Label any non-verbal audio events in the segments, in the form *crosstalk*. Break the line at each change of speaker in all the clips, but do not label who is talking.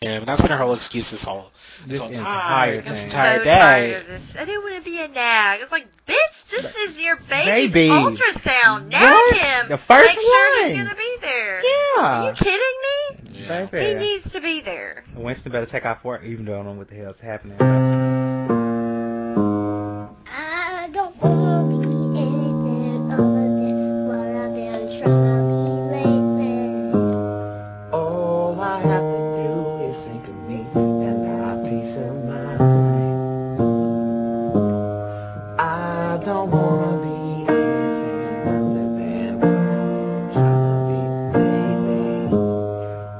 him. And that's been her whole excuse this whole this,
This
whole
entire
time, this
thing.
entire
so tired
day.
of this. I didn't want to be a nag. It's like, bitch, this is your baby's
Baby.
ultrasound. Nag
What?
him.
The first
Make sure
one.
he's gonna be there. Are you
Yeah.
kidding me?
Yeah.
He
Baby.
needs to be there.
Winston better take off work, even though I don't know what the hell's happening.
I don't wanna be ignorant of it, what I've been trying to be lately.
All I have to do is think of me and I have peace of mind. I don't wanna be anything other than what I'm trying to be, baby.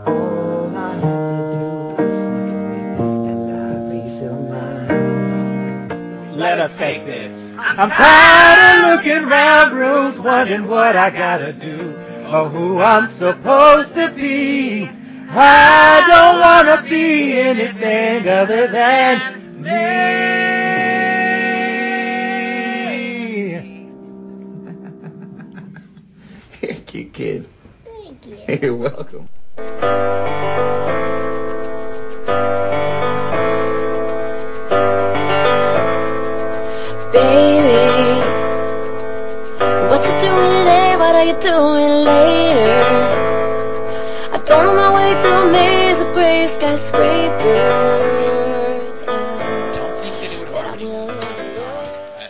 All I have to do is think of me and I have peace of mind.
Let us take this.
I'm
tired of looking round rooms, wondering what I gotta do, or who I'm supposed to be. I don't wanna be anything other than
Um,
*laughs*
me.
Cute kid. *laughs*
Thank you.
You're welcome.
Baby, what you doing today? What are you doing later? I don't know my way through a maze of gray skyscrapers. Yeah.
Don't think that it would
But I
work.
will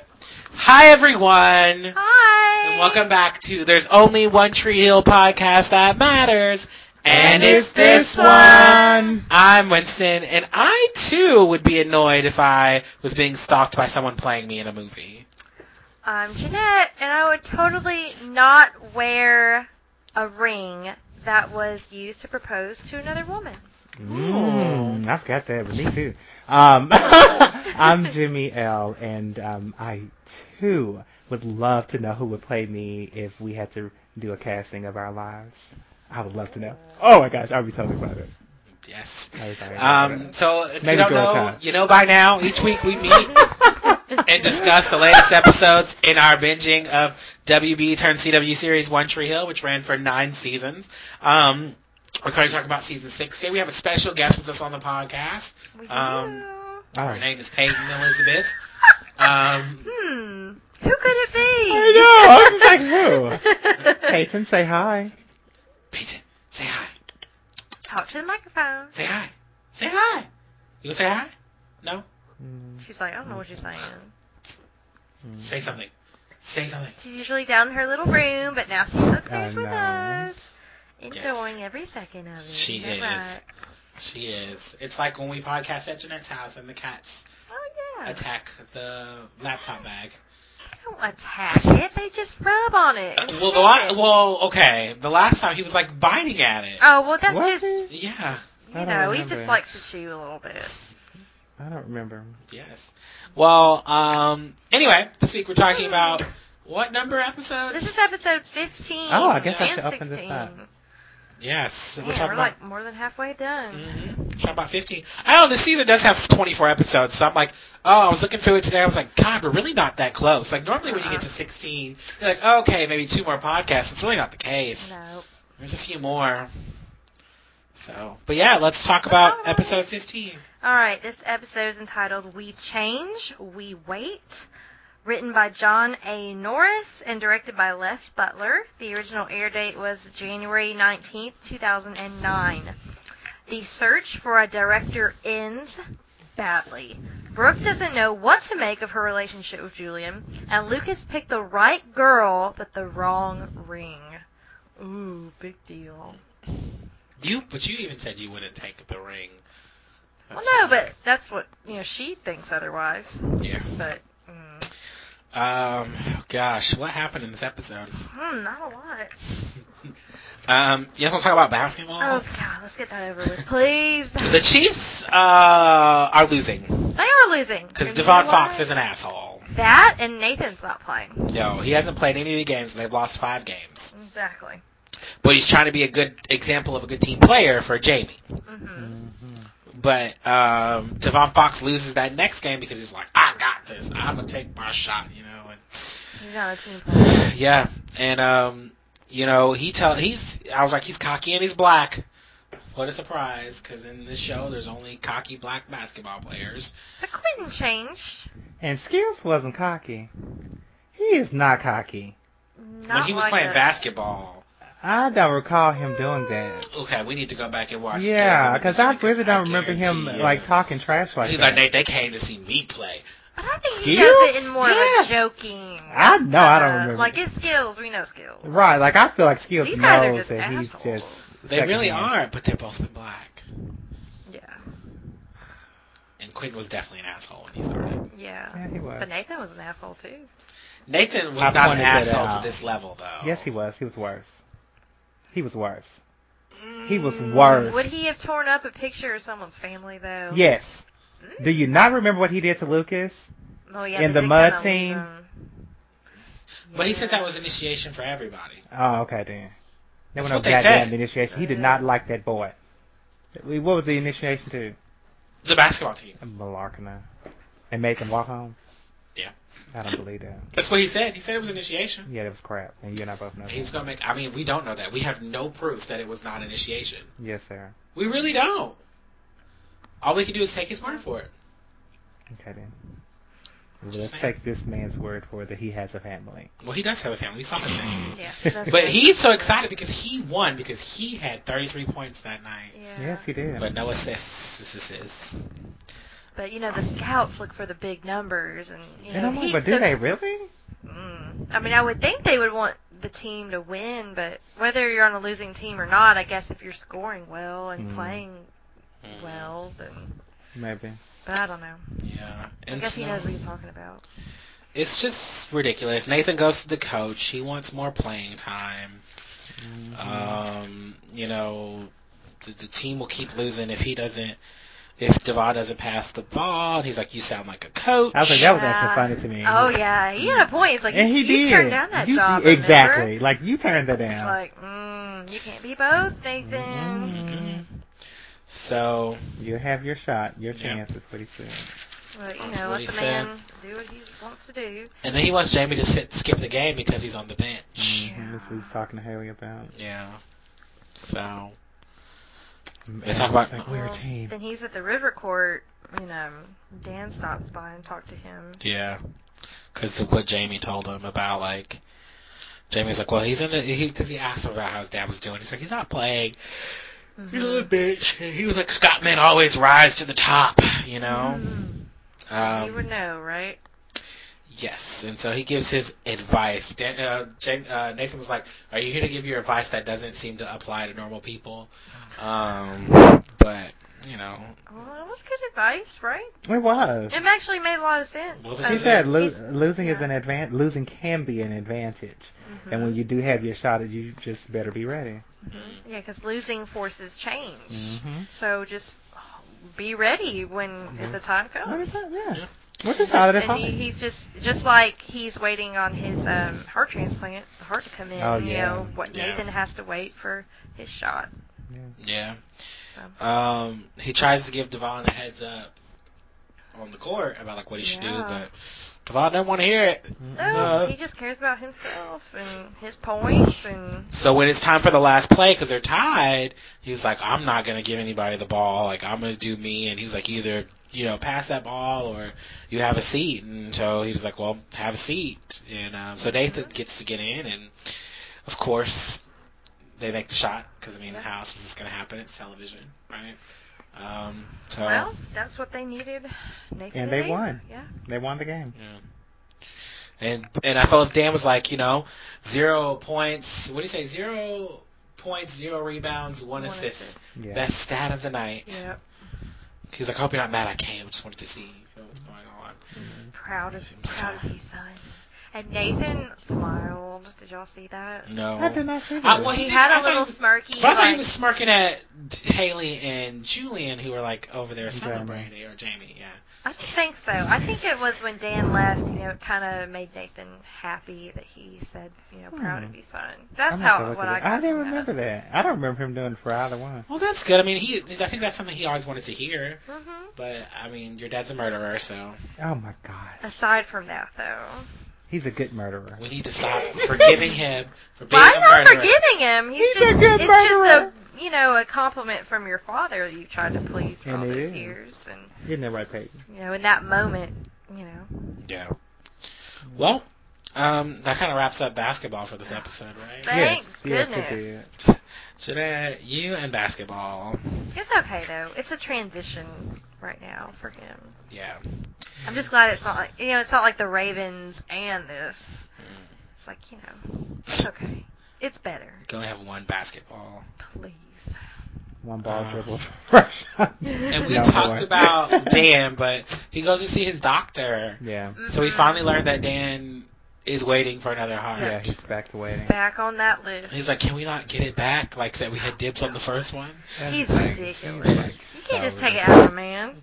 Hi everyone.
Hi.
And welcome back to There's Only One Tree Hill podcast that matters. And it's this one. I'm Winston, and I too would be annoyed if I was being stalked by someone playing me in a movie.
I'm Jeanette, and I would totally not wear a ring that was used to propose to another woman.
Oh.
Mm, I forgot that, but me too. Um, *laughs* I'm Jimmy L, and um, I too would love to know who would play me if we had to do a casting of our lives. I would love to know. Oh my gosh, I'd be totally excited.
Yes.
I'd be totally excited.
Um, so if you
Maybe
don't
go
know,
time.
you know by now, each week we meet and discuss the latest episodes in our binging of WB turned CW series One Tree Hill, which ran for nine seasons. Um, we're going to talk about season six. Today we have a special guest with us on the podcast.
We
Um,
do.
Oh.
Her name is Peyton Elizabeth. Um,
Hmm. Who could it be?
I know. I was just like,
*laughs*
who? Peyton, say hi.
Peyton, say hi.
Talk to the microphone.
Say hi. Say hi. You gonna say hi? No?
Mm,
She's like, I don't know what she's saying.
Hmm.
Say something. Say something.
She's usually down in her little room, but now she's upstairs
I
with
know.
us, enjoying every second of it.
She
Isn't that
is.
right?
She is. It's like when we podcast at Jeanette's house and the cats
Oh yeah.
attack the laptop bag.
They don't attack it. They just rub on it. and
Uh, Well,
pet
the la-
it.
well, okay. The last time he was like biting at it.
Oh well, that's
Was
just
he?
Yeah.
I
you
don't
know he
remember.
just likes to chew a little bit.
I don't remember.
Yes. Well, um. Anyway, this week we're talking about what number episode?
Hmm. This is episode fifteen.
Oh, I guess I
and
should open this
16.
up.
Yes,
Man,
we're
we're,
talking about.
like more than halfway done.
Mhm. We're talking about 15. I don't know, this season does have 24 episodes, so I'm like, oh, I was looking through it today. I was like, God, we're really not that close. Like, normally when you
Uh-huh.
get to 16, you're like, okay, maybe two more podcasts. It's really not the case.
No.
There's a few more. So, but yeah, let's talk about
Bye.
episode 15.
All right, this episode is entitled We Change, We Wait, written by John A. Norris and directed by Les Butler. The original air date was January 19th, 2009. The search for a director ends badly. Brooke doesn't know what to make of her relationship with Julian, and Lucas picked the right girl but the wrong ring. Ooh, big deal.
You, but you even said you wouldn't take the ring.
Well, no, but that's what, you know, she thinks otherwise.
yeah.
But mm,
Um, gosh, what happened in this episode?
hmm, not a lot.
Um, you guys want to talk about basketball?
Oh god, let's get that over with, please.
The Chiefs uh, are losing
They are losing
because
And you
Devon
know
Fox
what?
is an asshole.
that, and Nathan's not playing.
No, he hasn't played any of the games, and they've lost five games.
Exactly.
But he's trying to be a good example of a good team player for Jamie.
hmm
Mm.
But um, Devon Fox loses that next game because he's like, I got this. I'm gonna take my shot, you know.
He's not a team player.
And *sighs* yeah, and um, you know, he tell he's I was like he's cocky and he's black. What a surprise, because in this show there's only cocky black basketball players.
But Clinton changed.
And Skills wasn't cocky. He is not cocky.
Not
when he was
like
playing
a-
basketball.
I don't recall him doing that.
Okay, we need to go back and watch.
Yeah,
Skills
because
and
I
Mike,
really don't remember
guarantee
him
you.
like talking trash like
He's
that.
like, they, they came to see me play.
But I think he does it
Skills?
in more
Yeah.
of a joking.
I know, I don't
uh,
remember.
Like his skills, we know skills.
right, like I feel like Skills
These guys are
knows
just
that he's
assholes.
just.
They really
secondhand.
are, but they're both been black.
Yeah,
And Quinn was definitely an asshole when he started.
yeah.
Yeah, he was.
But Nathan was an asshole too.
Nathan was
I
not an
pointed that
asshole to
out.
this level, though.
Yes, he was. He was worse. He was worse. He was
Mm,
worse.
Would he have torn up a picture of someone's family though?
Yes. Do you not remember what he did to Lucas?
Well, yeah
In the
they did
mud
kinda leave
scene?
him.
But he said
Yeah.
that was initiation for everybody.
Oh, okay then. There
That's
was
what
no
they
goddamn
said.
initiation. He did
Yeah.
not like that boy. What was the initiation to?
The basketball team.
Malarkina. And make him walk home?
Yeah.
I don't believe that.
That's what he said. He said it was initiation.
Yeah, that was crap. And you and I both know
He was
that.
gonna make. I mean, we don't know that. We have no proof that it was not initiation.
Yes, sir.
We really don't. All we can do is take his word for it.
Okay then.
Just
Let's
saying.
take this man's word for that he has a family.
Well, he does have a family. We saw his family.
*laughs*
Yeah. that's
But
right.
he's so excited because he won because he had 33 points that night,
Yeah.
Yes, he did.
but no assists. assists.
But you know the scouts look for the big numbers, and you
and
know
I'm like,
he,
but do
so-
they really?
Mm. I mean, I would think they would want the team to win, but whether you're on a losing team or not, I guess if you're scoring well and
Mm.
playing
Mm.
well, then.
Maybe.
But I don't know.
Yeah.
I
And
guess he
so-
knows what he's talking about.
It's just ridiculous. Nathan goes to the coach. He wants more playing time.
Mm-hmm.
Um, you know, the, the team will keep losing if he doesn't, if Devon doesn't pass the ball. And he's like, "You sound like a coach."
I was like, that was actually
Yeah.
funny to me.
Oh yeah, he had a point. It's like
and
you,
he
you
did.
turned down that
You-
job.
Exactly.
remember?
Like you turned that
It's
down.
like, mm, you can't be both, Nathan.
Mhm. So
Mm. You have your shot, your
Yeah.
chance is what he said.
But you
That's
know,
what he
let the
said.
man do what he wants to do.
And then he wants Jamie to sit, skip the game because he's on the bench.
Mhm, That's what he's talking to Haley about.
Yeah. So
They
talk about-
we're a
Well,
team.
Then he's at the river court. You know, Dan stops by and talked to him.
yeah, because of what Jamie told him about like. Jamie's like, well, he's in the, he, cause he asked him about how his dad was doing. He's like, he's not playing. He's a little bitch. And He was like, Scottman always rise to the top, you know?
Mm. you
Um,
would know, right?
yes, and so he gives his advice. Dan, uh, James, uh, Nathan was like, are you here to give your advice that doesn't seem to apply to normal people? Um, but, you know,
Well, that was good advice, right?
It was.
It actually made a lot of sense.
What was
Uh,
She
he
said lo-
he's-
losing is
yeah. Mm-hmm.
an advantage. Losing can be an advantage, and when you do have your shot, you just better be ready.
Yeah, because losing forces change.
Mm-hmm.
So just be ready when
Mm-hmm.
the time comes.
yeah.
Yeah.
Which is how it
Oh. and he,
is.
he's just just like he's waiting on his um, heart transplant, the heart to come in.
Oh,
You
yeah.
know what
Yeah.
Nathan has to wait for his shot.
yeah. Um, he tries to give Devon the heads up on the court about like what he should do,
Yeah.
but Devon doesn't want to hear it.
No,
Uh,
Oh, he just cares about himself and his points and
So when it's time for the last play, because they're tied, he was like, "I'm not gonna give anybody the ball. Like I'm gonna do me." And he was like, "Either you know, pass that ball, or you have a seat." And so he was like, "Well, have a seat." And um, so Nathan
Mm-hmm.
gets to get in, and of course, they make the shot because I mean, the house is gonna happen. It's television, right? Um, so
well, that's what they needed. Nathan
And they
do.
won.
Yeah.
They won the game.
yeah. And and I felt Dan was like, you know, zero points. What do you say? Zero points, zero rebounds, one,
One
assist.
assist.
Yeah.
Best stat of the night.
Yeah.
He's like, I hope you're not mad I came. I just wanted to see you know, what's going on.
Proud of
Son.
proud of you, son. And Nathan smiled. Did y'all see that?
I did
No.
not see
I,
that.
well, he,
He had
I
a
thought he
little
was-
smirky.
But I thought he
Like,
was smirking at Haley and Julian, who were like over there
Jamie.
celebrating, or Jamie, yeah.
I don't think so. I think it was when Dan left. You know, it kind of made Nathan happy that he said, you know, proud
Hmm.
of you, son. That's
I'm gonna
how
look
what
at
I.
it.
Got
I didn't
from that.
remember that. I don't remember him doing it for either one.
Well, that's good. I mean, he I think that's something he always wanted to hear.
Mhm.
But I mean, your dad's a murderer, so
Oh my god,
Aside from that, though,
he's a good murderer.
*laughs*
we need to stop forgiving him for being
why
a
not
murderer.
forgiving him? He's,
He's a
just
good
it's just a you know, a compliment from your father that you tried to please for
And
all
it
those
is.
years. And,
You're in the right page.
you know, in that moment, you know.
Yeah. Well, um, that kind of wraps up basketball for this episode, right?
Thank
yes, yes,
goodness.
it
Jeanette, you and basketball.
It's okay, though. It's a transition right now for him.
Yeah.
I'm just glad it's not like, you know, it's not like the Ravens and this. It's like, you know, it's okay. It's better.
You can only have one basketball.
Please.
is. One ball
Uh,
dribble. *laughs* Rush.
And we
No
talked
more.
*laughs*
*laughs*
about Dan, but he goes to see his doctor.
yeah.
So we
Mhm.
finally learned that Dan is waiting for another heart.
Yeah, he's back to waiting.
Mm-hmm. Back on that list.
He's like, can we not get it back? Like that we had dibs on the first one.
He's ridiculous.
You
you can't just take it out of a man.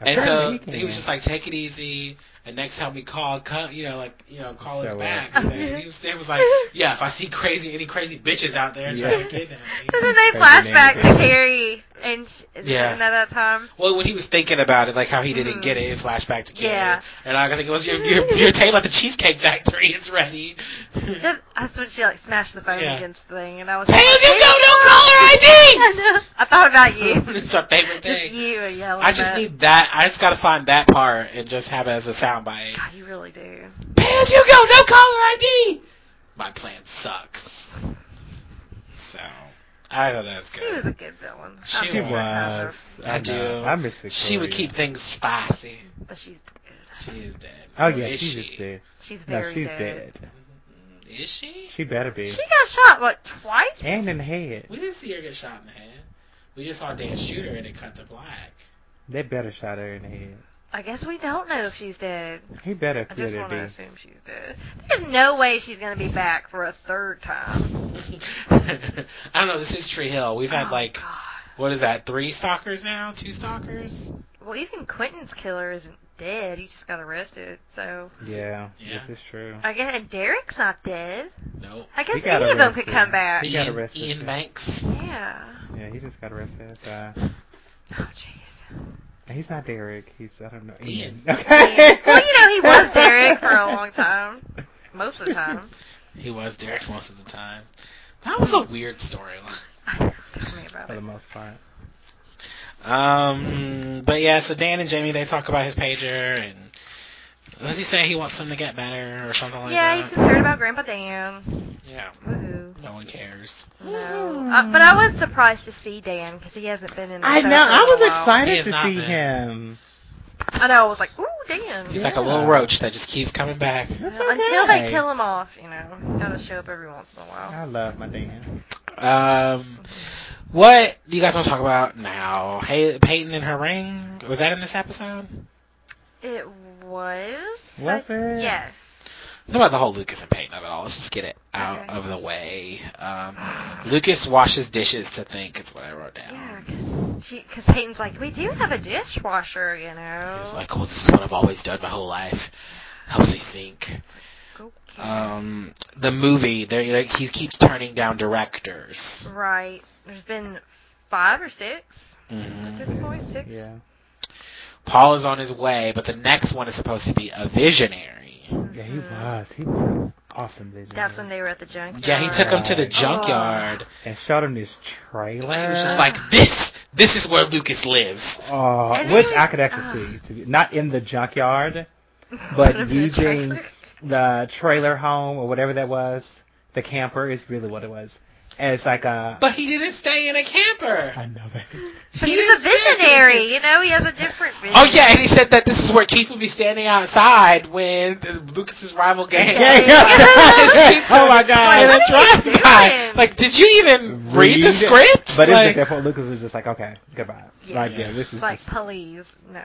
And so he was just like, take it easy. And next time we call, come, you know, like, you know, call us
Show
back.
up.
And he was, Dan was like, yeah, if I see crazy, any crazy bitches out there trying to kidnap
So
me.
then they
Crazy
flash
man.
back to Carrie and sh-
Yeah.
yeah. that at that time.
Well, when he was thinking about it, like how he didn't
Mhm.
get it, it flashed back to Carrie.
Yeah.
And I think it was your, your, your table at the Cheesecake Factory is ready. *laughs*
She, that's when she like smashed the phone
Yeah.
against the thing, and I was like,
Paige, you
"Hey."
don't know caller
I
ID!
know. I thought
*laughs*
about
*laughs*
you.
it's our favorite
Just
thing.
you and yelling.
I just
at-
need that. I just gotta find that part and just have it as a soundbite.
God, you really do.
Pay as you go, no caller ID. My plan sucks. So I thought that's
She was
good.
a good villain. I
She
miss her, I
was.
love
I
know.
do.
I miss Victoria.
She would keep things spicy.
her, But she's
She is dead.
Oh
Or
yeah,
is
she's just dead.
she's
No,
very
she's
dead.
dead.
Is she?
She better be.
She got shot what twice?
And in the head.
We didn't see her get shot in the head. We just saw Dan shoot her and it cut to black. *laughs*
They better shot her in the head.
I guess we don't know if she's dead.
He better
I
kill
just
her,
want to
dude.
assume she's dead. There's no way she's gonna be back for a third time.
I don't know. This is Tree Hill. We've had
Oh,
like
God.
what is that? Three stalkers now? Two stalkers?
Well, even Quentin's killer isn't dead. He just got arrested. So
Yeah,
Yeah.
this is true.
I guess and Derek's not dead.
Nope.
I guess
He got
any of them could
arrested.
come back.
He got
Ian,
arrested.
Ian Banks.
Yeah.
Yeah, he just got arrested. That's, uh,
Oh
*laughs*
jeez.
he's not Derek. He's I don't know.
Ian.
*laughs* Ian.
Yeah. well, you know he was Derek for a long time, most of
*laughs*
the time.
He was Derek most of the time. That was a weird storyline.
I know. Tell me about
for the
it.
most part.
Um, but yeah, so Dan and Jamie they talk about his pager and does he say he wants him to get better or something like
Yeah, he's
that?
concerned about Grandpa Dan.
Yeah,
Woohoo.
no one cares.
No. Uh, but I was surprised to see Dan because he hasn't been in. The
Mm-hmm. I
show
know.
for a
I was
while.
He
excited
is
to
not
see
there.
him.
I know. I was like, ooh, Dan.
He's like a
Yeah.
little roach that just keeps coming back.
That's
Well, Until they
okay.
kill him off, you know, he's gotta show up every once in a while.
I love my Dan.
Um, what do you guys want to talk about now? Hey, Peyton and her ring was that in this episode?
It was.
Was
I-
*sighs*
it?
Yes.
What about the whole Lucas and Peyton of it all? Let's just get it out
Okay.
of the way. Um, Lucas washes dishes to think. Is what I wrote down.
Yeah, cause, she, cause Peyton's like, we do have a dishwasher, you know.
He's like, well, this is what I've always done my whole life. Helps me think.
Go get
Um, the movie, there, like, he keeps turning down directors.
it. Right. There's been five or six at
Mhm.
this point. Six.
Yeah.
Paul is on his way, but the next one is supposed to be a visionary.
Yeah, he
Mm-hmm.
was. He was an awesome vision.
That's when they were at the junkyard.
Yeah, he took him
*laughs*
to the
Right.
junkyard.
and showed him this
He
trailer.
was just like, this, this is where Lucas lives.
Oh,
And Ah.
which
then-
I could actually see. To be, not in the junkyard, but using *laughs* the trailer home or whatever that was. The camper is really what it was. And it's like a.
But he didn't stay in a camper.
I know that.
But
He
he's a
didn't stay-
visionary, you know. He has a different vision.
Oh yeah, and he said that this is where Keith would be standing outside when Lucas's rival gang *laughs*
Yeah, yeah.
shoots oh my god!
Like,
And
what
that's
are you
right.
doing?
Like, did you even read, the script?
But it's
like,
at that point, Lucas was just like, okay, goodbye.
Yeah.
Like, yeah, this is
Like
just,
police. No,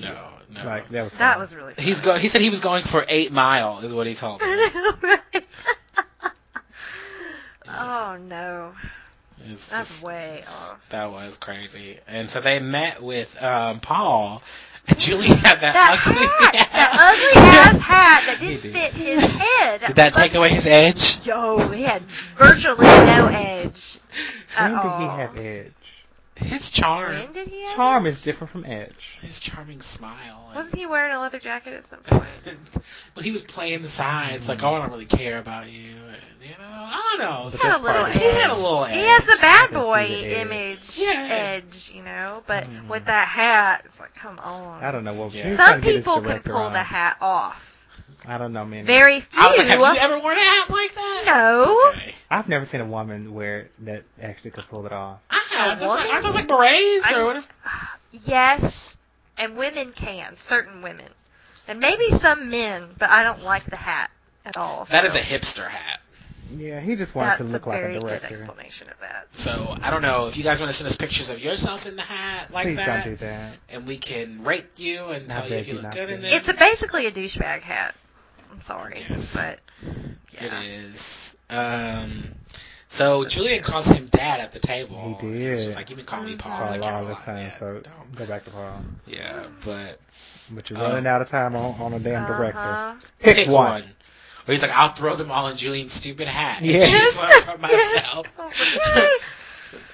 no, no.
like that was.
that
fun.
was really. Funny.
He's go. He said he was going for eight mile, is what he
*laughs*
told me.
oh no,
It's
that's
just-
way off.
that was crazy. And so they met with um, Paul. And *laughs* Julie had that,
That
ugly. *laughs*
hat, that ugly ass hat that didn't fit his head.
Did that take away his edge?
Yo, he had virtually no edge at
When did he
all.
have edge?
His charm.
When did he? have
Charm
it?
is different from Edge.
His charming smile. and-
Wasn't he wearing a leather jacket at some point?
*laughs* but he was playing the sides, like, oh, I don't really care about you. And, you know, I don't know.
But
Had
that
a little
part
He
is-
had a
edge.
little edge.
He has the
I
bad
can see
boy
the edge.
image
Yeah.
edge, you know, but
Mm.
with that hat, it's like, come on.
I don't know what
Yeah.
she was trying
Some
to get his
people can
director
pull
on.
the hat off.
I don't know many.
Very few.
I was like, have you ever worn a hat like that?
no.
Okay.
I've never seen a woman wear that actually could pull it off.
I have. Those,
What?
like, aren't those like berets
I-
or whatever?
Yes, and women can, certain women. And maybe some men, but I don't like the hat at all.
That is
so
a hipster hat.
Yeah, he just wanted
That's
to look
a
like
very
a
good
director.
explanation of that.
So I don't know if you guys want to send us pictures of yourself in the hat like
Please
that,
don't do that.
and we can rate you and
I
tell you
beg
if you
you
look
not
good
to.
in it.
It's a, basically a douchebag hat. I'm sorry,
Yes.
but
It
yeah.
is. Um, so Julian calls him dad at the table.
He
And He's just
did.
like, you've been calling me Paul.
Paul
like,
all
you're
this
a lot.
time,
yeah,
so
don't.
go back to Paul.
yeah, but
But you're
Um,
running out of time on, on a damn director.
Uh-huh.
*laughs* Pick, one.
Or he's like, I'll throw them all in Julian's stupid hat.
Yeah.
Yeah. Choose one
*laughs*
for myself. *laughs*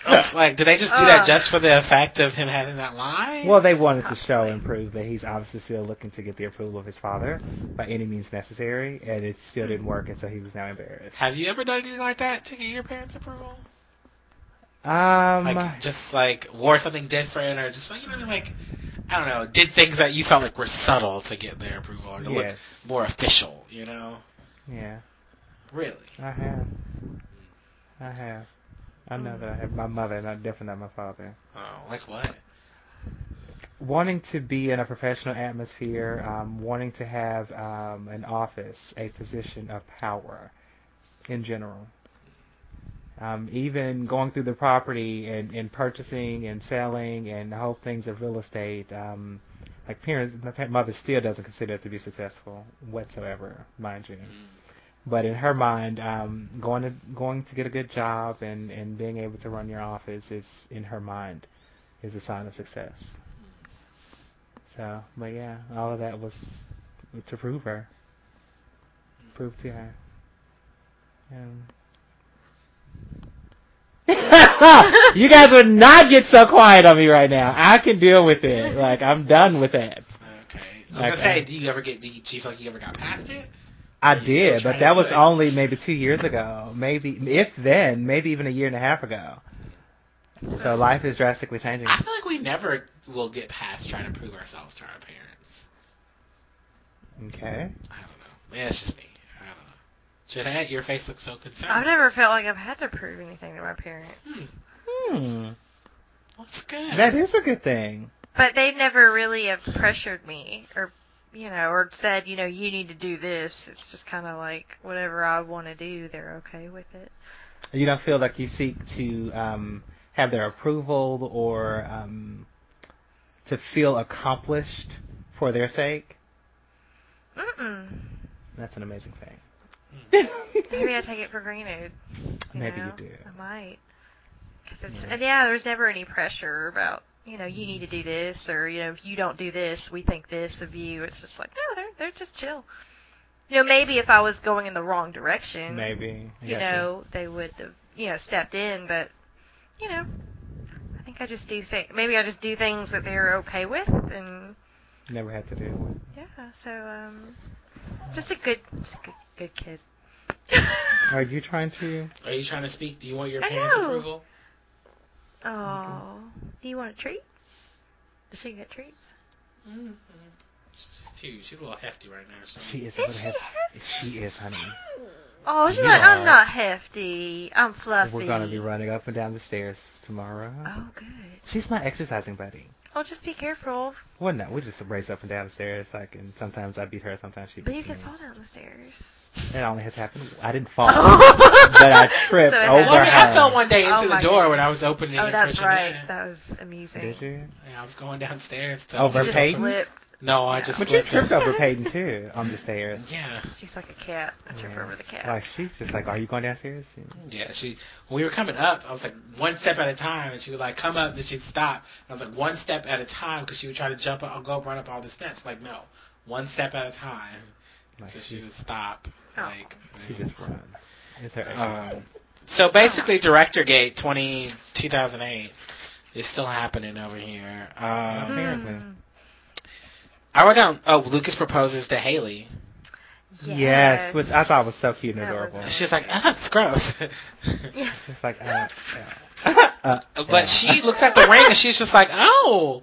Okay.
It's like, did they just do that
Ugh.
just for the effect of him having that line?
Well, they wanted to show and prove that he's obviously still looking to get the approval of his father by any means necessary, and it
Hmm.
still didn't work, and so he was now embarrassed.
have you ever done anything like that to get your parents' approval?
Um,
like just like wore something different or just like you know what I mean, like I don't know, did things that you felt like were subtle to get their approval or to look
yes,
more official, you know?
yeah,
Really?
I have, I have, I know that I have. My mother, not definitely not my father,
Oh, like what?
wanting to be in a professional atmosphere, um, wanting to have um, an office, a position of power, in general. Um, even going through the property and, and purchasing and selling and the whole things of real estate, um, like parents, my pa- mother still doesn't consider it to be successful whatsoever, mind you. But in her mind, um, going to going to get a good job and, and being able to run your office is in her mind is a sign of success. So, but yeah, all of that was to prove her, prove to her. Um, *laughs* you guys would not get so quiet on me right now. I can deal with it. Like I'm done with that.
Okay. I was gonna
Like,
say,
uh,
do you ever get do you, do you feel like you ever got past it?
I
Are you still
did,
trying
but
to
that
do
was
it?
only maybe two years ago. Maybe if then, maybe even a year and a half ago. So life is drastically changing.
I feel like we never will get past trying to prove ourselves to our parents.
Okay.
I don't know. Yeah, it's just me. I don't know. Jeanette, your face looks so concerned.
I've never felt like I've had to prove anything to my parents.
Hmm.
Looks good.
That is a good thing.
But they never really have pressured me or, you know, or said, you know, you need to do this. It's just kind of like whatever I want to do, they're okay with it.
You don't feel like you seek to um, have their approval or um, to feel accomplished for their sake.
Mm-mm.
That's an amazing thing.
Maybe I take it for granted. You
Maybe
know?
you do.
I might. 'Cause it's, and yeah, there's never any pressure about, you know, you need to do this or, you know, if you don't do this, we think this of you. It's just like, no, they're, they're just chill. You know, maybe if I was going in the wrong direction,
Maybe. I
you
got
know, they would have, you know, stepped in, but, you know, I think I just do things, maybe I just do things that they're okay with, and,
Never had to deal with.
yeah, so, um, just a good, just a good, good kid.
*laughs* Are you trying to?
Are you trying to speak? Do you want your
I
parents'
know.
approval?
Oh, do you want a treat? Does she get treats?
She's just too. She's a little hefty right now. She's
She is. a
Is
little
she
hef- She is, honey.
Oh, she's
You
like,
are.
I'm not hefty. I'm fluffy.
We're gonna be running up and down the stairs tomorrow.
Oh, good.
She's my exercising buddy.
Oh, just be careful.
Well, no, we just race up and down the stairs. Like, and sometimes I beat her, sometimes she
But you
beats me.
can fall down the stairs.
It only has happened. I didn't fall,
*laughs*
but Oh. I tripped
So it
over
Well, I, mean, I
her.
fell one day into
Oh
the
my
door
goodness.
when I was opening
Oh,
it
that's
for
right.
Jeanette.
That was amusing.
Did you?
Yeah, I was going downstairs. To
Over
You just
Peyton?
slipped.
No, I just
But you
slipped.
tripped over
*laughs*
Peyton too on the stairs.
Yeah,
She's like a cat. I trip
Yeah.
over the cat.
Like she's just like, "Are you going downstairs?"
yeah. She when we were coming up, I was like one step at a time, and she would like come up, then she'd stop. And I was like one step at a time because she would try to jump up, go run up all the steps. Like no, one step at a time.
Like
so
she,
she would stop.
Oh.
Like
she just runs.
*laughs*
It's her.
Um, so basically, Director Gate 20, 2008 It's still happening over here.
Mhm.
Um,
Apparently.
Hmm.
I wrote down. Oh, Lucas proposes to Haley.
Yes, which I thought was so cute and
That was
*laughs*
adorable.
nice.
She's like, ah, it's gross.
Yes.
Just like, uh, uh, uh,
*laughs* but she looks at the ring and she's just like, oh,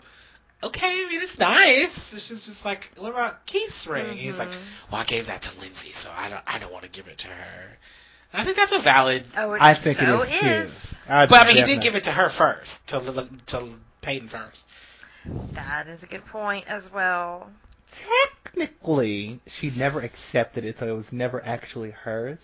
okay, I mean, it's nice. So she's just like, what about Keith's ring? He's like,
Mhm.
well, I gave that to Lindsay, so I don't, I don't want to give it to her. And I think that's a valid.
Oh, it
I think
so
it is, too.
But I mean, he did give it to her first, to Lil- to Peyton first.
That is a good point as well.
Technically, she never accepted it, so it was never actually hers.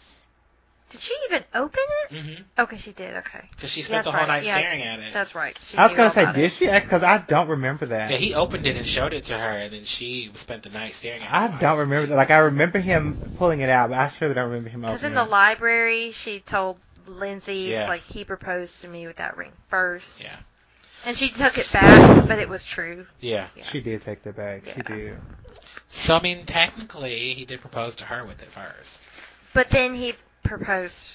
Did she even open it?
Because
Okay, she did. Okay,
she spent
That's
the whole
right,
night
yeah.
staring at it.
that's right. She
I was
knew
gonna
all
say,
about
did
it.
she? Because I don't remember that.
Yeah, he opened it and showed it to her, and then she spent the night staring at
I
it.
don't remember that. Like, I remember him pulling it out, but I sure don't remember him
Because
opening
in
it.
the library, she told Lindsay, it's
Yeah.
like, he proposed to me with that ring first.
Yeah.
And she took it back, but it was true.
Yeah.
She did take that back. She
Yeah.
did.
So I mean, technically, he did propose to her with it first.
But then he proposed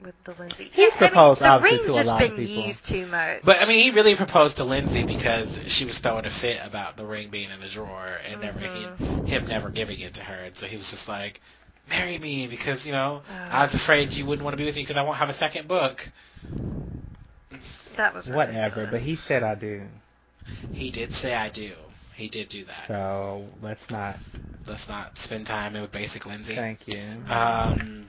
with the Lindsay.
He's
I mean,
proposed,
the
obviously,
ring's
to a
just
lot of
been
people.
used too much.
But I mean, he really proposed to Lindsay because she was throwing a fit about the ring being in the drawer and never
Mhm.
he, him never giving it to her. And so he was just like, "Marry me," because you know
Oh,
I was afraid you woun't want to be with me because I won't have a second book.
that was
Whatever,
ridiculous.
but he said I do.
He did say, "I do." He did do that.
So, let's not.
Let's not spend time with basic Lindsay.
Thank you.
Um,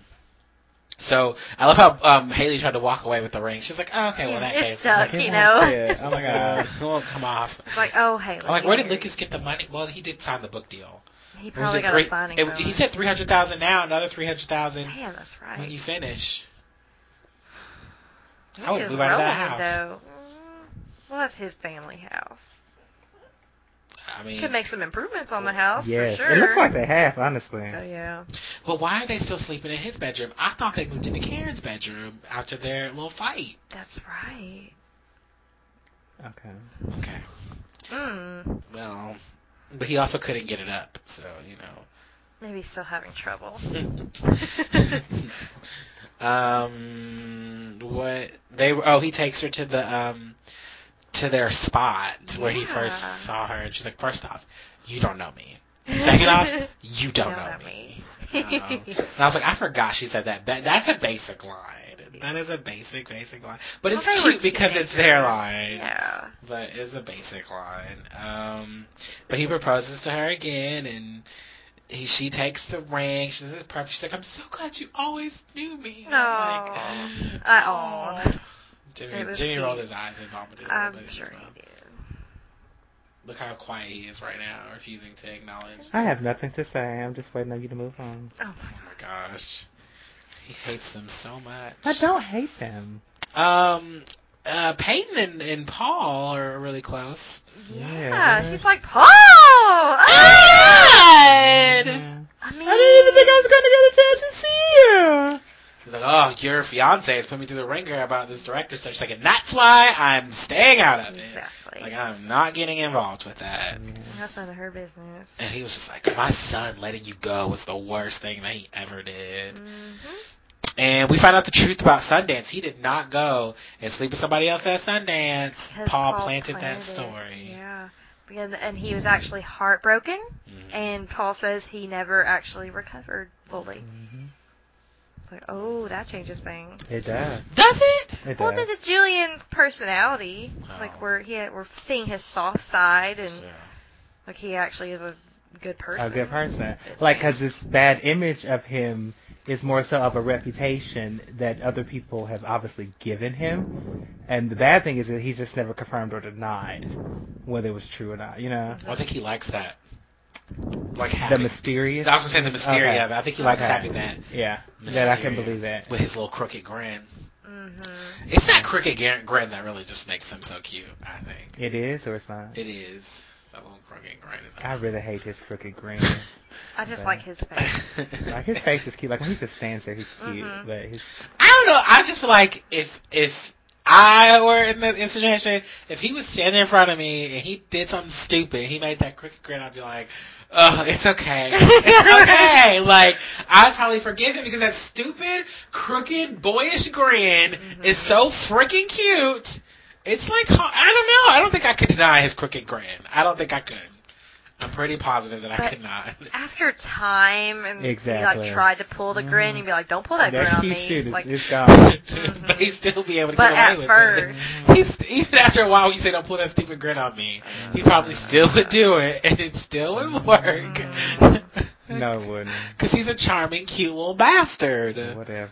so I love how um, Haley tried to walk away with the ring. She's like, oh, okay, well, in that
It
case.
sucked.
It
you
won't
know.
fit. Oh
*laughs*
my god.
It won't come off.
It's like, oh, Haley.
I'm like, where did
here.
Lucas get the money? Well, he did sign the book deal.
He
It was a
probably Oh, got
three-
a signing
it-
bonus.
he said three hundred thousand now, another three hundred thousand
Damn, that's right.
when you finish.
He
I would
is
move out of that
rolling,
house.
Though. Well, that's his family house.
I mean,
Could make some improvements on the house
Yes.
for sure.
It looks like they have, honestly.
Oh yeah.
but why are they still sleeping in his bedroom? I thought they moved into Karen's bedroom after their little fight.
That's right.
Okay.
Okay,
Mm,
well, but he also couldn't get it up, so you know.
maybe he's still having trouble.
um, what they were? Oh, he takes her to the um to their spot where he first
Yeah.
saw her, and she's like, first off, you don't know me. Second
*laughs*
off, you don't
Don't
know,
know
me.
*laughs* me.
Um, and I was like, I forgot she said that. That- That's a basic line. That is a basic, basic line. But it's
Well, they were
cute because it's their
teenagers.
line.
yeah.
But it's a basic line. Um, but he proposes to her again, and he she takes the ring. She says, "It's perfect." She's like, "I'm so glad you always knew me." And I'm like,
Aw. I
"Aw."
It
Jimmy,
was
Jimmy
cute.
rolled his eyes and vomited a little
I'm
bit. as
sure
well.
he did.
Look how quiet he is right now, refusing to acknowledge.
Uh.
I have nothing to say. I'm just waiting on you to move on.
Oh
Oh my gosh, he hates them so much.
I don't hate them.
Um, uh, Peyton and, and Paul are really close.
my. Yeah.
Yeah.
She's like Paul. Ah!
Yeah.
I mean.
I didn't even think I was gonna get a chance to see you.
He's like, oh, your fiance has put me through the ringer about this director search. Like, and that's why I'm staying out of it.
Exactly.
Like, I'm not getting involved with that.
That's none of her business.
And he was just like, my son letting you go was the worst thing that he ever did.
Mhm.
And we find out the truth about Sundance. He did not go and sleep with somebody else at Sundance.
'Cause
Paul, planted,
it.
that story.
Yeah. Because, and he was actually heartbroken,
Mhm.
and Paul says he never actually recovered fully. It's like, oh, that changes things.
It does.
Does it?
It
Well,
does.
into Julian's personality,
Oh.
like we're he, we're seeing his soft side, and
Sure.
like he actually is a good person.
A good person. Like, because this bad image of him is more so of a reputation that other people have obviously given him. And the bad thing is that he's just never confirmed or denied whether it was true or not, you know?
I think he likes that. Like,
The
having.
mysterious.
I was going to say the
Okay.
Mysteria, but I think he likes
Okay.
having that.
Yeah. That I can
Mysterious.
believe that.
with his little crooked grin.
Mm-hmm.
It's that crooked grin, grin that really just makes him so cute. I think
It is or it's not?
it is that little crooked grin. Is
I really hate his crooked grin.
I just
Okay.
like his face.
*laughs* like, his face is cute. Like, when he just stands there, he's cute.
Mhm.
But his
I don't know. I just feel like if if I were in the in situation, if he was standing in front of me and he did something stupid, he made that crooked grin. I'd be like, oh, it's
*laughs*
okay, it's okay. like I'd probably forgive him because that
Mm-hmm.
stupid crooked boyish grin is so freaking cute. It's like ho- I don't know. I don't think I could deny his crooked grin. I don't think I could. I'm pretty positive that I
But-
could not.
After time and he
Exactly.
like tried to pull the grin, you'd be like, "Don't pull that, grin
That
on
cute
me."
shit is
like, *laughs*
it's gone.
*laughs* but he'd still be able to
But
get away
at
with
*laughs*
first,
it. He, even after a while, you say, "Don't pull that stupid grin on me," he probably
Uh-huh.
still would do it, *laughs* and it still would work.
Uh-huh. No, it wouldn't.
Because he's a charming, cute little bastard.
Whatever.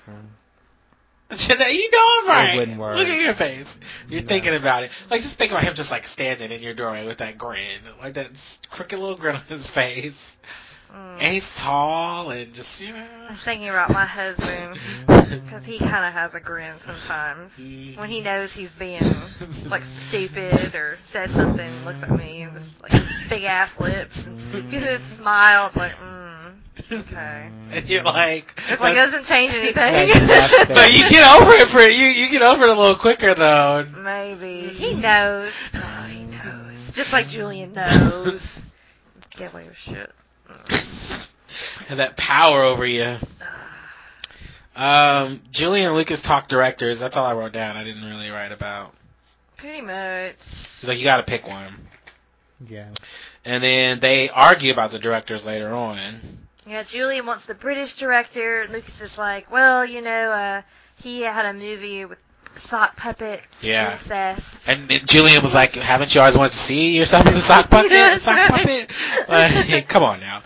Janae, you know I'm right.
wouldn't work.
Look at your face. You're
No.
thinking about it. Like, just think about him just, like, standing in your doorway with that grin. Like, that s- crooked little grin on his face.
mm.
And he's tall and just, you
I was
know.
thinking about my
*laughs*
husband because he kind of has a grin sometimes when he knows he's being like stupid or said something. Looks at me and just like big ass lips. And
Mm.
he just smiles like, mm, "Okay."
*laughs* And you're like,
It's like it doesn't change anything.
That's
*laughs*
nothing.
but you get over it for you. You get over it a little quicker though.
Maybe he knows. Oh, he knows. Just like *laughs* Julian knows. Get away with shit.
Have that power over you. Um, Julian Lucas talk directors. That's all I wrote down. I didn't really write about.
Pretty much.
He's like, you got to pick one.
Yeah.
And then they argue about the directors later on.
Yeah, Julian wants the British director. Lucas is like, well, you know, uh, he had a movie with sock puppet
Yeah.
incest.
And then Julian was like, "Haven't you always wanted to see yourself as a sock puppet? A sock
*laughs*
puppet? Like, come on now."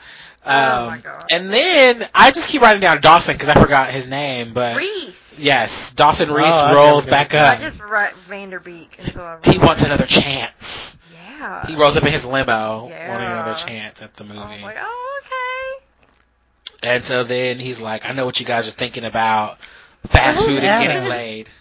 Um,
Oh my God.
And then I just keep writing down Dawson because I forgot his name, but
Reese.
yes, Dawson Reese
Oh, I
rolls
never
back
I
up.
just wrote Vanderbeek until I
He
wrote-
wants another chance.
Yeah.
He rolls up in his limo, wanting
Yeah.
another chance at the movie.
I was like, oh,
and so then he's like, "I know what you guys are thinking about fast
Who's
food and getting
Adam?
laid."
okay.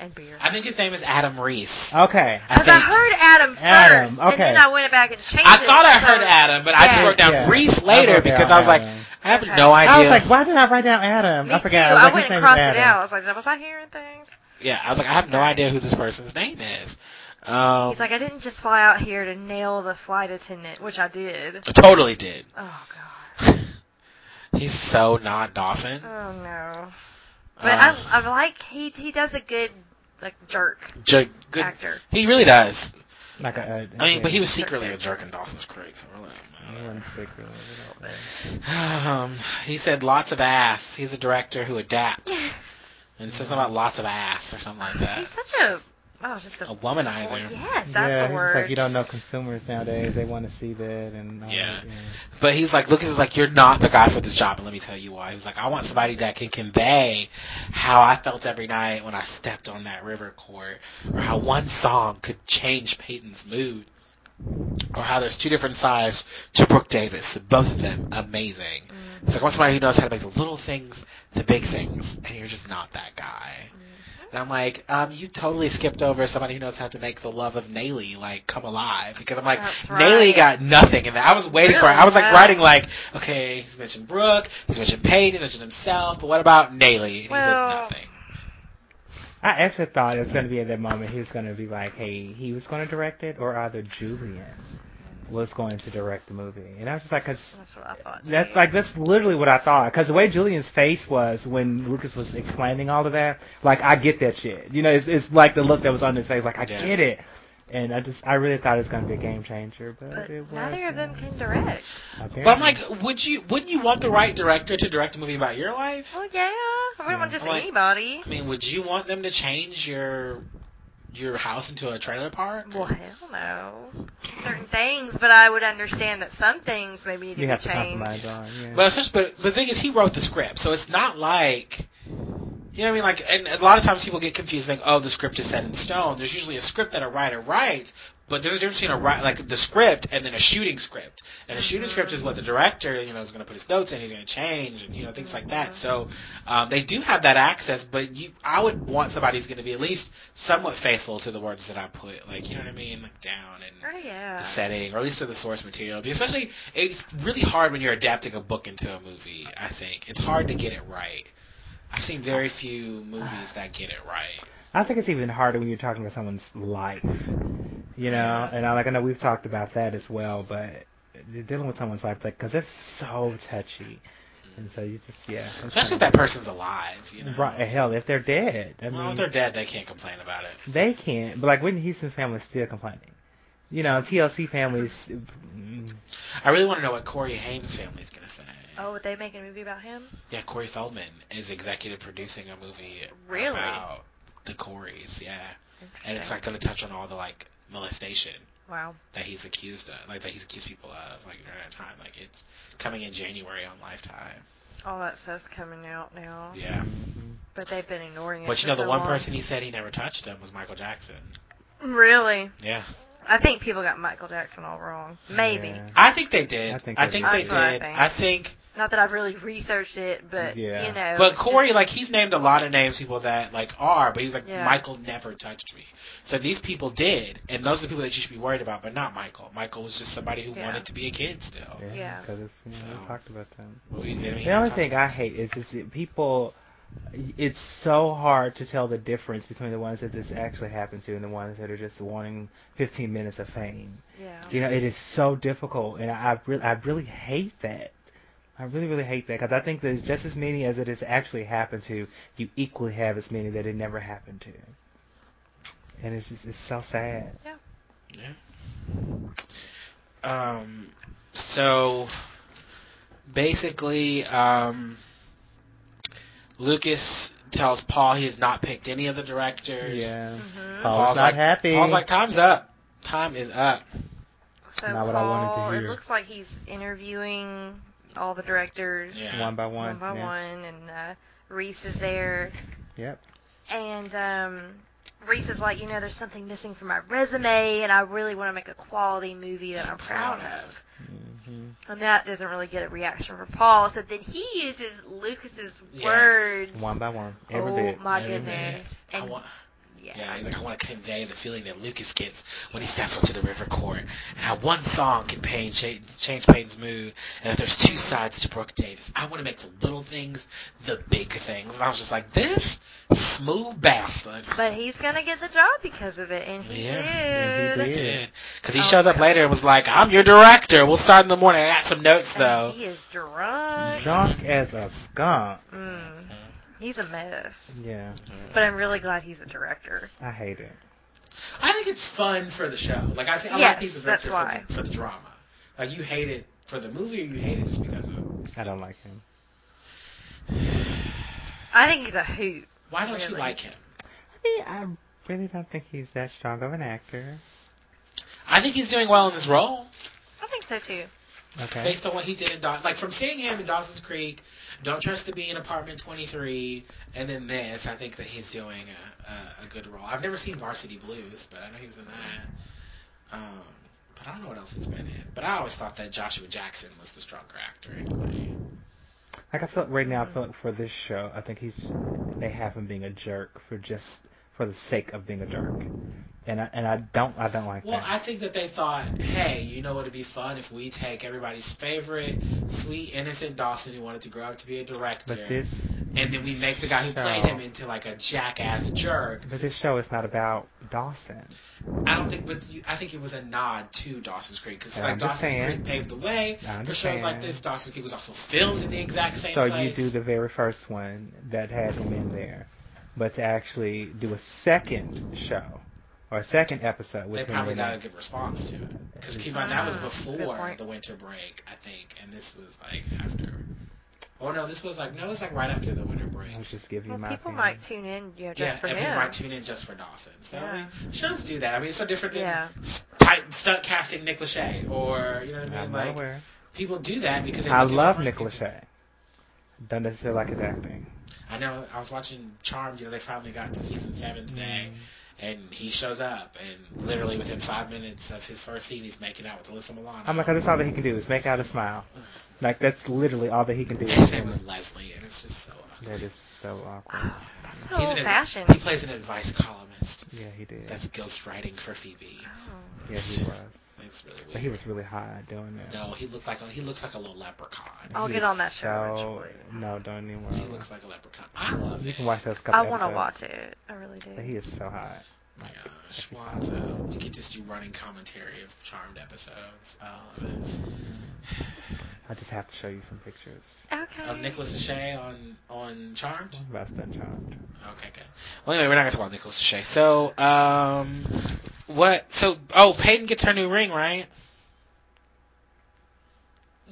And beer.
I think his name is Adam Reese.
Okay.
I
Because I,
think.
heard Adam first,
Adam,
and
okay.
then I went back and changed
I
it.
thought I
so-
heard Adam, but I just
Yeah.
wrote down
Yeah.
Reese later
wrote down
because I was like,
Adam.
I have
Okay.
no idea.
I was like, why did I write down Adam?
Me
I forgot.
too.
I, was like,
I went
his name
and
is
crossed it
Adam.
out. I was like, was I hearing things?
yeah, I was like, I have no idea who this person's name is. Um,
He's like, I didn't just fly out here to nail the flight attendant, which I did.
I totally did. *laughs*
Oh god.
He's so not Dawson.
Oh no. But
Uh,
I, I like he he does a good like jerk
J- good. *laughs*
actor.
He really does.
Like a, a,
I mean, but he was secretly a jerk in Dawson's Creek. Um, he said lots of ass. He's a director who
*laughs*
adapts. And it says something about lots of ass or something like that.
He's such a oh just a,
A womanizer.
Yes, that's
yeah,
the
he's
word.
just like you don't know consumers nowadays. They want to see that and all
Yeah.
That, yeah.
But he's like, Lucas is like, you're not the guy for this job, and let me tell you why. He was like, I want somebody that can convey how I felt every night when I stepped on that river court, or how one song could change Peyton's mood, or how there's two different sides to Brooke Davis, both of them amazing.
Mm-hmm.
It's like, I want somebody who knows how to make the little things the big things, and you're just not that guy.
Mm-hmm.
And I'm like, um, you totally skipped over somebody who knows how to make the love of Naley like come alive because I'm like,
That's right.
Naley got nothing, and I was waiting for it.
Really?
I was like
Wow.
writing like, okay, he's mentioned Brooke, he's mentioned Peyton, he's mentioned himself, but what about Naley? And he said
Well-
nothing.
I actually thought it was going to be at that moment he was going to be like, hey, he was going to direct it, or either Julian was going to direct the movie. And I was just like, 'cause
That's what I thought. too.
That's like that's literally what I thought. Because the way Julian's face was when Lucas was explaining all of that, like I get that shit. You know, it's, it's like the look that was on his face, like I
Yeah.
get it. And I just I really thought it was gonna be a game changer, but,
But
it was.
neither of them can direct.
But I'm like, would you? Wouldn't you want the right director to direct a movie about your life?
Well, yeah, I wouldn't want just
Like-
anybody.
I mean, would you want them to change your your house into a trailer park?
Well, hell no. Certain things, but I would understand that some things maybe need to
you
be
have to
changed.
compromise on. Yeah.
But, it's just, but but the thing is, he wrote the script, so it's not like you know what I mean. Like, and a lot of times people get confused, think, oh, the script is set in stone. There's usually a script that a writer writes, but there's a difference between a write like the script and then a shooting script. And a shooting script is what the director, you know, is going to put his notes in, he's going to change, and you know things like that. So um, they do have that access, but you, I would want somebody who's going to be at least somewhat faithful to the words that I put, like you know what I mean, like down and
Oh yeah.
the setting, or at least to the source material. Because Especially, it's really hard when you're adapting a book into a movie. I think it's hard to get it right. I've seen very few movies that get it right.
I think it's even harder when you're talking about someone's life, you know. And I like I know we've talked about that as well, but dealing with someone's life, like, because it's so touchy, And so you just yeah. it's
Especially if that
kinda-
person's alive, you know.
Right, hell, if they're dead, I mean,
Well, if they're dead, they can't complain about it.
they can't. But like Whitney Houston's family's still complaining. You know, TLC families. mm,
I really want to know what Corey Haim's family's going to say.
Oh, they make a movie about him?
Yeah, Corey Feldman is executive producing a movie
Really?
about the Coreys, yeah. And it's not going to touch on all the, like, molestation
Wow.
that he's accused of, like, that he's accused people of, like, during that time. Like, it's coming in January on Lifetime.
All that stuff's coming out now.
Yeah.
But they've been ignoring it.
But
for
you know, the
so
one
long.
person he said he never touched him was Michael Jackson.
Really?
Yeah.
I think people got Michael Jackson all wrong. Maybe.
yeah.
I think they did. I
I
think,
think
they,
they
did.
did.
That's what I think.
I think
Not that I've really researched it, but,
Yeah.
you know.
But
it's
Corey,
just-
like, he's named a lot of names people that like are, but he's like
Yeah.
Michael never touched me. So these people did, and those are the people that you should be worried about, but not Michael. Michael was just somebody who
Yeah.
wanted to be a kid still.
Yeah.
Because it's you know,
So-
we talked about them.
We- I mean,
The only
that's-
thing I hate is just that people. It's so hard to tell the difference between the ones that this actually happened to and the ones that are just wanting 15 minutes of fame.
Yeah.
You know, it is so difficult, and I, I really, I really hate that. I really, really hate that because I think that just as many as it has actually happened to, you equally have as many that it never happened to. And it's just, it's so sad.
Um, so basically, um, Lucas tells Paul he has not picked any of the directors.
Yeah.
hmm
Paul's,
Paul's
not
like-
happy.
Paul's like, "Time's up. Time is up."
So
Not what I
Paul,
wanted to
it
hear.
looks like he's interviewing all the directors
Yeah.
one by one.
one by
yeah.
one, and uh, Reese is there.
Yep.
And um, Reese is like, you know, there's something missing from my resume, and I really want to make a quality movie that I'm proud of.
Mhm.
And that doesn't really get a reaction from Paul. So then he uses Lucas's
Yes.
words.
One by one. Every
Oh
bit.
my
Every bit.
goodness!
I
And
want-
yeah,
Yeah, he's like, I want to convey the feeling that Lucas gets when he steps onto the river court, and how one song can pain, cha- change Payne's mood, and that there's two sides to Brooke Davis. I want to make the little things the big things. And I was just like, this smooth bastard.
but he's gonna get the job because of it, and he
Yeah.
And
did.
he did.
Because he
Oh,
shows up
yeah.
later and was like, I'm your director. We'll start in the morning. I got some notes,
And
though.
he is drunk.
Drunk as a skunk.
Mm.
Mm-hmm.
He's a mess.
Yeah,
But I'm really glad he's a director.
I hate it.
I think it's fun for the show. Like, I, think, I like
Yes,
these
that's
directors for the, for the drama. Like, you hate it for the movie, or you hate it just because of.
I don't like him.
I think he's a hoot.
Why don't you
Really?
like him?
I mean, I really don't think he's that strong of an actor.
I think he's doing well in this role.
I think so too.
Okay.
based on what he did in Dawson. Like from seeing him in Dawson's Creek, Don't Trust to Be in Apartment 23, and then this, I think that he's doing a, a, a good role. I've never seen Varsity Blues, but I know he was in that. Um, but I don't know what else he's been in. But I always thought that Joshua Jackson was the stronger actor anyway.
Like I feel like right now, I feel like for this show, I think he's they have him being a jerk for just for the sake of being a jerk, and I and I don't I don't like
Well,
that.
I think that they thought, hey, you know what would be fun if we take everybody's favorite, sweet, innocent Dawson who wanted to grow up to be a director,
but this
and then we make the guy who played
No.
him into like a jackass jerk.
but this show is not about Dawson.
I don't think, but you, I think it was a nod to Dawson's Creek because
I
like Dawson's Creek
understand.
paved the way
I
for shows like
understand.
this. Dawson's Creek was also filmed in the exact same
so
place.
you do the very first one that had him in there, but to actually do a second show or a second episode with
they
him
probably
in it.
got a good response to it because keep in mind that was
Ah,
before the winter break, I think, and this was like after. Oh no, this was like no, it was like right after the winter break.
I was just giving
Well,
you my
people
opinion.
might tune in, you know, just
yeah,
for
and people might
him.
tune in just for Dawson. So I
Yeah.
mean, shows do that. I mean, it's so different than
Yeah.
s- tight stunt casting Nick Lachey or you know what I
I'm
mean.
not
Like
aware.
people do that because they
I
look at
love
other
Nick
people.
Lachey. Don't necessarily like his acting.
I know I was watching Charmed. You know, they finally got to season seven today,
Mm-hmm.
and he shows up, and literally within five minutes of his first scene, he's making out with Alyssa Milano.
I'm like, that's all that he can do is make out a smile. Like that's literally all that he can do.
His
Is
name
him.
was Leslie, and it's just so. awkward.
That is so
*sighs*
awkward.
That's so
He's
old
an-
fashioned.
He plays an advice columnist.
Yeah, he did.
That's ghostwriting for Phoebe.
Oh.
yeah, he was.
It's really
But
weird.
he was really high doing it.
no, he looked like he looks like a little leprechaun.
I'll
He
get
was
on that show
So no, don't even
He
worry.
looks like a leprechaun. I love
You
it.
can watch those couple.
I want to
episodes.
watch it. I really do.
But he is so hot.
Oh my gosh, Uh, Watto. We could just do running commentary of Charmed episodes. I love it.
I just have to show you some pictures.
Okay.
Of Nicholas Lachey on on Charmed.
Rest uncharmed.
Okay, good. Well, anyway, we're not gonna talk about Nicholas Lachey. So, um, what? So, oh, Peyton gets her new ring, right?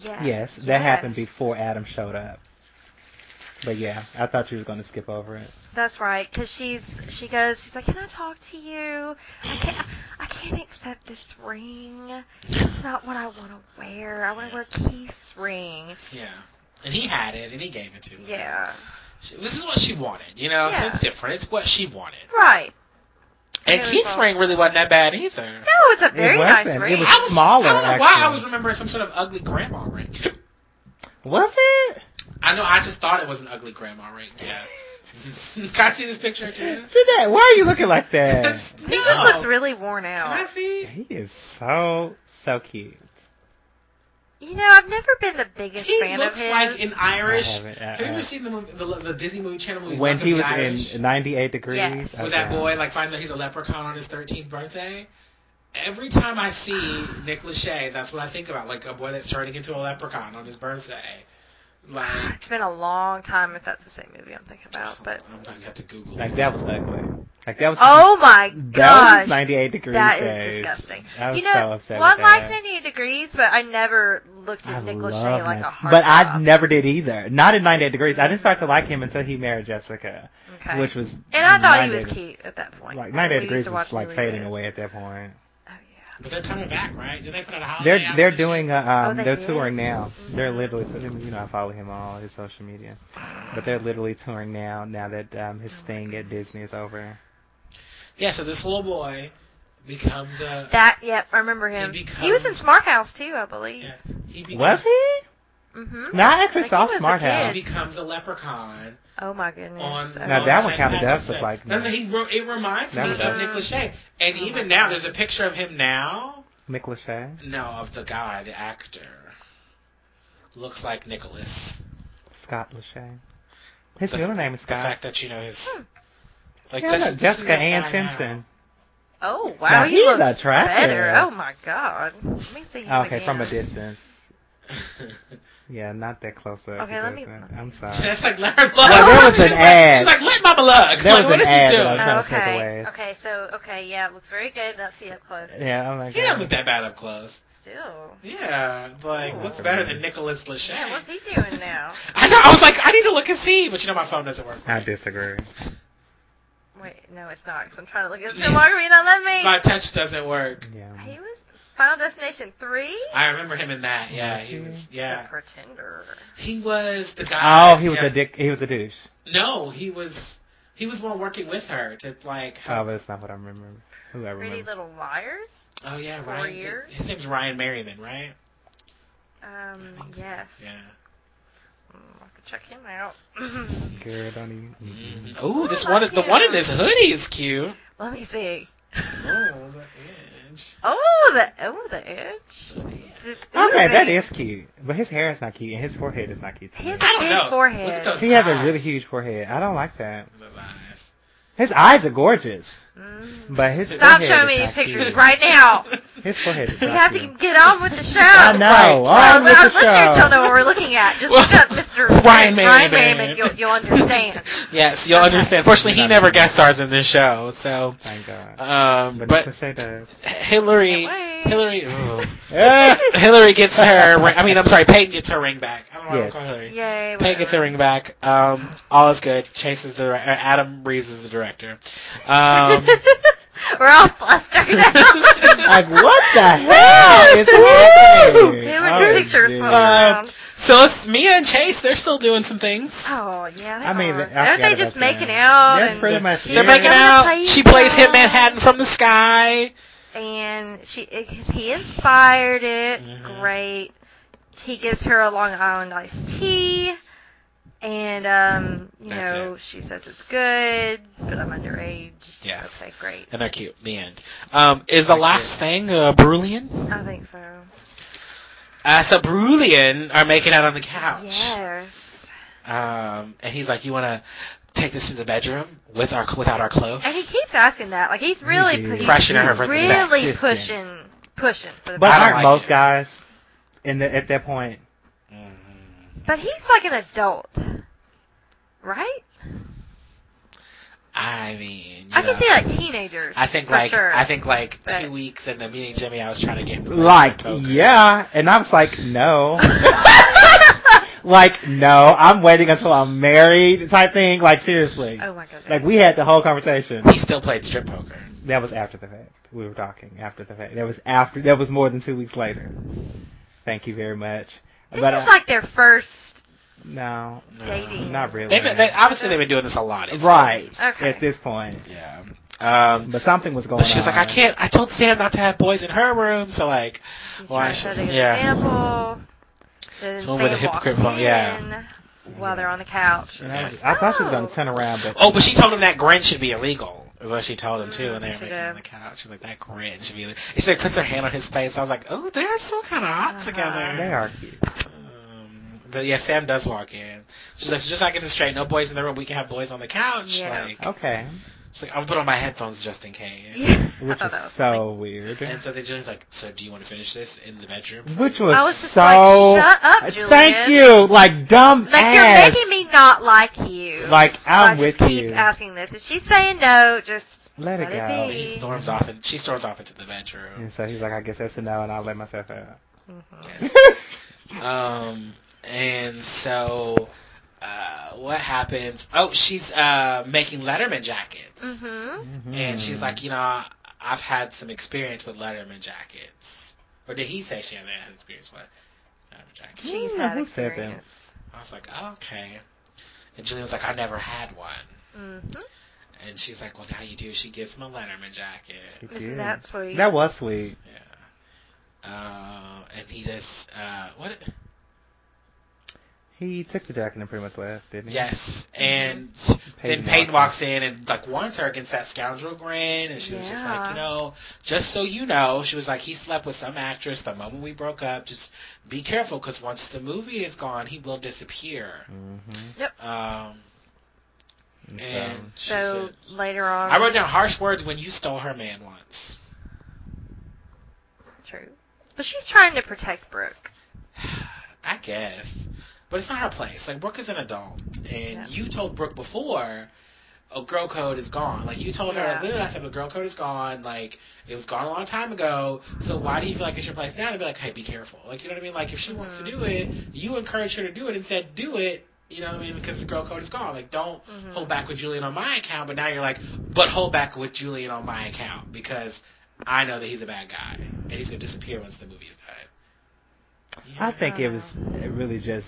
Yeah.
Yes, that
Yes.
happened before Adam showed up. But yeah, I thought you were going to skip over it.
That's right, because she's she goes. She's like, "Can I talk to you? I can't. I can't accept this ring. It's not what I want to wear. I want to wear Keith's ring.
Yeah. And he had it, and he gave it to her.
Yeah,
She, this is what she wanted, you know. So
Yeah.
it's different. It's what she wanted.
right.
And
Really
Keith's
well.
ring really wasn't that bad either.
No, it's a very nice
wasn't. It
ring.
was-
I was
smaller,
I don't know why I
actually.
was remembering some sort of ugly grandma ring.
Was
*laughs*
it?
I know. I just thought it was an ugly grandma ring. Yeah. *laughs* Can I see this picture? Jan?
Jeanette, why are you looking
*laughs*
like
*laughs*
that?
He just looks really worn
Can I
out.
see?
he is so, so cute.
You know, I've never been the biggest
He
fan of
looks
his.
like an
I
Irish.
haven't, uh,
Have you
uh,
ever seen the movie, the, the Disney movie channel movie?
when
Welcome
he
to
was
the Irish?
in 98 degrees?
Yes.
When that boy like finds out he's a leprechaun on his 13th birthday. Every time I
*sighs*
see Nick Lachey, that's what I think about, like a boy that's turning into a leprechaun on his birthday.
*sighs*
Like,
it's been a long time if that's the same movie I'm thinking about, but
I'm gonna have to Google.
Like, that was ugly. Like, that was.
oh my
That was
gosh,
98 degrees.
that is
days.
disgusting.
I was
you know,
so upset.
well, I
with
liked
that.
98 Degrees, but I never looked
I
at Nick
love
Lachey like
Nat-
a hard
But I
drop.
never did either. Not in 98 Degrees. I didn't start to like him until he married Jessica,
Okay.
which was.
and I thought he
98
was cute at that point.
Like
We
98
used
Degrees
to
was
watch
like
movies.
fading away at that point.
Oh yeah.
But they're coming back, right? Did they put out a holiday?
They're
album
they're
this year?
doing a, um
Oh, they
they are
did?
touring now. They're
Mhm.
literally touring. You know, I follow him on all his social media, but they're literally touring now. Now that um, his thing at Disney is over.
Yeah, so this little boy becomes a.
That yep, I remember him.
He
He,
becomes-
was in Smart House too, I believe.
Yeah, he becomes,
Was he?
Mm-hmm.
No, I actually
Like, he
saw
was a
Smart
He
kid.
House.
becomes a leprechaun
Oh my goodness.
on.
Okay.
Now
on
that one
St.
counted. That
Patrick's
was
Day.
like-
That's what he wrote. It reminds
That
me
was-
of Nick Lachey, and
Oh my
even now
God.
there's a picture of him now.
Nick Lachey.
No, of the guy, the actor. Looks like Nicholas.
Scott Lachey. His
The-
middle name is
The
Scott.
fact that you know his.
Hmm.
Like
Yeah,
this, this
look,
is
Jessica
that
Ann
guy *laughs*
Simpson.
Oh wow,
Now,
he
he's
looks
attractive.
better. Oh my god. Let me see him
okay,
again.
from a distance.
now.
Yeah, not that close up.
Okay,
He
let me-
doesn't. I'm
So *laughs*
sorry.
that's like let her love.
Well, there was
She's
an
like-
ad.
She's like, let mama lug.
There
like,
was
what
an
are
ad
you
that
doing?
I was trying to take
okay.
away.
Okay, so okay, yeah, it looks very good. That's the up close.
Yeah, oh I'm like.
He doesn't look that bad up close.
Still.
Yeah, like
Ooh.
looks better than Nicholas Lachey.
Yeah, what's he doing now?
I know. I was like, I need to look and see, but you know my phone doesn't work.
I disagree.
Wait, no, it's not. Cause I'm trying to look at the Margarita. Don't let me.
My touch doesn't work.
Yeah.
He was Final Destination three.
I remember him in that. Yeah,
Was
he
he?
was.
The
Yeah,
pretender.
he was the guy.
Oh, he was
yeah.
a dick. He was a douche.
No, he was. He was the one working with her to like.
Oh,
Help.
but that's not what I remember. Who I
Pretty
remember.
Little Liars.
Oh yeah,
Four
Ryan.
years?
His name's Ryan Merriman, right?
Um, yes.
Yeah.
Mm, I could check him out.
Girl, don't even. Mm-mm.
Mm. Ooh, this
I
one.
like
The one in
him.
this hoodie is
*laughs*
cute.
*laughs* Let me see.
Oh, the edge.
Oh, the oh the edge. Just- ooh,
Okay, that
the-
is cute, but his hair is not cute, and his forehead is not cute. To
He
me.
has
I
a
don't
big
know. Look at
forehead.
those
He has a
eyes.
really huge forehead. I don't like that.
Those eyes.
His eyes are gorgeous,
Mm.
but his
Stop
forehead
showing
is
me these
not
pictures
cute.
right now.
*laughs* His forehead is
We
not
have to
cute.
get on with the show.
I know.
Right,
on with
Our
the
listeners don't know
show.
what we're looking at. Just
Well,
look
*laughs*
up Mr.
Ryan Merriman.
Ryan Merriman. You'll, you'll understand.
*laughs* Yes, you'll
Okay.
understand. Fortunately, he
Not
never
anymore.
guest stars in this show, so.
Thank God.
Um,
But,
but
that's what she does.
Hillary,
Wait.
Hillary, ugh.
*laughs* Ah!
*laughs* Hillary gets her. ri- I mean, I'm sorry, Peyton gets her ring back. I don't know why I
Yes.
call Hillary.
Yay.
Peyton gets her
whatever.
ring back. Um, all is good. Chase is the dir- uh, Adam Reeves is the director.
*laughs*
Um,
We're all flustered now.
*laughs* like what the hell is happening?
Who
Oh, Uh,
are the pictures
geez.
floating around?
so it's Mia and Chase. They're still doing some things.
Oh yeah, they
I mean,
are.
I
aren't
forgot
they just
about
making
that.
out?
That's
and
pretty much
she-
it.
They're making
I'm
out.
gonna play
She plays
you
Hit Manhattan from the sky.
and she because he inspired it.
Mhm.
Great. He gives her a Long Island iced tea, and um, you
That's
know, she says it's good, but I'm underage.
Yes.
Okay, great.
And they're cute. The end. Um, is the
Like
last thing uh, Brulian?
I think so.
Uh, so Brulian are making out on the couch.
Yes.
Um, and he's like, "You want to take this to the bedroom with our without our clothes?"
And he keeps asking that. Like he's really
He
pu-
did.
he's
Pressure her for the
really
sex.
pushing pushing for the
But
I don't
aren't
like
most
it.
guys in the, at that point.
Mm-hmm.
But he's like an adult, right?
I mean, you
I
know,
can see like teenagers.
I think
for
like
sure.
I think *laughs* like
But-
two weeks in the meeting, Jimmy, I was trying to get him to play
Like,
poker.
yeah. And I was like,
*laughs*
no. like, no, I'm waiting until I'm married type thing. Like, seriously.
*laughs* oh my goodness.
Like, we had the whole conversation.
He still played strip poker.
That was after the fact. We were talking after the fact. That was after, that was more than two weeks later. Thank you very much.
this
but,
is
uh,
like their first
no,
dating.
not really.
They've been, they, obviously they've been doing this a lot. It's-
right.
Okay.
At this point.
Yeah. Um,
But something was going on.
but she was like, I can't. I told Sam not to have boys in her room. So like,
He's
Why
trying to
should-
set a good
yeah.
example. Then
Someone with a
Sam
hypocrite
walks
phone, yeah.
in While they're on the couch.
And I, was-
Like,
I thought she was going
oh.
to turn around, but
oh, but she told him that grin should be illegal. Is what she told him too.
Mm,
And they were
she
making on
did.
the couch. She's like, that grin should be. illegal. And she like puts her hand on his face. I was like, oh, they're still kind of hot
Uh-huh.
together.
they are cute.
Um, but yeah, Sam does walk in. She's like, just so I get this straight, no boys in the room. We can have boys on the couch.
Yeah.
Like,
Okay.
she's like, I'm gonna put on my headphones just in case.
*laughs* *laughs* Yeah, I
Which
thought
was
that was funny.
so weird.
And so then Julie's like, so do you want to finish this in the bedroom?
Which was,
I was just
so.
like, shut up, Julian.
Thank you. Like dumb
Like
ass.
you're making me not like you.
Like I'm
I
with
just keep
you.
asking this. If she's saying no, just
Let it
let it
go.
be.
He storms off, and she storms off into the bedroom.
And so he's like, I guess that's a no, and I'll let myself out.
Um, and so, uh, what happens? Oh, she's uh making Letterman jackets,
mm-hmm.
Mm.
and she's like, you know, I've had some experience with Letterman jackets. Or did he say she had had experience with Letterman jackets?
She's
Yeah,
had
who said that?
experience.
I was like, oh, okay. And Julian's like, I never had one.
Mm-hmm.
And she's like, well, now you do. She gives him a Letterman jacket.
He
Isn't
did.
that sweet?
That was sweet.
Yeah. Uh, and he just uh, what?
He took the jacket and pretty much left, didn't he?
Yes. And then
Peyton
Peyton
walks
walks in and like warns her against that scoundrel grin, and she was just like,
Yeah.
you know, just so you know, she was like, he slept with some actress the moment we broke up. Just be careful, because once the movie is gone, he will disappear.
Mm-hmm.
Um, and she
So
said-
later on,
I wrote down harsh words when you stole her man once.
true, but she's trying to protect Brooke.
*sighs* I guess. But it's not her place. Like, Brooke is an adult. And
Yeah.
you told Brooke before, oh, girl code is gone. Like, you told her,
Yeah.
literally, I said, but girl code is gone. Like, it was gone a long time ago. So why do you feel like it's your place now to be like, hey, be careful? Like, you know what I mean? Like, if she wants to
Mm-hmm.
do it, you encouraged her to do it and said, do it. You know what I mean? Because the girl code is gone. Like, don't
Mhm.
hold back with Julian on my account. But now you're like, but hold back with Julian on my account because I know that he's a bad guy. And he's going to disappear once the movie is done.
I think it was really just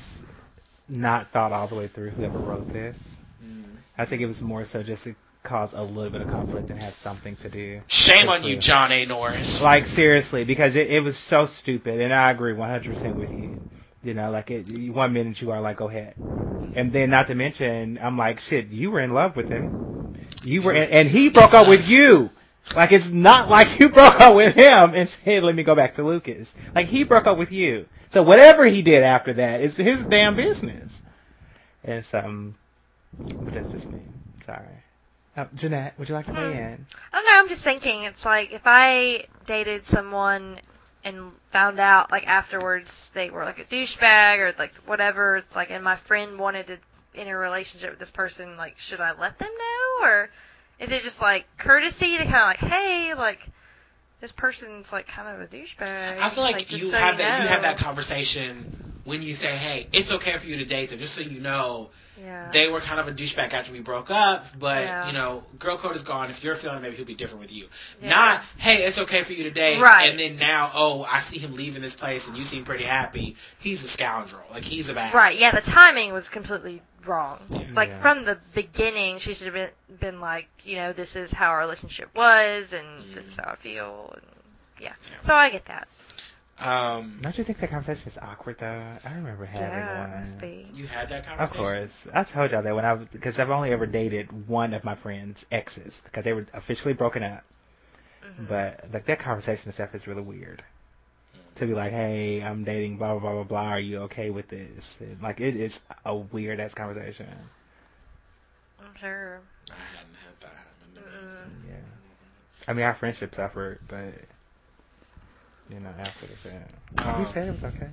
not thought all the way through whoever wrote this.
Mm.
I think it was more so just to cause a little bit of conflict and have something to do.
Shame
That's
on you,
it.
John A. Norris.
Like seriously, because it, it was so stupid, and I agree 100% with you. You know, like it, you- one minute you are like, go ahead, and then not to mention, I'm like, shit, you were in love with him, you were, in, and he broke up with you. Like it's not like you *laughs* broke up with him and said, let me go back to Lucas. Like he broke up with you, so whatever he did after that is his damn business. And so, um, but that's just me. Sorry. Uh, Jeanette, would you like to weigh in?
I don't know. Oh, I'm just thinking. It's like if I dated someone and found out like afterwards they were like a douchebag or like whatever. It's like, and my friend wanted to in a relationship with this person. Like, should I let them know or is it just like courtesy to kind of like, hey, like this person's like kind of a douchebag?
I feel like,
just
you
so
have that you
know.
have that conversation when you say, "Hey, it's okay for you to date them," just so you know
Yeah.
they were kind of a douchebag after we broke up. But
Yeah.
you know, girl code is gone. If you're feeling, it, maybe he'll be different with you.
Yeah.
Not, "Hey, it's okay for you to date,"
Right.
and then now, "Oh, I see him leaving this place, and you seem pretty happy." He's a scoundrel. Like he's a bad.
Right, yeah, the timing was completely wrong. Like
Yeah.
from the beginning, she should have been, been like, you know, this is how our relationship was, and this is how I feel. And yeah.
Mm. Yeah.
so I get that.
Um,
Don't you think that conversation is awkward though? I remember having
yeah,
one.
must be.
you had that
Of
conversation.
course, I told y'all that when I because I've only ever dated one of my friends' exes because they were officially broken up.
Mm-hmm.
But like that conversation stuff is really weird.
Mm.
To be like, hey, I'm dating blah blah blah blah blah. Are you okay with this? And, like it is a weird ass conversation.
I'm sure. Mm-hmm.
I hadn't had that happen. to me.
Mm-mm.
Yeah, I mean our friendship suffered, but you know, after the fact.
Um,
he said it was okay.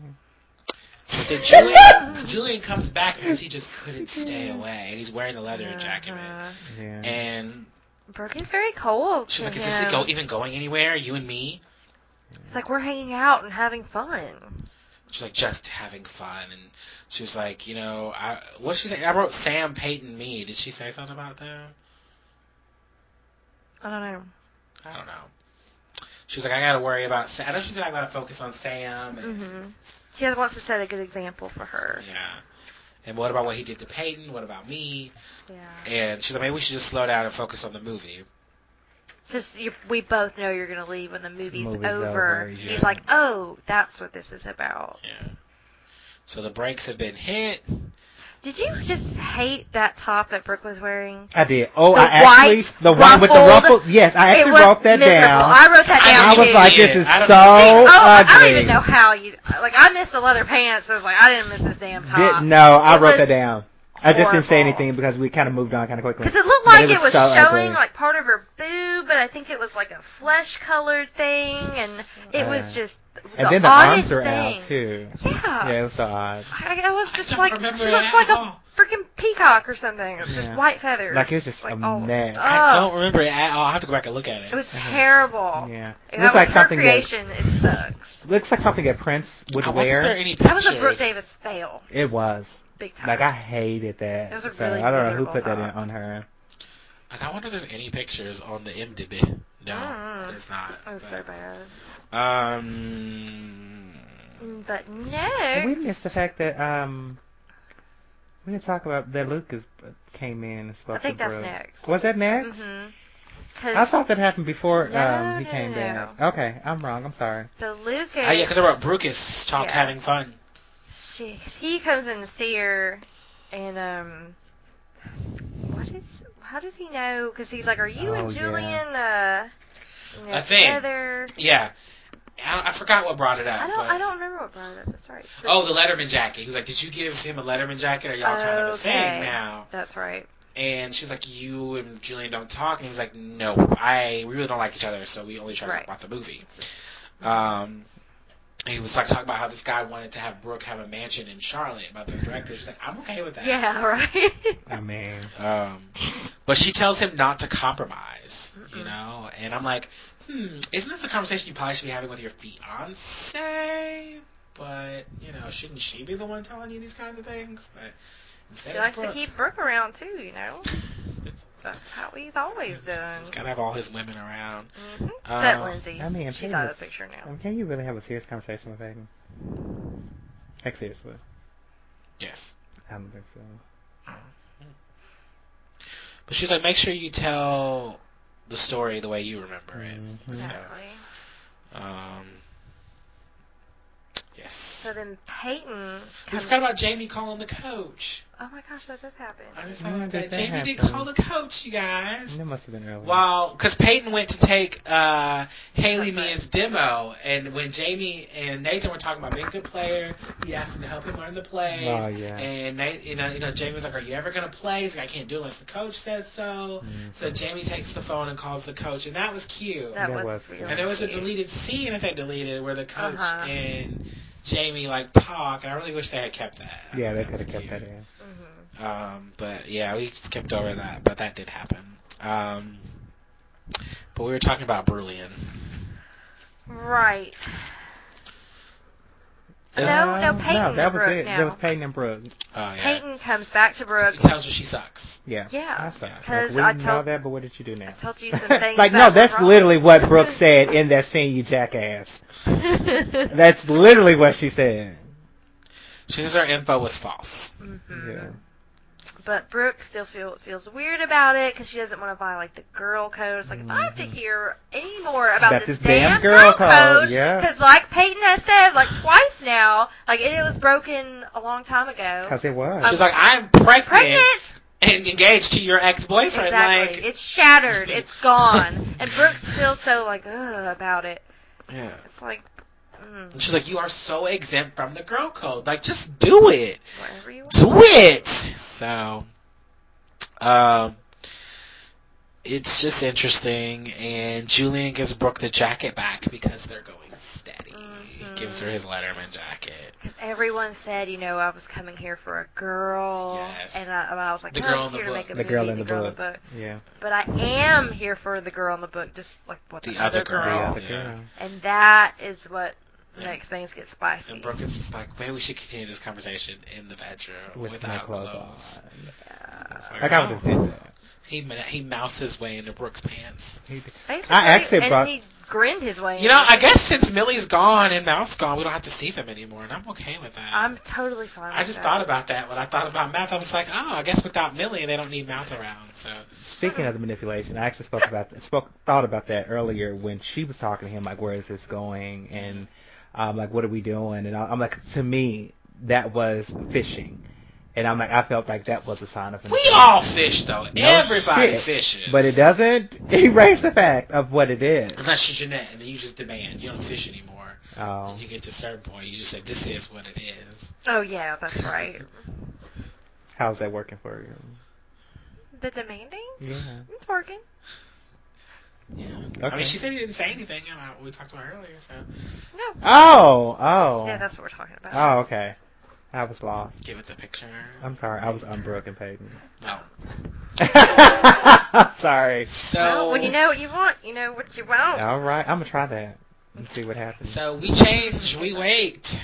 But then Julian, Julian comes back because he just couldn't stay away, and he's wearing the leather jacket.
Uh,
Yeah.
And
Brooke is very cold.
she's
to
like, "Is this
him.
go, even going anywhere? You and me?"
It's like we're hanging out and having fun.
She's like, "Just having fun." And she was like, "You know, I what did she say? I wrote Sam Peyton me. Did she say something about them?
I don't know.
I don't know." She was like, "I got to worry about Sam. I know she said I got to focus on Sam." And,
hmm She has, wants to set a good example for her.
Yeah. And what about what he did to Peyton? What about me?
Yeah.
And she's like, maybe we should just slow down and focus on the movie.
Because we both know you're going to leave when the movie's,
Movie's
over.
over,
yeah.
He's like, oh, that's what this is about.
Yeah. So the brakes have been hit.
Did you just hate that top that Brooke was wearing?
I did. Oh,
The
I actually
white
the one with the
ruffled-
ruffles. Yes, I
it
actually
was
wrote that
miserable.
down.
I wrote that down.
I,
didn't
was
see
too.
like,
it.
this is
I don't
so
know.
Oh, I- I
ugly.
don't even know how you like. I missed the leather pants. I was like, I didn't miss this damn top.
Did, no, I
It
wrote
was
that down. I just didn't say
horrible.
anything because we kind of moved on kind of quickly.
Because it looked
But
like it was,
so
showing
ugly.
like part of her boob, but I think it was like a flesh colored thing, and it was
Uh,
just
and
the
then the arms
oddest
are
thing.
out too.
Yeah.
Yeah, it was so odd.
I, I was just
don't
like,
remember
she
it
looks
at
like a
all.
freaking peacock or something. It's just
Yeah.
white feathers.
Like, it's just a
all-
mess.
I
Ugh.
don't remember it at all. I have to go back and look at
Ah. It
it.
was terrible.
Yeah,
It
looks like
her
something that
creation. It sucks.
looks like something that Prince would
I wonder if there are
wear.
any pictures.
That was a Brooke Davis fail,
It was
big time.
like I hated that.
It was a
So,
really
I don't know who
miserable
put that in
top.
on her.
Like, I wonder if there's any pictures on the MDB. No,
Mm.
there's not.
it was so bad.
But, um,
Mm, But
And
next,
we missed the fact that um, we didn't talk about that Lucas came in and
I
spoke
think
to
that's
Brooke.
next.
Was that next?
Mm-hmm.
I thought that happened before
No,
um, he
no,
came
no,
back. Okay, I'm wrong. I'm sorry.
So Lucas.
oh, yeah, because I wrote Brooke is talk
Yeah.
having fun.
she, he comes in to see her, and um, what is? How does he know? Because he's like, "Are you
Oh,
and
yeah.
Julian uh, you know,
A thing.
together?"
Yeah. I, don't- I forgot what brought it up.
I don't.
but-
I don't remember what brought it up. Sorry.
Oh, the Letterman jacket. He was like, "Did you give him a Letterman jacket? Are y'all kind of a
Okay.
thing now?"
That's
*laughs*
right.
And she's like, "You and Julian don't talk." And he's like, "No, I we really don't like each other, so we only try to
Right.
talk about the movie." Um, and he was like talking about how this guy wanted to have Brooke have a mansion in Charlotte, but the director was like, "I'm okay with that."
Yeah. *laughs* Right.
I mean,
Um, but she tells him not to compromise, you
Mm-mm.
know. And I'm like, "Hmm, isn't this a conversation you probably should be having with your fiance?" But you know, shouldn't she be the one telling you these kinds of things? But
she
instead,
likes
it's
to
Brooke.
keep Brooke around too. You know. That's how he's always
*laughs*
done.
He's gotta have all his women around.
Mm-hmm.
Uh,
Except Lindsay.
I mean,
she's out of
please.
the picture
I
now.
mean, Um, can you really have a serious conversation with Aiden? Like seriously,
Yes.
I don't think so.
But she's like, make sure you tell the story the way you remember it.
Mm-hmm.
Mhm.
So,
Exactly.
um, yes.
So then Peyton
We
comes.
forgot about Jamie calling the coach.
oh my gosh, that does happen.
I just
When
thought about
did
that.
that
Jamie did
happen?
call the coach, you guys.
That must have been earlier.
While, because Peyton went to take uh, Haley
That's right.
Meehan's demo, and when Jamie and Nathan were talking about being a good player, he asked him to help him learn the plays.
Oh yeah.
And they, you know, you know, Jamie was like, "Are you ever gonna play?" He's like, "I can't do it unless the coach says so."
Mhm.
So Jamie takes the phone and calls the coach, and that was cute.
That
That, was,
was
really
good.
and there was a
cute.
deleted scene that they deleted where the coach
Uh-huh.
and Jamie like talk, and I really wish they had kept that. I
Yeah, they
think
could have
was
kept
cute.
that in.
Mhm.
Um, but yeah, we skipped over that, but that did happen. Um, but we were talking about Brulian.
Right.
Is-
No, no, Peyton
No, that
and
was
Brooke
it.
now.
That was Peyton and Brooke.
Oh yeah.
Peyton comes back to Brooke.
It tells her she sucks.
Yeah.
Yeah.
I saw. it.
'Cause
we
I
didn't know
told-
that, but what did you do now?
I
*laughs*
told you some things
like,
that
no,
were
that's
wrong.
literally what
*laughs*
Brooke said in that scene, you jackass.
mm-hmm.
That's literally what she said.
She says her info was false.
Mm-hmm.
Yeah.
But Brooke still feel, feels weird about it because she doesn't want to buy like the girl code. It's like if I have to hear any more about,
Mm-hmm. About
this,
this damn
girl,
girl
code,
code, yeah.
Because like Peyton has said like twice now, like it, it was broken a long time ago.
Because it was.
She's like, I'm pregnant,
Pregnant.
and engaged to your ex-boyfriend.
Exactly.
Like,
it's shattered. It's gone. and Brooke's still so like ugh about it.
yeah.
It's like mm,
And she's like, you are so exempt from the girl code. Like, just do it.
whatever you want.
Do it. So, um, it's just interesting. And Julian gives Brooke the jacket back because they're going steady. He
Mhm.
gives her his Letterman jacket.
Because everyone said, you know, I was coming here for a girl,
Yes.
and I, I was like,
The
no,
girl
I'm
in
just
the
here to
book.
make a
The
movie,
girl
the
in the
girl in the
book.
book. *laughs*
Yeah.
But I am here for the girl in the book, just like what
The
the,
other
The
girl.
other
yeah.
girl.
and that is what
Yeah.
makes things get spicy.
And Brooke is like, maybe we should continue this conversation in the bedroom
With no
without
clothes
clothes.
Yeah.
It's
Like I would
oh.
have did that.
He ma- he mouths his way into Brooke's pants.
He'd-
Basically,
actually
and
brought-
he grinned his way.
You know,
in.
I guess since Millie's gone and Mouth's gone, we don't have to see them anymore, and I'm okay with that.
I'm totally fine.
I
with
just
that.
thought about that when I thought about Mouth. I was like, oh, I guess without Millie, they don't need Mouth around. So
Speaking of the manipulation, I actually spoke about spoke thought about that earlier when she was talking to him like, "Where is this going?" and um, like, "What are we doing?" And I, I'm like, to me, that was fishing, and I'm like, I felt like that was a sign of
we
manipulation.
all fish though.
No
Everybody
shit.
fishes,
but it doesn't *laughs* erase the fact of what it is.
Unless you're Jeanette, and then you just demand you don't fish anymore.
Oh,
When you get to a certain point, you just say, this is what it is.
Oh yeah,
*laughs*
that's right.
how's that working for you?
the demanding,
Yeah.
it's working.
Yeah. I
Okay.
mean, she said he didn't say anything about what we talked about earlier. So
No.
Oh, oh,
Yeah, that's what we're talking about.
oh. Okay, I was lost.
give it the picture.
I'm sorry, I was
*laughs*
unbroken, Peyton. *laughs*
Well,
sorry.
so
Well, when you know what you want, you know what you want.
All right, I'm gonna try that and see what happens.
so we change, we wait.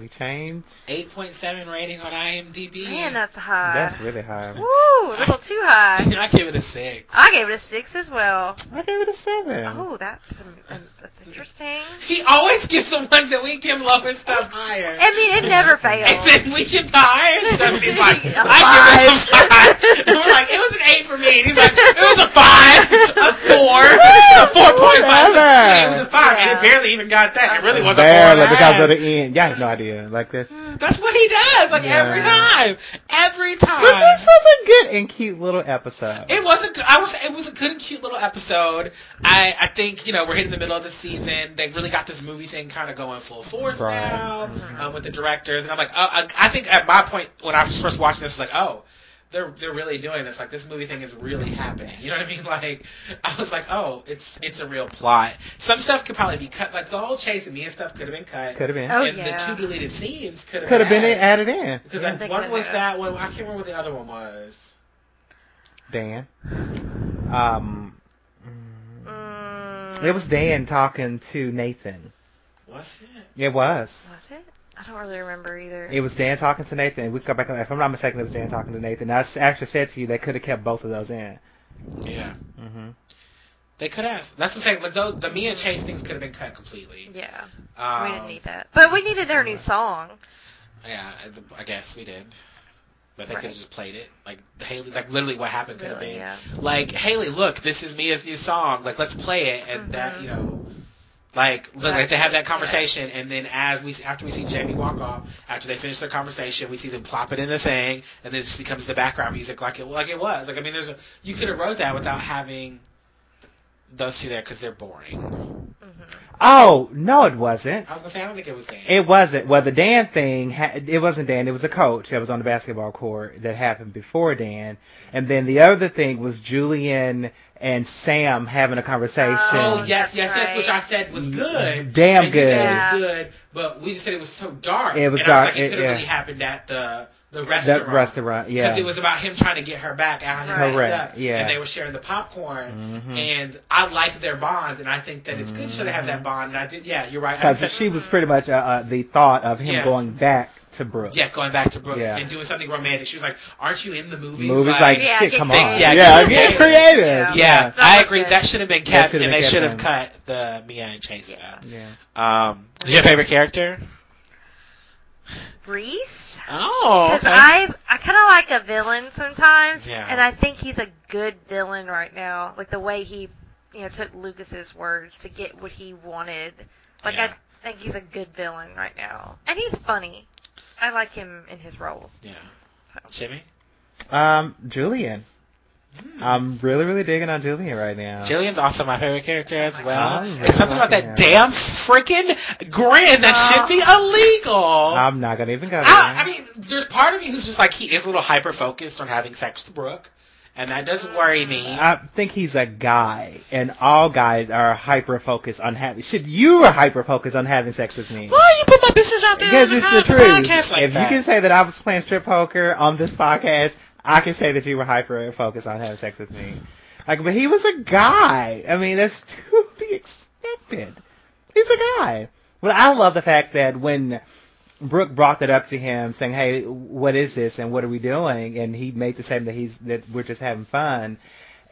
We change.
8.7 rating on IMDb.
Man, uh, that's high.
That's really high.
Woo, a little too high.
*laughs* I give it a six.
I gave it a six as well.
I gave it a seven.
Oh, that's um, um, that's interesting.
He always gives the one that we give lowest stuff higher.
I mean,
*laughs*
it
And
never fails.
then we give the highest stuff, and he's like,
*laughs* A
I give it a five. And we're like, it was an eight for me. And he's like, it was a five, a four, a 4.5. So it was a five, and it
Yeah.
barely even got that. It really was a four and
Barely
a
because
half. Hmm.
of the e- end. Y'all have no idea. Like this.
That's what he does, like,
Yeah.
every time. Every
But
time.
this was a good and cute little episode.
It was a good, I was it was a good and cute little episode. I I think you know we're hitting the middle of the season. They really got this movie thing kind of going full force
Right.
now um, with the directors, and I'm like, oh, I, I think at my point when I was first watching this, I was like, oh. They're, they're really doing this like this movie thing is really happening you know what i mean *laughs* like i was like oh it's it's a real plot some stuff could probably be cut like the whole chase and me and stuff could have been cut
Could have been.
Oh
and
yeah.
the two deleted scenes could have
Could have been it
added.
added in.
because
Yeah.
like,
They
one
could've
was
added.
that one i can't remember what the other one was
Dan. Um.
Mm,
It was Dan talking to Nathan.
was it
It was.
Was it? I don't really remember either.
It was Dan talking to Nathan. We could go back. and- If I'm not mistaken, it was Dan talking to Nathan. I s- actually said to you they could have kept both of those in.
yeah
Mm-hmm.
They could have. That's what I'm saying. Like those, the Mia Chase things could have been cut completely.
yeah,
Um,
we didn't need that, but we needed their new song.
Yeah, I, I guess we did. But they could
Right.
have just played it. Like Haley, like literally what happened could have
Really,
been.
yeah.
Like Haley, look, this is Mia's new song. Like let's play it, and
Mm-hmm.
that you know. Like, look, like they have that conversation, and then as we after we see Jamie walk off, after they finish their conversation, we see them plop it in the thing, and then it just becomes the background music, like it like it was. Like I mean, there's a you could have wrote that without having those two there because they're boring.
Mm-hmm.
Oh no, it wasn't.
I was gonna say I don't think it was Dan.
It wasn't. Well, the Dan thing, ha- it wasn't Dan. It was a coach that was on the basketball court that happened before Dan. And then the other thing was Julian and Sam having a conversation.
Oh
Oh,
yes, yes,
that's
yes, which I
right.
said was good.
Mm, Damn
and you Said it
good.
was good, but we just said it was so dark.
It was
and I
dark,
like, it
it-
could have
yeah.
really happened at the the restaurant.
That restaurant, yeah.
Because it was about him trying to get her back out of
Right.
her
Correct,
stuff,
yeah.
and they were sharing the popcorn.
Mhm.
And I like their bond, and I think that it's good show to have that bond. And I did, yeah, you're right. I
Because
said-
Mm. she was pretty much uh, uh, the thought of him
Yeah.
going back to Brooke.
yeah, going back to Brooke
Yeah.
and doing something romantic. She was like, "Aren't you in the movies?"
Movies like,
Yeah,
shit,
get
come
creative.
on.
Yeah,
Yeah,
get creative.
get creative.
yeah,
That
I
was
agree.
good.
That should have been kept,
should've
and
been
they
kept
should have
in.
cut the Mia and Chase stuff.
Yeah. Yeah.
Um, is your favorite character?
Reese.
Oh,
Because
okay.
I I kind of like a villain sometimes,
Yeah.
and I think he's a good villain right now. Like the way he, you know, took Lucas's words to get what he wanted. Like
Yeah.
I think he's a good villain right now, and he's funny. I like him in his role.
Yeah. Jimmy?
Um, Julian.
Hmm.
I'm really, really digging on Julian right now.
Jillian's also my favorite character as well.
I really
There's something about
like
that
him.
damn freaking grin that should be illegal.
I'm not gonna even go there.
I, I mean, there's part of me who's just like, he is a little hyper focused on having sex with Brooke. and that does worry me.
I think he's a guy, and all guys are hyper focused on having. Shit, you were hyper focused on having sex with me.
Why you put my business out there on
Because
the,
it's
con-
the
the
truth.
podcast like
if
that?
you can say that I was playing strip poker on this podcast, I can say that you were hyper focused on having sex with me. Like, but he was a guy. I mean, that's to be expected. He's a guy. But I love the fact that when Brooke brought that up to him, saying, "Hey, what is this? And what are we doing?" and he made the statement that he's that we're just having fun,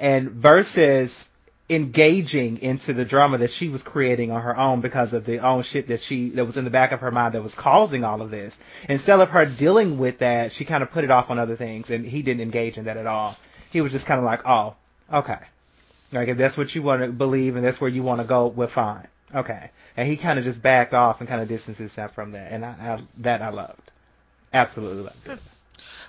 and versus engaging into the drama that she was creating on her own because of the own shit that she that was in the back of her mind that was causing all of this. Instead of her dealing with that, she kind of put it off on other things, and he didn't engage in that at all. He was just kind of like, "Oh, okay, like if that's what you want to believe and that's where you want to go, we're fine, okay." And he kind of just backed off and kind of distanced himself from that, and I, I that I loved, absolutely loved it.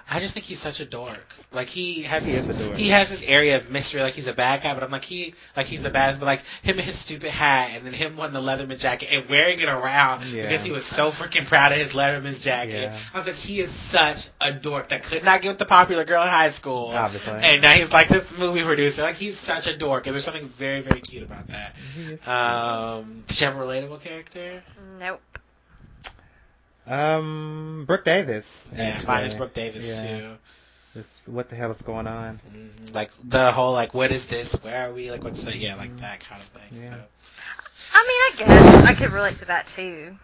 I just think he's such a dork. Like he has
He
this,
is a dork.
he has this area of mystery. Like he's a bad guy, but I'm like he like he's a bad. But like him and his stupid hat, and then him wearing the Leatherman jacket and wearing it around
Yeah.
because he was so freaking proud of his Leatherman's jacket.
Yeah.
I was like, he is such a dork that could not get with the popular girl in high school.
Obviously,
And now he's like this movie producer. Like he's such a dork, and there's something very, very cute about that.
He is-
Um, did you have a relatable character?
Nope.
um, Brooke Davis.
Yeah,
actually.
mine is Brooke Davis
Yeah.
too.
This, what the hell is going on?
Mhm. Like the whole like, what is this? Where are we? Like, what's the yeah, like that kind of thing.
Yeah.
So.
I mean, I guess I could relate to that too.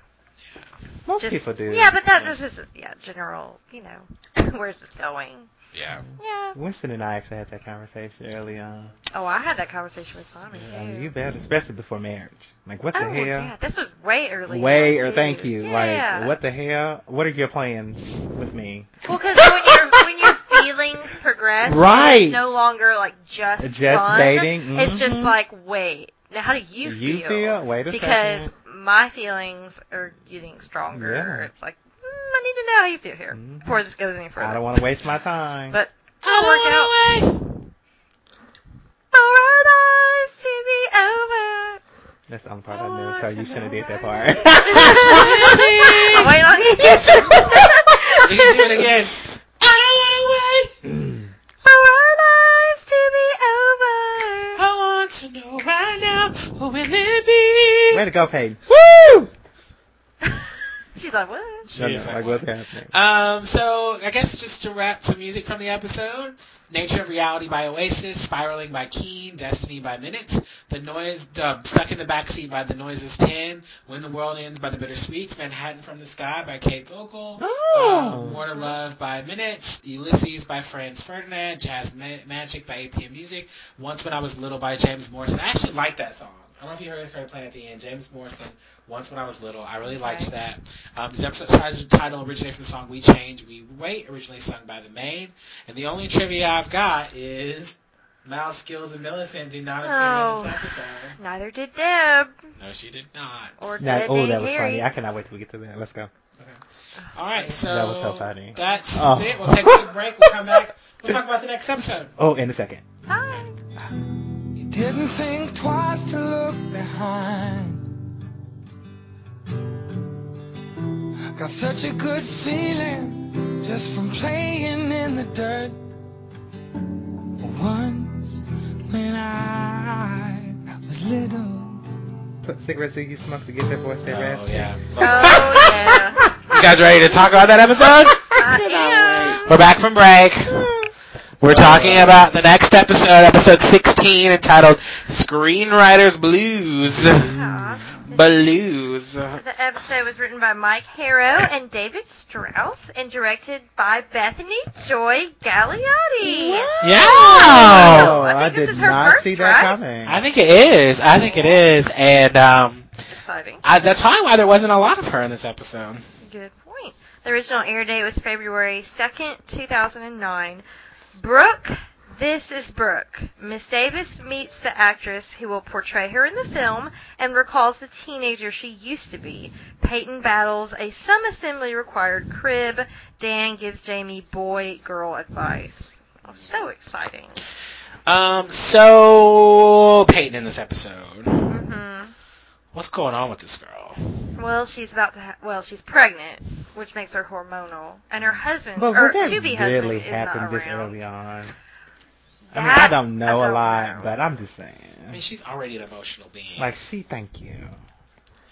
Most
Just,
people do.
Yeah, but that this is yeah general. You know, *laughs* where's this going?
Yeah.
Yeah.
Winston and I actually had that conversation early on.
Oh, I had that conversation with Tommy too.
I mean, you bet, especially before marriage. Like, what the
oh
hell?
yeah, this was way early.
Way
on,
or
too.
thank you.
Yeah.
Like, what the hell? What are your plans with me?
Well, because when your
*laughs*
when your feelings progress,
Right.
it's no longer like just
Just
fun.
dating?
It's just
Mhm.
like wait, now how do you
You feel- wait a
because
second.
my feelings are getting stronger.
Yeah.
It's like mm, I need to know how you feel here
Mhm.
before this goes any further.
I don't want to waste my time.
But I'll work out. For our lives to be *laughs* over.
That's the only part I know. So
want
you
to
shouldn't have did that
run.
part.
*laughs* I'm waiting *laughs* on you.
We can do it again. I don't wanna wait.
For our lives to be over.
I want to know right now. Who will it be?
*laughs* Way to go, Peyton.
Woo!
She's like, what?
No, no,
Jeez,
like,
like,
what's
*gasps*
happening?
Um, so I guess just to wrap some music from the episode, Nature of Reality by Oasis, Spiraling by Keen, Destiny by Minutes, The Noise, uh, Stuck in the Backseat by The Noises 10, When the World Ends by The Bittersweets, Manhattan from the Sky by Kate Vogel,
Oh.
um, More to Love by Minutes, Ulysses by Franz Ferdinand, Jazz Ma- Magic by APM Music, Once When I Was Little by James Morrison. I actually like that song. I don't know if you heard it playing at the end. James Morrison, Once When I Was Little. I really liked
Okay.
that. Um, this episode's tit- title originated from the song We Change, We Wait, originally sung by The Maine. And the only trivia I've got is Mouse Skills and Millicent do not appear
Oh.
in this episode.
Neither did Deb.
No, she did not.
Or
That,
did
oh,
Nate
that was
Harry.
funny. I cannot wait till we get to that. Let's go.
All right, so
That was so funny.
That's
Oh.
it. We'll take a quick break. We'll come back. We'll talk about the next episode.
Oh, in a second.
Hi.
You didn't think twice to look behind. Got such a good feeling just from playing in the dirt. Once when I was little.
Put cigarettes that you smoke to get that voice that raspy.
yeah.
*laughs* Oh yeah.
You guys ready to talk about that episode?
I am.
We're back from break. We're talking about the next episode, episode 16, entitled Screenwriter's Blues.
Aw.
Blues.
The episode was written by Mike Harrow and David Strauss and directed by Bethany Joy Galliotti.
Yeah!
Oh, I
I,
think this
did
is her
not
first,
see that
right?
coming.
I think it is. I think it is. And um,
Exciting.
I, that's probably why there wasn't a lot of her in this episode.
Good point. The original air date was February 2nd, 2009. Brooke, this is Brooke. Miss Davis meets the actress who will portray her in the film and recalls the teenager she used to be. Peyton battles a some assembly required crib. Dan gives Jamie boy girl advice. Oh, so exciting.
Um, so Peyton in this episode.
hmm
What's going on with this girl?
Well, she's about to. Ha- well, she's pregnant, which makes her hormonal, and her husband
but
or
would that
to be husband
really
is not
happen this
around.
early on? I mean, I
That-
don't know
I
a
don't
lot,
know.
but I'm just
I
saying.
mean, she's already an emotional being.
Like, see, thank you.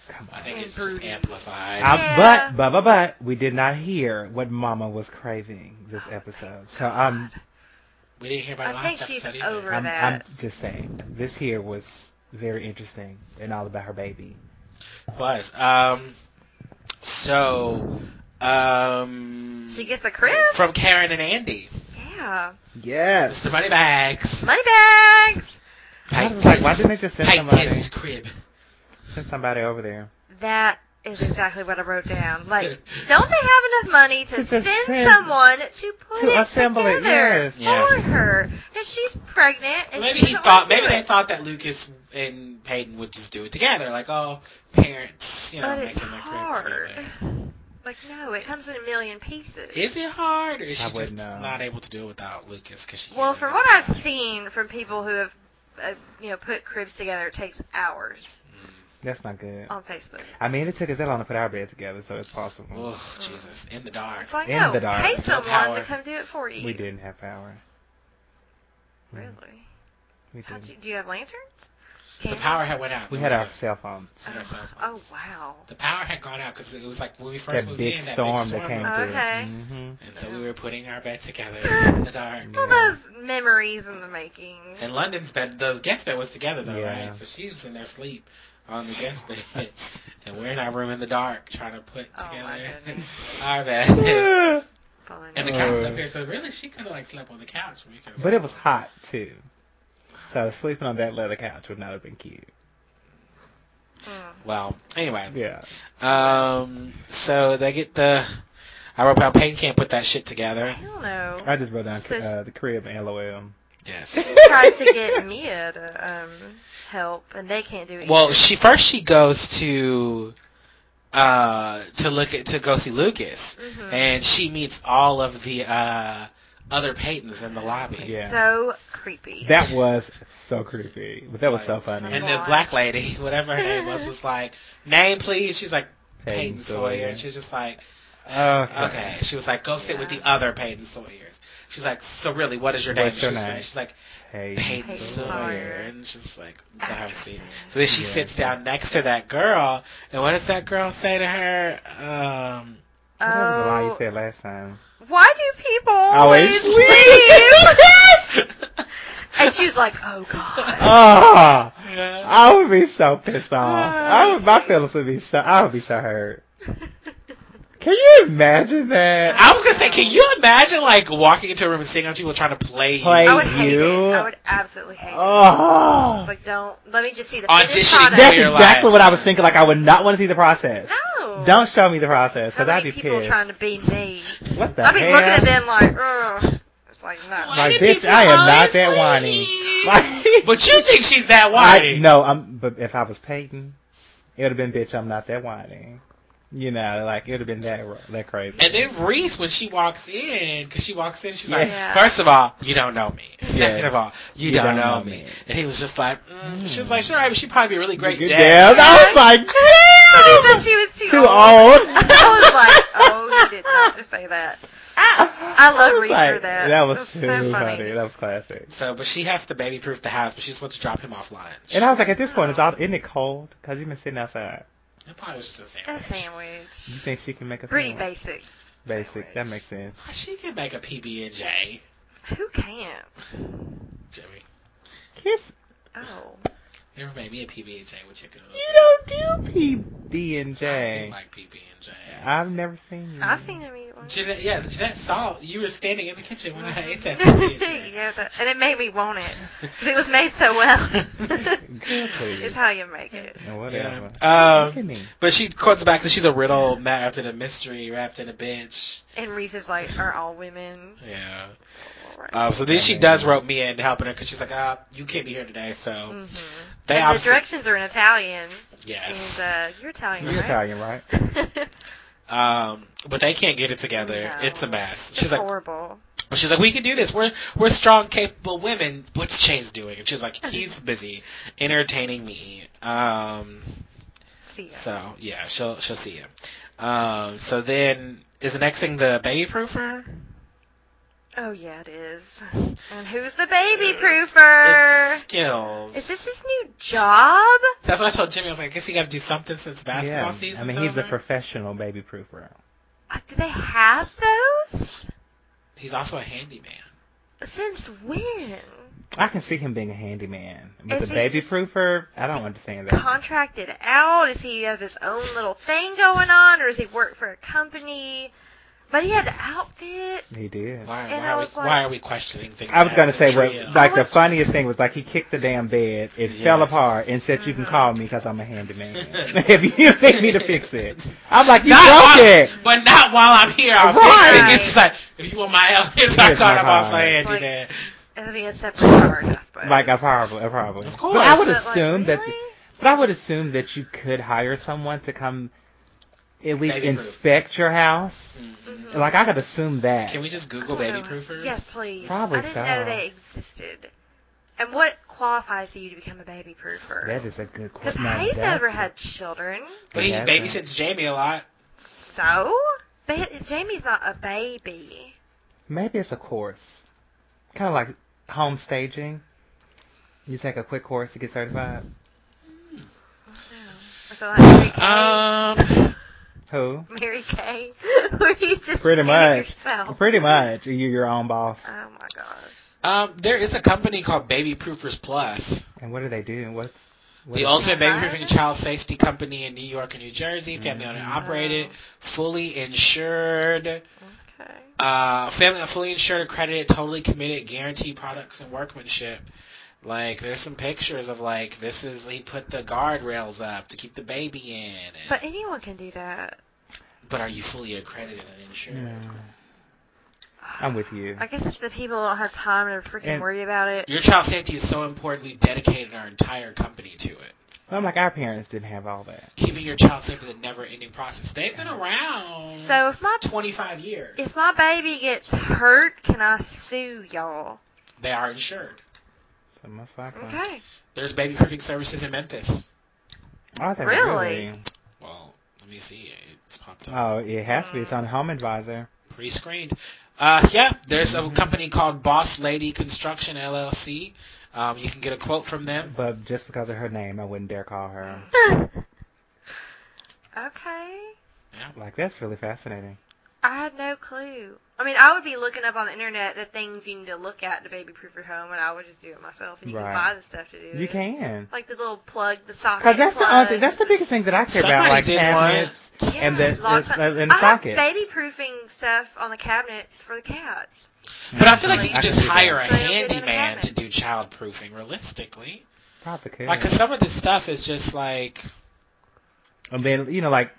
Come
I
on.
think it's just
Broody.
amplified.
Uh,
Yeah.
but, but, but, but, we did not hear what Mama was craving this
Oh
episode. So I'm,
we didn't hear about
I
last
think
episode
she's
either.
over
I'm, I'm
that.
just saying, this here was very interesting and all about her baby.
Was um, so um,
she gets a crib.
from Karen and Andy.
Yeah,
It's
Yes.
the money bags.
money bags.
I was like, why didn't they just send
Pike
somebody,
Pierce's crib?
send somebody over there?
That is exactly what I wrote down. Like, don't they have enough money to
To
send
just send-
someone to put
to
it
assemble it,
together
yes.
for
Yeah.
her? And she's pregnant. And
maybe
she
he
doesn't
thought.
wanna do
Maybe they
it.
thought that Lucas and Peyton would just do it together. Like, oh, parents, you know,
But it's
making their crib
hard.
together.
Like, no, it comes in a million pieces.
Is it hard, or is
I
she
wouldn't
just
know.
not able to do it without Lucas? Cause she
well,
can't
from
really
what
do
I've
that.
seen from people who have, uh, you know, put cribs together, it takes hours
That's not good.
on Facebook.
I mean, it took us that long to put our bed together, so it's possible.
Oh, Jesus, in the dark.
It's like,
In
no,
the dark.
pay
No
someone
power.
to come do it for you.
We didn't have power.
Really?
We
How'd
didn't.
you, do you have lanterns?
The
Candles?
power had went out.
We
There
had
was
our
a-
cell phones.
and our cell
Oh,
phones.
wow.
The power had gone out because it was like when we first
that
moved
big
in, that
storm that,
big storm.
came
blew
Oh,
through.
okay.
hmm
And so we were putting our bed
*sighs*
together in the dark.
All those memories in the making.
And London's bed, the guest bed was together though,
Yeah.
right? So she was in there sleep on the guest bed, *laughs* and we're in our room in the dark trying to put
Oh, my
together
goodness.
*laughs* our bed. *laughs*
Mm-hmm.
Fun.
and the couch was
Uh.
up here, so really she could have like slept on the couch. We could've-
But it was hot too. So sleeping on that leather couch would not have been cute.
Mm.
Well, anyway.
Yeah.
Um. So they get the. I wrote about Peyton can't put that shit together.
I don't know.
I just wrote down uh, the crib and LOL.
Yes.
Tries to get *laughs* Mia to um, help, and they can't do it.
Well,
either.
she first she goes to uh to look at to go see Lucas,
Mhm.
and she meets all of the uh other Peytons in the lobby.
Yeah.
so creepy.
That was so creepy, but that was so funny.
And the black lady, *laughs* whatever her name was, was like, "Name, please." She's like Peyton, Sawyer, and she's just like,
Oh, okay.
"Okay." She was like, "Go sit with the other Peyton Sawyers." She's like, "So really, what is your name?"
What's
And
your
she was
name?
like- She's like,
Peyton,
Peyton
Sawyer.
Sawyer, and she's like, "Go have a seat."
Actress.
So then she
Yeah.
sits down next to that girl, and what does that girl say to her? Um,
Whatever the lie you
Oh,
said last time.
why do people
Always
always
*laughs*
leave? and she was like, oh god.
*laughs*
Oh,
Yeah.
I would be so pissed off. I would, my feelings would be so. I would be so hurt. Can you imagine that?
I was gonna say, can you imagine like walking into a room and seeing how people trying to play, you?
Play
I would hate
you.
it. I would absolutely hate it.
Oh,
Like, don't let me just see the
Auditioning
finished product.
for
that's
your
exactly
life.
what I was thinking. Like I would not want to see the process.
No.
Don't show me the process
How
because I'd
many
be
people
pissed.
trying to be
*laughs*
me?
What the
I'd be
hell?
looking at them like, ugh. It's like, no.
Why
Like,
do
bitch,
people
I am not
always
that whiny.
leave?
*laughs*
*laughs*
Like,
But you think she's that
I,
whiny?
no, I'm. But if I was Peyton, it would have been, bitch, I'm not that whiny. You know, like it would have been that that crazy.
And then Reese, when she walks in, because she walks in, she's
Yeah.
like, first of all, you don't know me. Second
Yeah.
of all, you, don't, know, me. And he was just like, mm. she was like, sure, I- she'd probably be a really great
Hmm. Good
dad.
dad. I was like,
*laughs* He said
damn.
she was too,
Too
old.
old.
*laughs* I
*laughs*
was like, oh, he did not just say that. I love Reese for that.
That was
That's
too
so
funny.
funny.
That was classic.
So, but she has to baby proof the house, but she's supposed to drop him off lunch.
And I was like, at this point, it's all isn't it cold? Because you've been sitting outside.
It probably was just a
A
sandwich.
You
sandwich.
think she can make a
Pretty
sandwich?
basic.
basic? That makes sense.
She could make a PB and J,
Who can't?
Jimmy.
Kiss.
Oh.
Never made me a PB and J with chicken.
You don't do PB and
I do
J.
like PB and J.
I've never seen you.
I've seen him eat one. *laughs*
Jeanette, yeah, Jeanette saw you were standing in the kitchen when I ate that PB and J.
*laughs* yeah, but, and it made me want it. 'cause It was made so
*laughs*
well.
Good for you.
it's how you make it.
And
Yeah.
Oh, whatever. Look at
Um,
me.
but she quotes back that she's a riddle wrapped in a mystery, wrapped in a bitch.
And Reese is like, are all women?
Yeah.
All right.
Um, so then she does rope me in to helping her because she's like, ah, you can't be here today. So
Mhm.
they
and the
obviously-
directions are in Italian.
yes.
And uh, you're Italian,
You're
right?
Italian, right?
*laughs*
Um, but they can't get it together.
No.
It's a mess.
it's
She's like,
horrible.
But she's like, we can do this. We're we're strong, capable women. What's Chains doing? And she's like, he's busy entertaining me. Um,
See ya.
so yeah, she'll she'll see him. Um, so then is the next thing the baby proofer?
Oh yeah, it is. And who's the baby proofer?
It's skills.
Is this his new job?
That's what I told Jimmy. I was like, I guess he got to do something since basketball season.
I mean, he's
over.
a professional baby proofer.
Uh, Do they have those?
He's also a handyman.
Since when?
I can see him being a handyman. But
Is
the
he
baby
just-
proofer, I don't understand that.
Contracted out? Does he have his own little thing going on, or does he work for a company? But he had an outfit.
he did.
Why, why,
And I
are, we,
was like-
why are we questioning things?
I was
that
gonna
happen
say
in
what
Trio?
like the
was-
funniest thing was like he kicked the damn bed, it fell
Yes.
apart, and said you can
Mm-hmm.
call me because I'm
*laughs*
a handyman. if you need me to fix it, I'm like you
not
broke
while,
it.
but not while I'm here. I'll
Right.
fix it. It's just like if you want my help, *laughs* here's my
Here's my
card. I'm also a
card.
handyman.
It'll be a separate card, I suppose.
Like a problem, a problem.
Of course.
But I would
But,
But, like,
assume that.
really?
But I would assume that you could hire someone to come at least
Baby proof.
inspect your house.
Mhm.
Mhm.
Like I could assume that.
Can we just
I
Google
don't
baby
know.
proofers?
Yes, please.
Probably
I didn't
so.
know they existed. And what qualifies you to become a baby proofer?
That is a good
Because
question. Now
Hayes
that's-
never had children.
But he
Yeah,
babysits Jamie a lot.
So? But Jamie's not a baby.
Maybe it's a course, kind of like home staging. You take a quick course to get certified.
So like Mary Kay.
Um,
Who?
*laughs* Mary Kay. *laughs* Where you just
Pretty
do
much.
it yourself.
Pretty much, you're your own boss.
Oh my gosh.
um, there is a company called Baby Proofers Plus.
And what do they do? What's what
The
is-
ultimate baby
Right.
proofing and child safety company in New York and New Jersey, family owned
Mm-hmm.
and operated, fully insured,
Okay.
uh, family fully insured, accredited, totally committed, guaranteed products and workmanship. Like there's some pictures of like this is he put the guardrails up to keep the baby in. and-
But anyone can do that.
but are you fully accredited and insured?
Yeah. Hmm, I'm with you.
I guess it's the people who don't have time to freaking
And-
worry about it.
Your child safety is so important. We've dedicated our entire company to it.
I'm like our parents didn't have all that.
Keeping your child safe is a never-ending process. They've been around
So if my
25 years.
if my baby gets hurt, can I sue y'all?
They are insured.
So most likely.
Okay.
There's baby proofing services in Memphis.
Are they
Really?
Well, let me see. It's popped up.
Oh, it has to be.
Um,
It's on Home Advisor.
Pre-screened. Uh, yeah, there's a company called Boss Lady Construction LLC. Um, you can get a quote from them.
But just because of her name, I wouldn't dare call her.
Okay.
Like that's really fascinating.
I had no clue. I mean, I would be looking up on the internet the things you need to look at to baby proof your home, and I would just do it myself. And you
Right.
can buy the stuff to do
You
it.
can.
Like the little plug, the socket.
Cause that's the
plug.
only thing, that's the biggest thing that I care about,
Somebody
like
did
cabinets
Yeah,
and the
lots
and,
of-
and
I have
sockets.
baby proofing stuff on the cabinets for the cats.
But I feel like
Like,
you can
I
just
could do that.
hire a
So you'll get in a
handyman
cabinet.
to do child proofing, realistically.
Probably could.
Like, 'cause some of this stuff is just like,
And then you know, like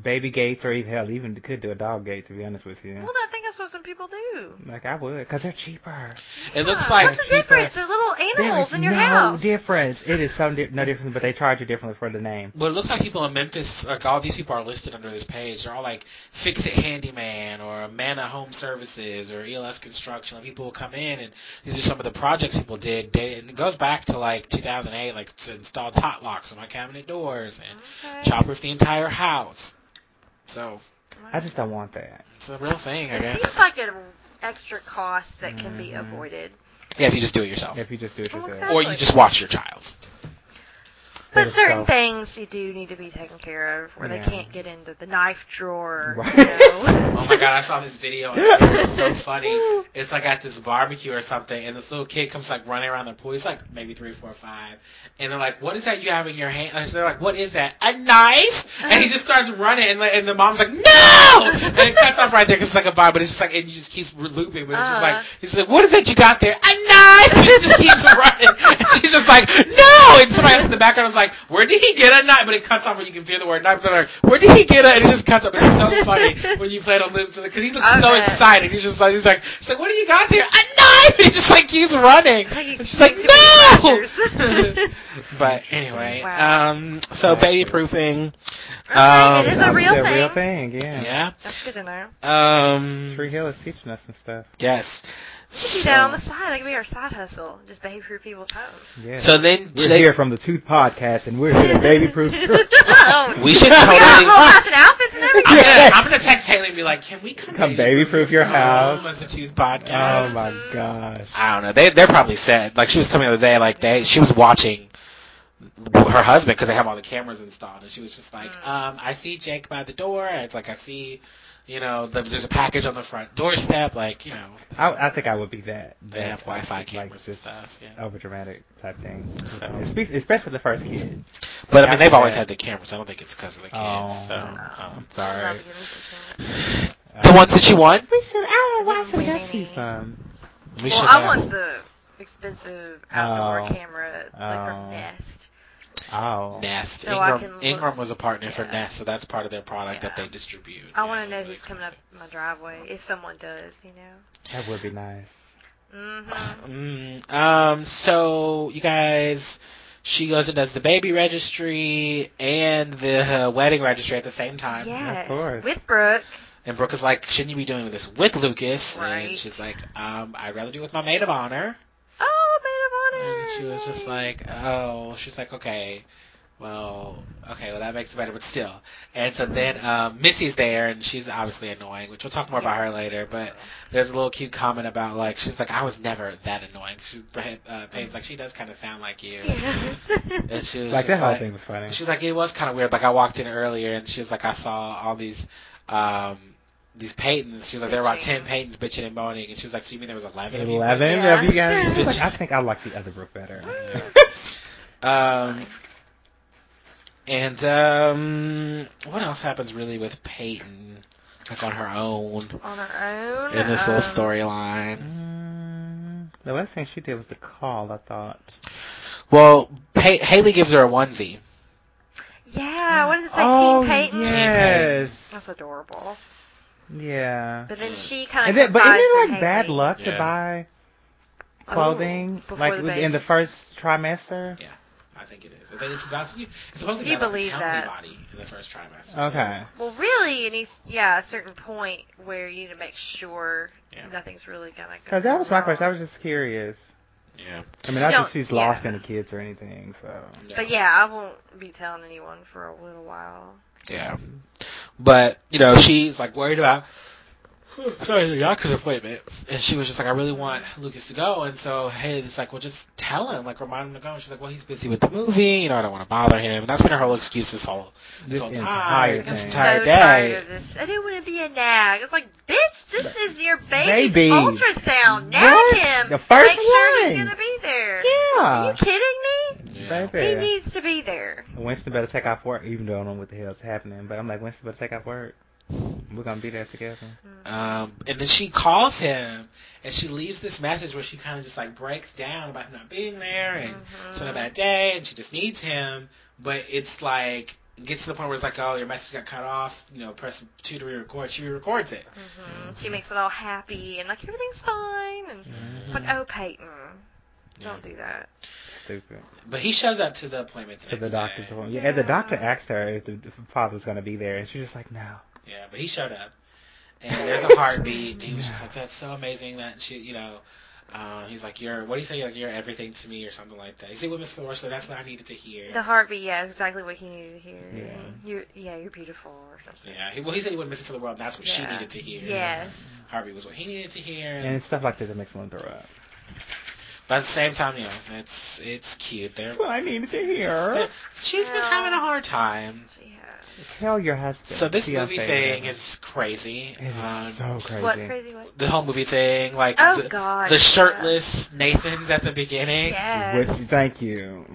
baby gates, or even hell, even could do a dog gate. To be honest with you,
Well, I think that's what some people do.
like I would, cause they're cheaper.
it looks
Yeah.
like
what's the difference? They're little
There
animals
is
in your
no
house.
difference. It is some di- no difference, but they charge you differently for the name.
Well, it looks like people in Memphis, like all these people are listed under this page. They're all like Fix It Handyman or Mana Home Services or ELS Construction. And people will come in, and these are some of the projects people did. They, and it goes back to like 2008, like to install tot locks on my cabinet doors and
Okay.
chopproof the entire house. So
I just don't want that.
it's a real thing, I
it seems
guess.
like an extra cost that can
Mm-hmm.
be avoided.
Yeah, if you just do it yourself,
If you just do it yourself,
Okay.
or you just watch your child.
That
But
is
certain
so-
things you do need to be taken care of, where
Yeah.
they can't get into the knife drawer.
Right. *laughs*
You know?
Oh my god, I saw this video on Twitter. It was so funny. It's like at this barbecue or something, and this little kid comes like running around the pool. He's like maybe three, four, five, and they're like, "What is that you have in your hand?" And they're like, "What is that? A knife?" And he just starts running, and, like, and the mom's like, "No!" And it cuts off right there because it's like a vibe, but it's just like it just keeps looping. But it's just like
Uh-huh.
he's like, "What is that you got there? A knife?" And it just keeps *laughs* running. And she's just like, "No!" And somebody else in the background is like, "Where did he get a knife?" But it cuts off when you can hear the word knife. They're like, "Where did he get it?" And it just cuts up. It's so funny when you play it on loops because he looks
I
so
bet.
excited. He's just like, he's like, she's like, "What do you got there? A knife?" *laughs* And he just like keeps running.
Like,
And she's like,
too
"No!"
many pressures.
*laughs*
*laughs*
But anyway,
Wow.
um, so baby proofing,
it is
um,
a
Probably
real
a real
thing.
thing. Yeah.
yeah,
That's good to know.
um,
Tree Hill is teaching us some stuff.
yes.
We could do that on the side. That could be our side hustle. Just baby proof people's homes.
Yeah.
So then
we're
they-
here from the Tooth Podcast, and we're here to baby
*laughs*
proof.
Oh,
we *laughs* should
*laughs* We got a
totally.
whole bunch of outfits and everything.
I'm
Yeah.
gonna, I'm gonna text Haley and be like, "Can we come,
Come baby proof
Oh,
your house.
Home as the Tooth
Oh
Podcast.
my gosh.
I don't know. They they're probably sad. Like she was telling me the other day, like they she was watching her husband because they have all the cameras installed, and she was just like,
Mm.
um, "I see Jake by the door. It's like I see, you know, the, there's a package on the front doorstep. Like you know,
I, I think I would be that.
They have
that,
Wi-Fi
like,
cameras and
just
stuff, yeah.
Over dramatic type thing.
So-
Especially, especially the first kid.
but I mean, they've
After
always
that-
had the cameras. I don't think it's because of the kids.
Oh.
So um,
I love
Sorry.
giving some candy.
Uh,
the ones that you want,
We should. I don't know why
Mm,
should we
we
got you
need-
some.
we
well,
should.
I
uh,
want the expensive outdoor
Oh.
camera like
Oh.
from Nest.
Oh.
Nest.
So I
Ingram,
can look-
Ingram was a partner for
Yeah.
Nest, so that's part of their product that
Yeah.
they distribute.
I
Yeah,
want to know
really
who's coming up
expensive.
my driveway if someone does, you know.
That would be nice.
Mm-hmm.
Mm, um, so you guys, she goes and does the baby registry and the uh, wedding registry at the same time.
Yes,
course.
with Brooke.
And Brooke is like, "Shouldn't you be doing this with Lucas?" And
Right.
she's like, um, "I'd rather do it with my maid of honor."
Oh, maid of honor.
And she was just
yay.
like, "Oh," she's like, "Okay." Well, okay, well that makes it better, but still. And so then um, Missy's there, and she's obviously annoying, which we'll talk more about her
Yes.
later. But there's a little cute comment about like she's like, "I was never that annoying." She, uh, Paige's like, "She does kind of sound like you."
Yes.
*laughs* And she was
Like that
just
whole
like,
thing was funny.
She was like, it was kind of weird. Like I walked in earlier, and she was like, I saw all these, um, these patents. She was like, there were about ten
Bitching.
patents bitching and moaning, and she was like, so you mean there was eleven? of you?
Eleven
Yeah.
of you guys.
Did *laughs*
She's like,
you-
I think I like the other Brooke better.
Um, and um, what else happens really with Peyton, like on her own
On her own.
in this little
um,
storyline?
Mm, the last thing she did was the call. I thought.
Well, Pay- Haley gives her a onesie.
Yeah, what does it say?
oh
Team Peyton.
yes.
That's adorable.
Yeah.
But then she kind of.
And then, but isn't it like bad luck to
Yeah.
buy clothing
before
like
the
with- in
baby.
the first trimester?
I think it is. I think it's about you. It's supposed to be
You
about
believe
the
that.
body in the first trimester.
Okay.
Well, really, it needs yeah, a certain point where you need to make sure
Yeah.
nothing's really gonna. go
Because that was my
wrong.
question. I was just curious.
Yeah.
I mean, not
No,
that she's
yeah.
lost any kids or anything, so.
No.
But yeah, I won't be telling anyone for a little while.
Yeah. But, you know, she's like worried about *sighs* sorry, the doctor's appointment. And she was just like, I really want Lucas to go. And so Haley's like, well, just tell him, like, remind him to go. And she's like, well, he's busy with the movie. You know, I don't want to bother him. And that's been her whole excuse this whole, this
This
whole
entire
time. This
thing.
entire
so tired
day.
of this. I didn't want to be a nag. It's like, bitch, this is your baby's
Baby.
ultrasound. Nag
What?
him.
The first
Make sure
one.
he's gonna be there. Are
Yeah.
you kidding me?
Yeah.
He
Baby.
needs to be there.
Winston better take off work, even though I don't know what the hell's happening. But I'm like, Winston better take off work. We're going to be there together.
Um, and then she calls him and she leaves this message where she kind of just like breaks down about him not being there and it's been a bad day and she just needs him. But it's like, it gets to the point where it's like, oh, your message got cut off. You know, press two to re-record. She re-records it.
Mhm. She makes it all happy and like everything's fine. And it's like,
Mm-hmm.
oh, Peyton, don't do that.
Stupid.
But he shows up to the appointment.
To the
next
doctor's
day.
appointment. Yeah, and the doctor asked her if the if the father was going to be there, and she's just like, no.
Yeah, but he showed up, and there's a heartbeat, and he was just like, "That's so amazing that she, you know." Uh, he's like, "You're what do you say? Like you're everything to me, or something like that." He said, "Well, Miss Forrester, that's what I needed to hear."
The heartbeat, yeah, is exactly what he needed to hear.
Yeah.
You, yeah, you're beautiful or something.
Yeah. He, well, he said he wouldn't miss it for the world. And that's what she
Yeah.
needed to hear.
Yes.
Harvey was what he needed to hear.
And stuff like this that makes one throw up.
but at the same time, you know, it's it's cute. They're,
That's what I needed to hear.
they're- she's been
Yeah.
having a hard time.
Yeah.
Tell your husband.
So this
fiance,
movie thing
whatever.
is crazy.
It is
Um,
so crazy.
What's crazy? What?
the whole movie thing, like
Oh
the,
God.
the shirtless Nathan's at the beginning.
Yes.
Which, thank you.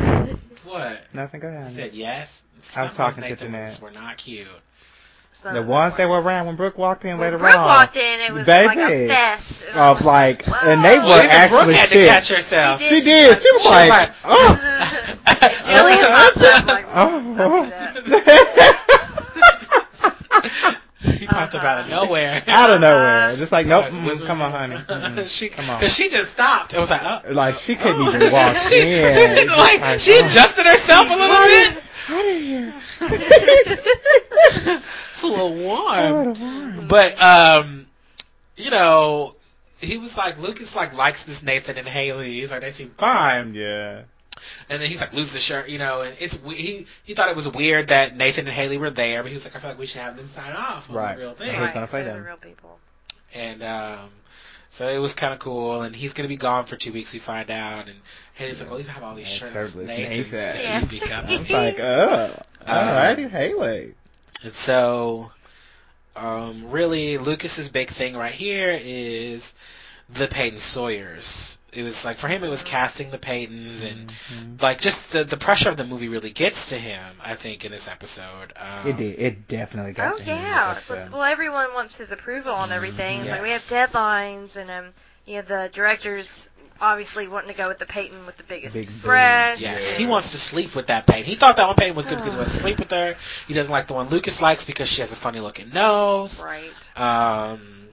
Mm,
What?
nothing, go ahead.
I said yes.
I
Some
was
of
talking to
those Nathan
Jeanette.
ones were not cute.
*laughs* So-
The ones that were around when Brooke walked in
When
later
Brooke
on.
walked in, it was like a
Baby.
fest. And I was
Of like,
Whoa.
and they
Well,
were
Well, even Brooke
actually
had to
shit.
catch herself.
She
She did. She was
She was
like,
like,
*laughs*
oh,
*laughs*
and Jillian Monson
*laughs*
was like,
oh.
*laughs* he popped up out of nowhere.
*laughs* out of nowhere, just
*laughs*
like, nope,
Like,
mm,
was-
come on, honey,
*laughs*
Mm-mm,
she,
come on.
Cause she just stopped. It was like, oh.
Like she couldn't
*laughs*
even walk in. Just oh.
like she adjusted herself a little bit. *laughs* It's a little warm,
*laughs* oh.
but um, you know, he was like, Lucas like likes this Nathan and Haley. He's like, they seem fine.
*laughs* Yeah.
And then he's like, lose the shirt, you know. And it's we- he he thought it was weird that Nathan and Haley were there, but he was like, I feel like we should have them sign off on
Right.
the real thing.
Who's
Right,
gonna play
so
them?
the real people.
And um, so it was kind of cool. And he's gonna be gone for two weeks. We find out, and Haley's like, well, at least I have all these
Yeah,
shirts.
shirtless
Nathan's
Nathan.
to
Yeah.
pick up.
*laughs* It's
*laughs*
like, oh, alrighty, Haley.
And so, um, really, Lucas's big thing right here is the Peyton Sawyer's. It was like for him, it was casting the Peytons and
Mm-hmm.
like just the the pressure of the movie really gets to him. I think in this episode, um,
It did. It definitely got.
Oh
to me in this
yeah. It's-
episode.
well, everyone wants his approval
Mm-hmm.
on everything. It's like we have
Yes.
deadlines, and um, you know the directors obviously wanting to go with the Peyton with the biggest
Big
breast.
boobs,
Yes,
and-
he wants to sleep with that Peyton. He thought that one Peyton was good because he wants
Ah.
to sleep with her. He doesn't like the one Lucas likes because she has a funny looking nose.
Right.
Um,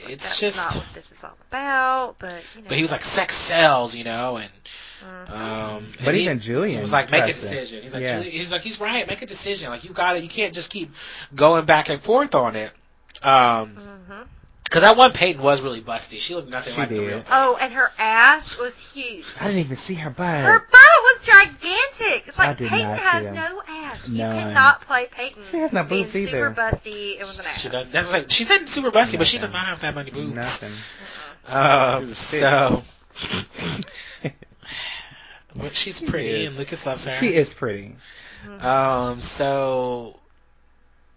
That's
it's
not
just.
what this is all about. But you know.
But he was like, sex sells, you know, and um. and
But
he-
even Julian
He was like, make a
tries to-
decision. He's like,
Yeah.
Julie, he's like, he's right. Make a decision. Like, you got it. You can't just keep going back and forth on it. Um,
Mhm.
because that one Peyton was really busty. She looked nothing
She
like the
did.
real. Peyton.
Oh, and her ass was huge.
I didn't even see her butt.
Her butt was gigantic. It's
I
like
did
Peyton
not see
has
him.
no ass. You
None.
cannot play Peyton.
She has no
being
boobs either.
Super busty. It was an ass.
She does. That's like she's in super busty, but she does
Nothing.
not have that many boobs.
Nothing. *laughs*
Um,
She's thick.
so, but she's pretty,
is.
and Lucas loves her.
she is pretty.
Um, so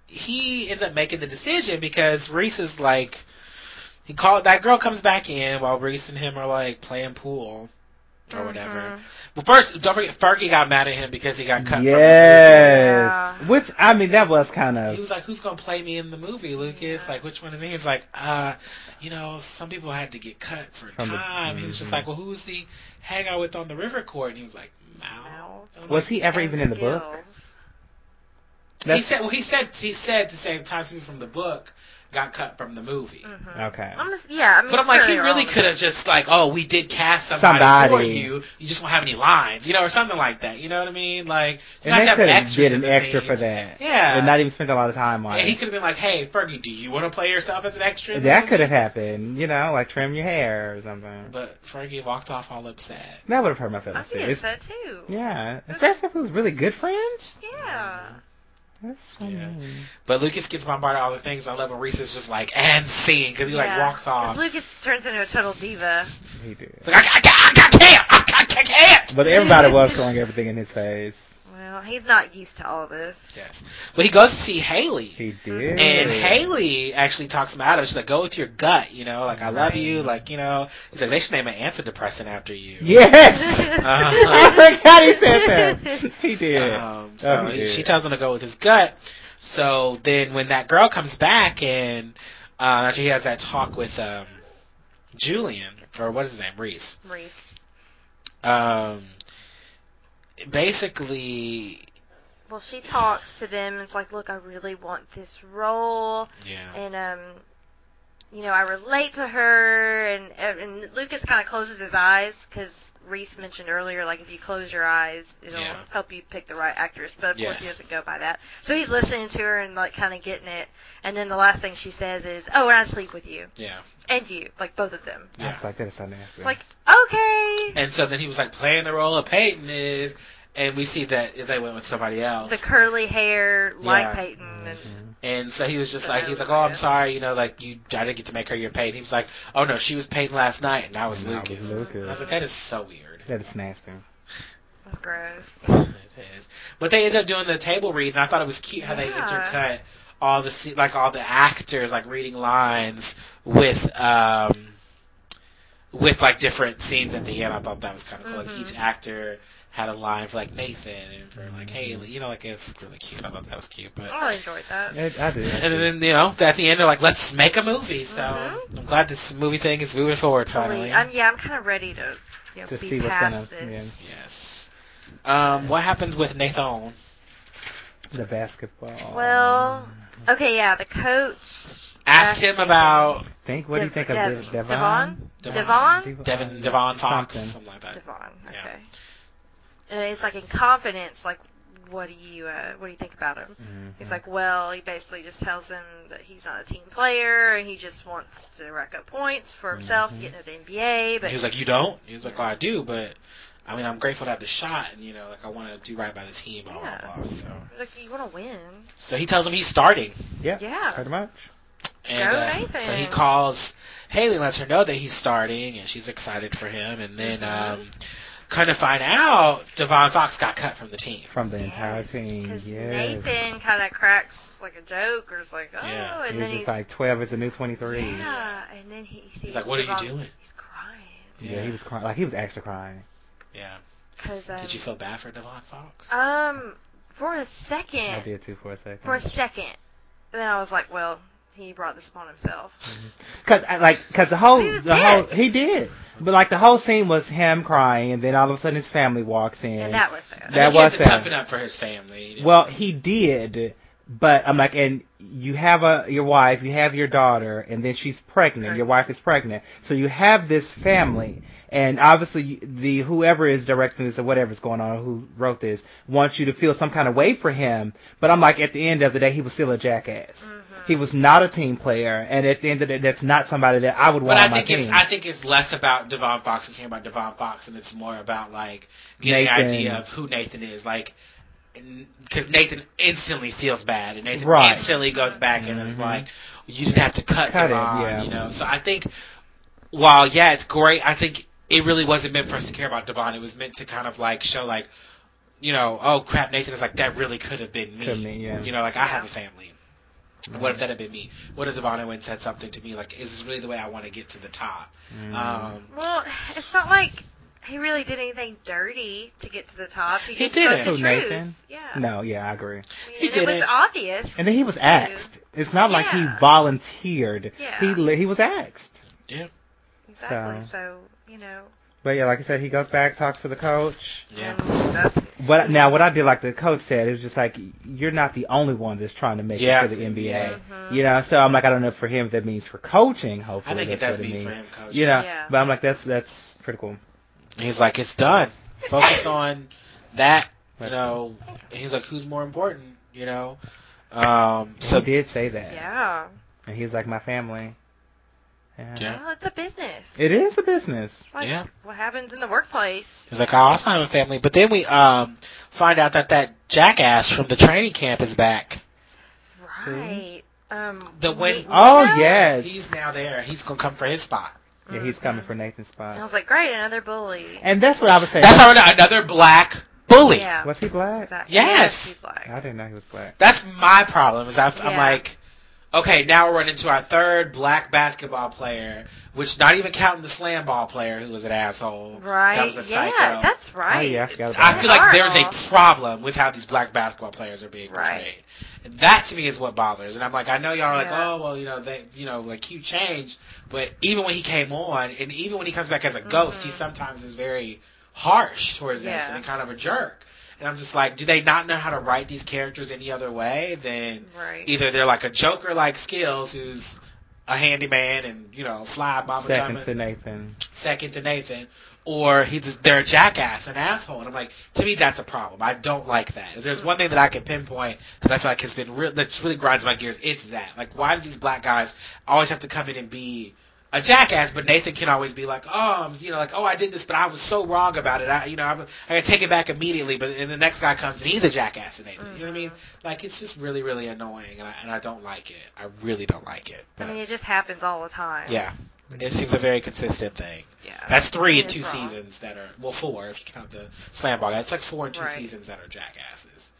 he ends up making the decision because Reese is like, he called that girl comes back in while Reese and him are like playing pool or
Mm-hmm.
whatever. Well, first, don't forget Fergie got mad at him because he got cut.
Yes.
Yeah.
Which I mean, that was kind
From the movie. he
of
was like, "Who's gonna play me in the movie, Lucas? Like, which one is me?" He's like, "Uh, you know, some people had to get cut for
From the-
time." He was just
Mhm.
like, "Well, who's he hang out with on the river court?" And he was like, "Mal."
Mal.
I'm
was
like,
he ever even in the book?
He said, "Well, he said he said to save time people from the book got cut from the movie."
Mm-hmm.
Okay.
I'm just, yeah, I mean,
But I'm like,
sure
he
they were
really
all-
could have just like, oh, we did cast somebody, for
Somebody.
you. You just won't have any lines, you know, or something like that. You know what I mean? Like, you
And
have to
they
have
could have
extras
did
in
an
the
extra for
scenes.
that.
Yeah.
And not even spend a lot of time on
And he
it.
could have been like, hey, Fergie, do you want to play yourself as an extra? in the
That
movie?"
could have happened, you know, like trim your hair or something.
But Fergie walked off all upset.
That would have hurt my
I
feelings too.
think
It's-
so too.
yeah, is that if it was really good friends?
Yeah.
That's so
Yeah.
mean.
But Lucas gets bombarded with all the things. I love when Reese is just like, and scene, because he like
Yeah.
walks off.
'Cause Lucas turns into a total diva.
He did.
It's like, I, I, I, I can't, I, I can't.
But everybody was throwing everything in his face.
Well, he's not used to all this.
*laughs*
*laughs*
Yes. But he goes to see Haley.
He did.
And Haley actually talks him out of. it. She's like, "Go with your gut, you know. Like, I love you. Like, you know." He's like, "They should name an antidepressant after you."
*laughs*
*laughs*
Yes. I
Uh,
forgot he said that. He did.
um, so
Oh,
he-
yeah.
she tells him to go with his gut. So then, when that girl comes back and uh, after he has that talk with um, Julian or what is his name, Reese,
Reese.
um, basically,
Well, she talks to them and it's like, look, I really want this role.
yeah,
And, um, you know, I relate to her. And, and Lucas kind of closes his eyes because Reese mentioned earlier, like, if you close your eyes, it'll
Yeah.
help you pick the right actress. But of course, he
Yes.
doesn't go by that. So he's listening to her and, like, kind of getting it. And then the last thing she says is, oh, and I sleep with you.
yeah,
And you. Like, both of them.
I
yeah.
was like, that is so nasty.
Like, okay.
And so then he was like, "Playing the role of Peyton is," and we see that they went with somebody else.
The curly hair, like
Yeah.
Peyton. And,
And so he was just
So
like,
that
he's
was
like, oh, I'm
it.
sorry, you know, like you, I didn't get to make her your Peyton. He was like, oh no, she was Peyton last night, and I was
And that
Lucas.
was Lucas.
I was like, that is so weird.
that is nasty.
that's gross.
it is. But they ended up doing the table read, and I thought it was cute how they
Yeah.
intercut all the se- like all the actors like reading lines with um with like different scenes at the end. I thought that was kind of cool. Like
Mhm.
each actor had a line for like Nathan and for like Haley. You know, like it's really cute. I thought that was cute, but.
I enjoyed that.
It, I did.
And then you know, at the end, they're like, "Let's make a movie." So I'm glad this movie thing is moving forward finally.
Totally. I'm, yeah, I'm kind of ready to, you know,
To
be
see what's
past
gonna-
this.
yes. Um, what happens with Nathan?
the basketball.
Well, okay, yeah, the coach,
Ask him about
think. What do you
Dev-
think of
Dev-
Dev-
Devon?
Devon? uh,
Devon?
Devon,
Devin Devon Fox,
Something.
something like that.
Devon,
Yeah.
okay. And it's like in confidence, like what do you uh, what do you think about him? He's
Mhm.
like, well, he basically just tells him that he's not a team player and he just wants to rack up points for himself,
Mhm.
get into the NBA. But
he was like, "You don't." He was like, "Oh, I do, but I mean, I'm grateful to have the shot, and you know, like I want to do right by the team." Blah blah
Yeah.
blah. So,
he's like, you want to win?
so he tells him he's starting,
Yeah.
Yeah.
Pretty much.
and
Go
uh, so he
Nathan.
calls Haley, and lets her know that he's starting, and she's excited for him. And then, um, kind of find out Devon Fox got cut from the team.
From the entire team.
Because
Yes.
Nathan kind of cracks like a joke or is like, oh,
Yeah.
He
and
was
then
just
he's
like, 12 is the new 23.
yeah, and then he sees
like, "What are you
Devon-
doing?"
He's crying
Yeah, he was crying. Like, he was actually crying.
Yeah. Uh,
because um,
Did you feel bad for Devon Fox?
um for a second
I did too for a second.
for a second, and then I was like, well, he brought this upon himself.
Mm-hmm. Cause I- like, cause the whole,
He's a
the whole,
dick.
he did, but like the whole scene was him crying, and then all of a sudden his family walks in.
And that was sad.
I mean,
that
he had
was
to
sad.
toughen up for his family.
well, he did, but I'm like, and you have a your wife, you have your daughter, and then she's pregnant. Your wife is pregnant, so you have this family, and obviously the whoever is directing this or whatever's going on, who wrote this, wants you to feel some kind of way for him. But I'm like, at the end of the day, he was still a jackass.
Mm-hmm.
He was not a team player, and at the end of the day, that's not somebody that I would
But
want
I
on my
think it's
team.
I think it's less about Devon Fox and caring about Devon Fox, and it's more about like getting
Nathan.
the idea of who Nathan is, like because Nathan instantly feels bad, and Nathan
Right.
instantly goes back and is
Mhm.
like, "You didn't have to cut,
Cut it,
Devon,"
yeah.
you know. So I think while yeah, it's great, I think it really wasn't meant for us to care about Devon. It was meant to kind of like show like, you know, oh crap, Nathan is like that really could have been me.
Could be, yeah.
You know, like I
Yeah.
have a family. What if that had been me? What if Devon Owen said something to me like, "Is this really the way I want to get to the top?"
Mm. Mm-hmm.
Um,
Well, it's not like he really did anything dirty to get to the top. He,
He
just
didn't.
spoke the
Who,
truth.
Oh, Nathan?
Yeah.
no, yeah, I agree.
I mean,
He
and it was
didn't.
obvious.
And then he was axed. It's not like he
Yeah.
volunteered.
Yeah.
He li- he was axed.
exactly.
so-
So, you know.
But yeah, like I said, he goes back, talks to the coach.
yeah.
and That's,
But now, what I did, like the coach said, it was just like you're not the only one that's trying to make
Yeah.
it to the NBA.
Mhm.
You know, so I'm like, I don't know if for him if that means for coaching. Hopefully,
I think it
that's
does
what
mean
means.
for him, coach.
You know,
Yeah.
but I'm like, that's that's pretty cool.
He's like, it's done.
*laughs*
Focus on that. You
Right.
know, he's like, who's more important? You know. Um, so
he did say that,
Yeah.
and he was like, my family.
Yeah.
Well, it's a business.
It is a business.
it's like
Yeah.
what happens in the workplace.
he's like, "Oh, I also have a family. But then we um find out that that jackass from the training camp is back.
Right. Um,
The win-
we-
Oh
you know?
yes,
He's now there. He's gonna come for his spot.
yeah, he's coming
Mm-hmm.
for Nathan's
And I
spot,
was like, great, another bully.
and that's what I was saying.
That's how another black bully.
Yeah.
was he black?
Exactly.
Yes.
He's black.
I didn't know he was black.
That's my problem. Is I, I'm
Yeah.
like, okay, now we're running into our third black basketball player, which not even counting the slam ball player who was an asshole.
Right.
That was a
yeah.
psycho.
That's right.
Oh yeah, I forgot about
I
that.
feel like there's a
Carl.
problem with how these black basketball players are being
Right.
portrayed. And that to me is what bothers. And I'm like, I know y'all are like,
Yeah.
oh well, you know, they, you know, like you changed. But even when he came on, and even when he comes back as a ghost, he
Mhm.
sometimes is very harsh towards this
Yeah.
and kind of a jerk. And I'm just like, do they not know how to write these characters any other way than
Right.
either they're like a Joker like Skills, who's a handyman and you know fly mama
Second
jumping
to Nathan.
second to Nathan, or he just, they're a jackass, an asshole. And I'm like, to me, that's a problem. I don't like that. If there's one thing that I can pinpoint that I feel like has been real, that really grinds my gears, it's that. Like, why do these black guys always have to come in and be a jackass? But Nathan can always be like, oh, I'm, you know, like, oh, I did this, but I was so wrong about it. I, you know, I'm, I gotta take it back immediately. But and the next guy comes and he's a jackass to Nathan. You know what I mean?
Mm-hmm.
Like, it's just really, really annoying, and I, and I don't like it. I really don't like it.
I
But,
mean, it just happens all the time.
yeah, it seems a very consistent thing.
Yeah.
That's three in
It's
two
wrong.
seasons that are well four if you count the slam ball. guy. It's like four in two
Right.
seasons that are jackasses,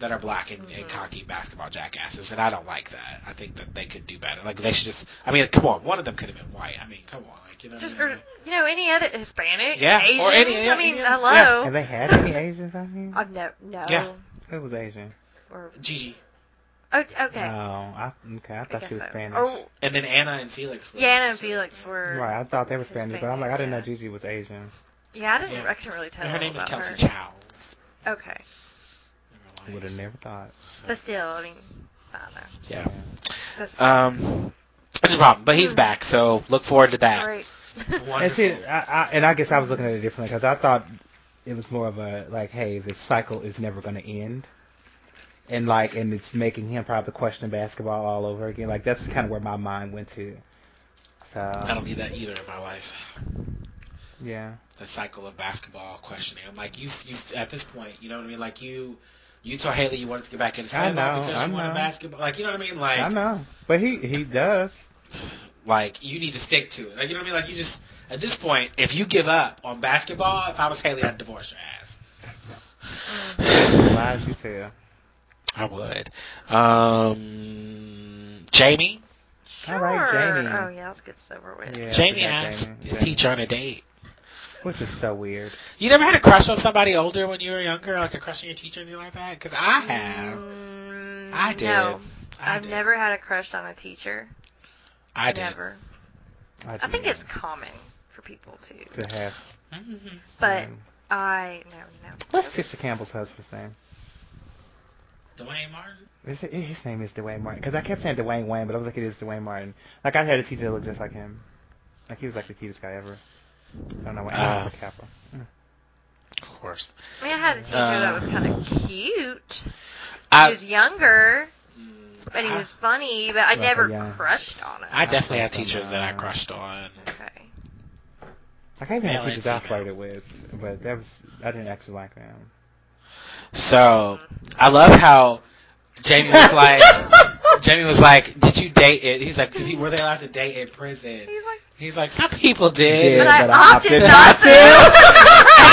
that are black and,
Mm-hmm.
and cocky basketball jackasses, and I don't like that. I think that they could do better. Like they should just. I mean, come on, one of them could have been white. I mean, come on, like you know.
Just
what I
or
mean?
you know any other Hispanic,
Yeah,
Asian.
or any- yeah,
I mean,
yeah.
hello.
Have they had any Asians on here?
I've never no.
Yeah.
Who was Asian?
Or
Gigi,
oh, okay.
Oh, I, okay. I
I
thought
guess
she was
so.
Spanish.
Or
and then Anna and Felix. Were
yeah, Anna and
sisters.
Felix were.
right, I thought they were Spanish, but I'm like, I didn't know
Hispanic,
Gigi was Asian.
Yeah, I didn't.
Yeah.
I couldn't really tell.
And her name is
about
Kelsey
her.
Chow.
Okay,
Would have never thought.
but still, I mean, I don't know.
Yeah.
That's
Um. It's a problem, but
Mm.
he's back, so look forward to that.
great.
Wonderful.
And see, I, I, and I guess I was looking at it differently because I thought it was more of a like, hey, this cycle is never going to end, and like, and it's making him probably question basketball all over again. Like that's kind of where my mind went to.
I don't
So
need that either in my life.
yeah,
The cycle of basketball questioning. I'm like, you, you at this point, you know what I mean? Like you, you told Haley you wanted to get back into
I
basketball
know,
because
I
you wanted
know.
basketball. Like you know what I mean? Like
I know, but he he does.
like you need to stick to it. Like you know what I mean? Like you just at this point, if you give up on basketball, if I was Haley, I'd divorce your ass.
Lies you tell.
I would. Um, Jamie.
*laughs*
Sure.
All right, Jamie.
Oh yeah, let's get this over with.
Yeah, I
Jamie
forgot
asked
Jamie.
his
Jamie.
teacher on a date.
which is so weird.
You never had a crush on somebody older when you were younger, like a crush on your teacher or anything like that? Because I have.
Mm,
I did.
No,
I
I've
did.
never had a crush on a teacher.
I did.
Never. I
do
think it's common for people too.
to have.
Mhm.
But
um,
I no no.
what's Tisha Campbell's husband's name?
Dwayne Martin.
Is it, his name is Dwayne Martin because I kept saying Dwayne Wayne, but I was like, it is Dwayne Martin. Like I had a teacher that looked just like him. Like he was like the cutest guy ever. I don't know what
Ah.
uh, was a capital.
Of course.
I mean, I had a teacher that was kind of cute.
Uh. I,
he was younger,
mm,
but he
I-
was funny. But I
Like a
never
young-
crushed on him.
I definitely had teachers
Come
that I
on.
crushed on.
okay.
Like I even
Male
had
and
teachers I
female.
flirted with, but that was I didn't actually like them.
So I love how Jamie was like, Jamie was like, "Did you date it?" He's like, "Did he, "Were they allowed to date in prison?"
He's like,
He's like, "Some people did."
Yeah,
but I *laughs*
but I opted
opted
*laughs*
not
not
to.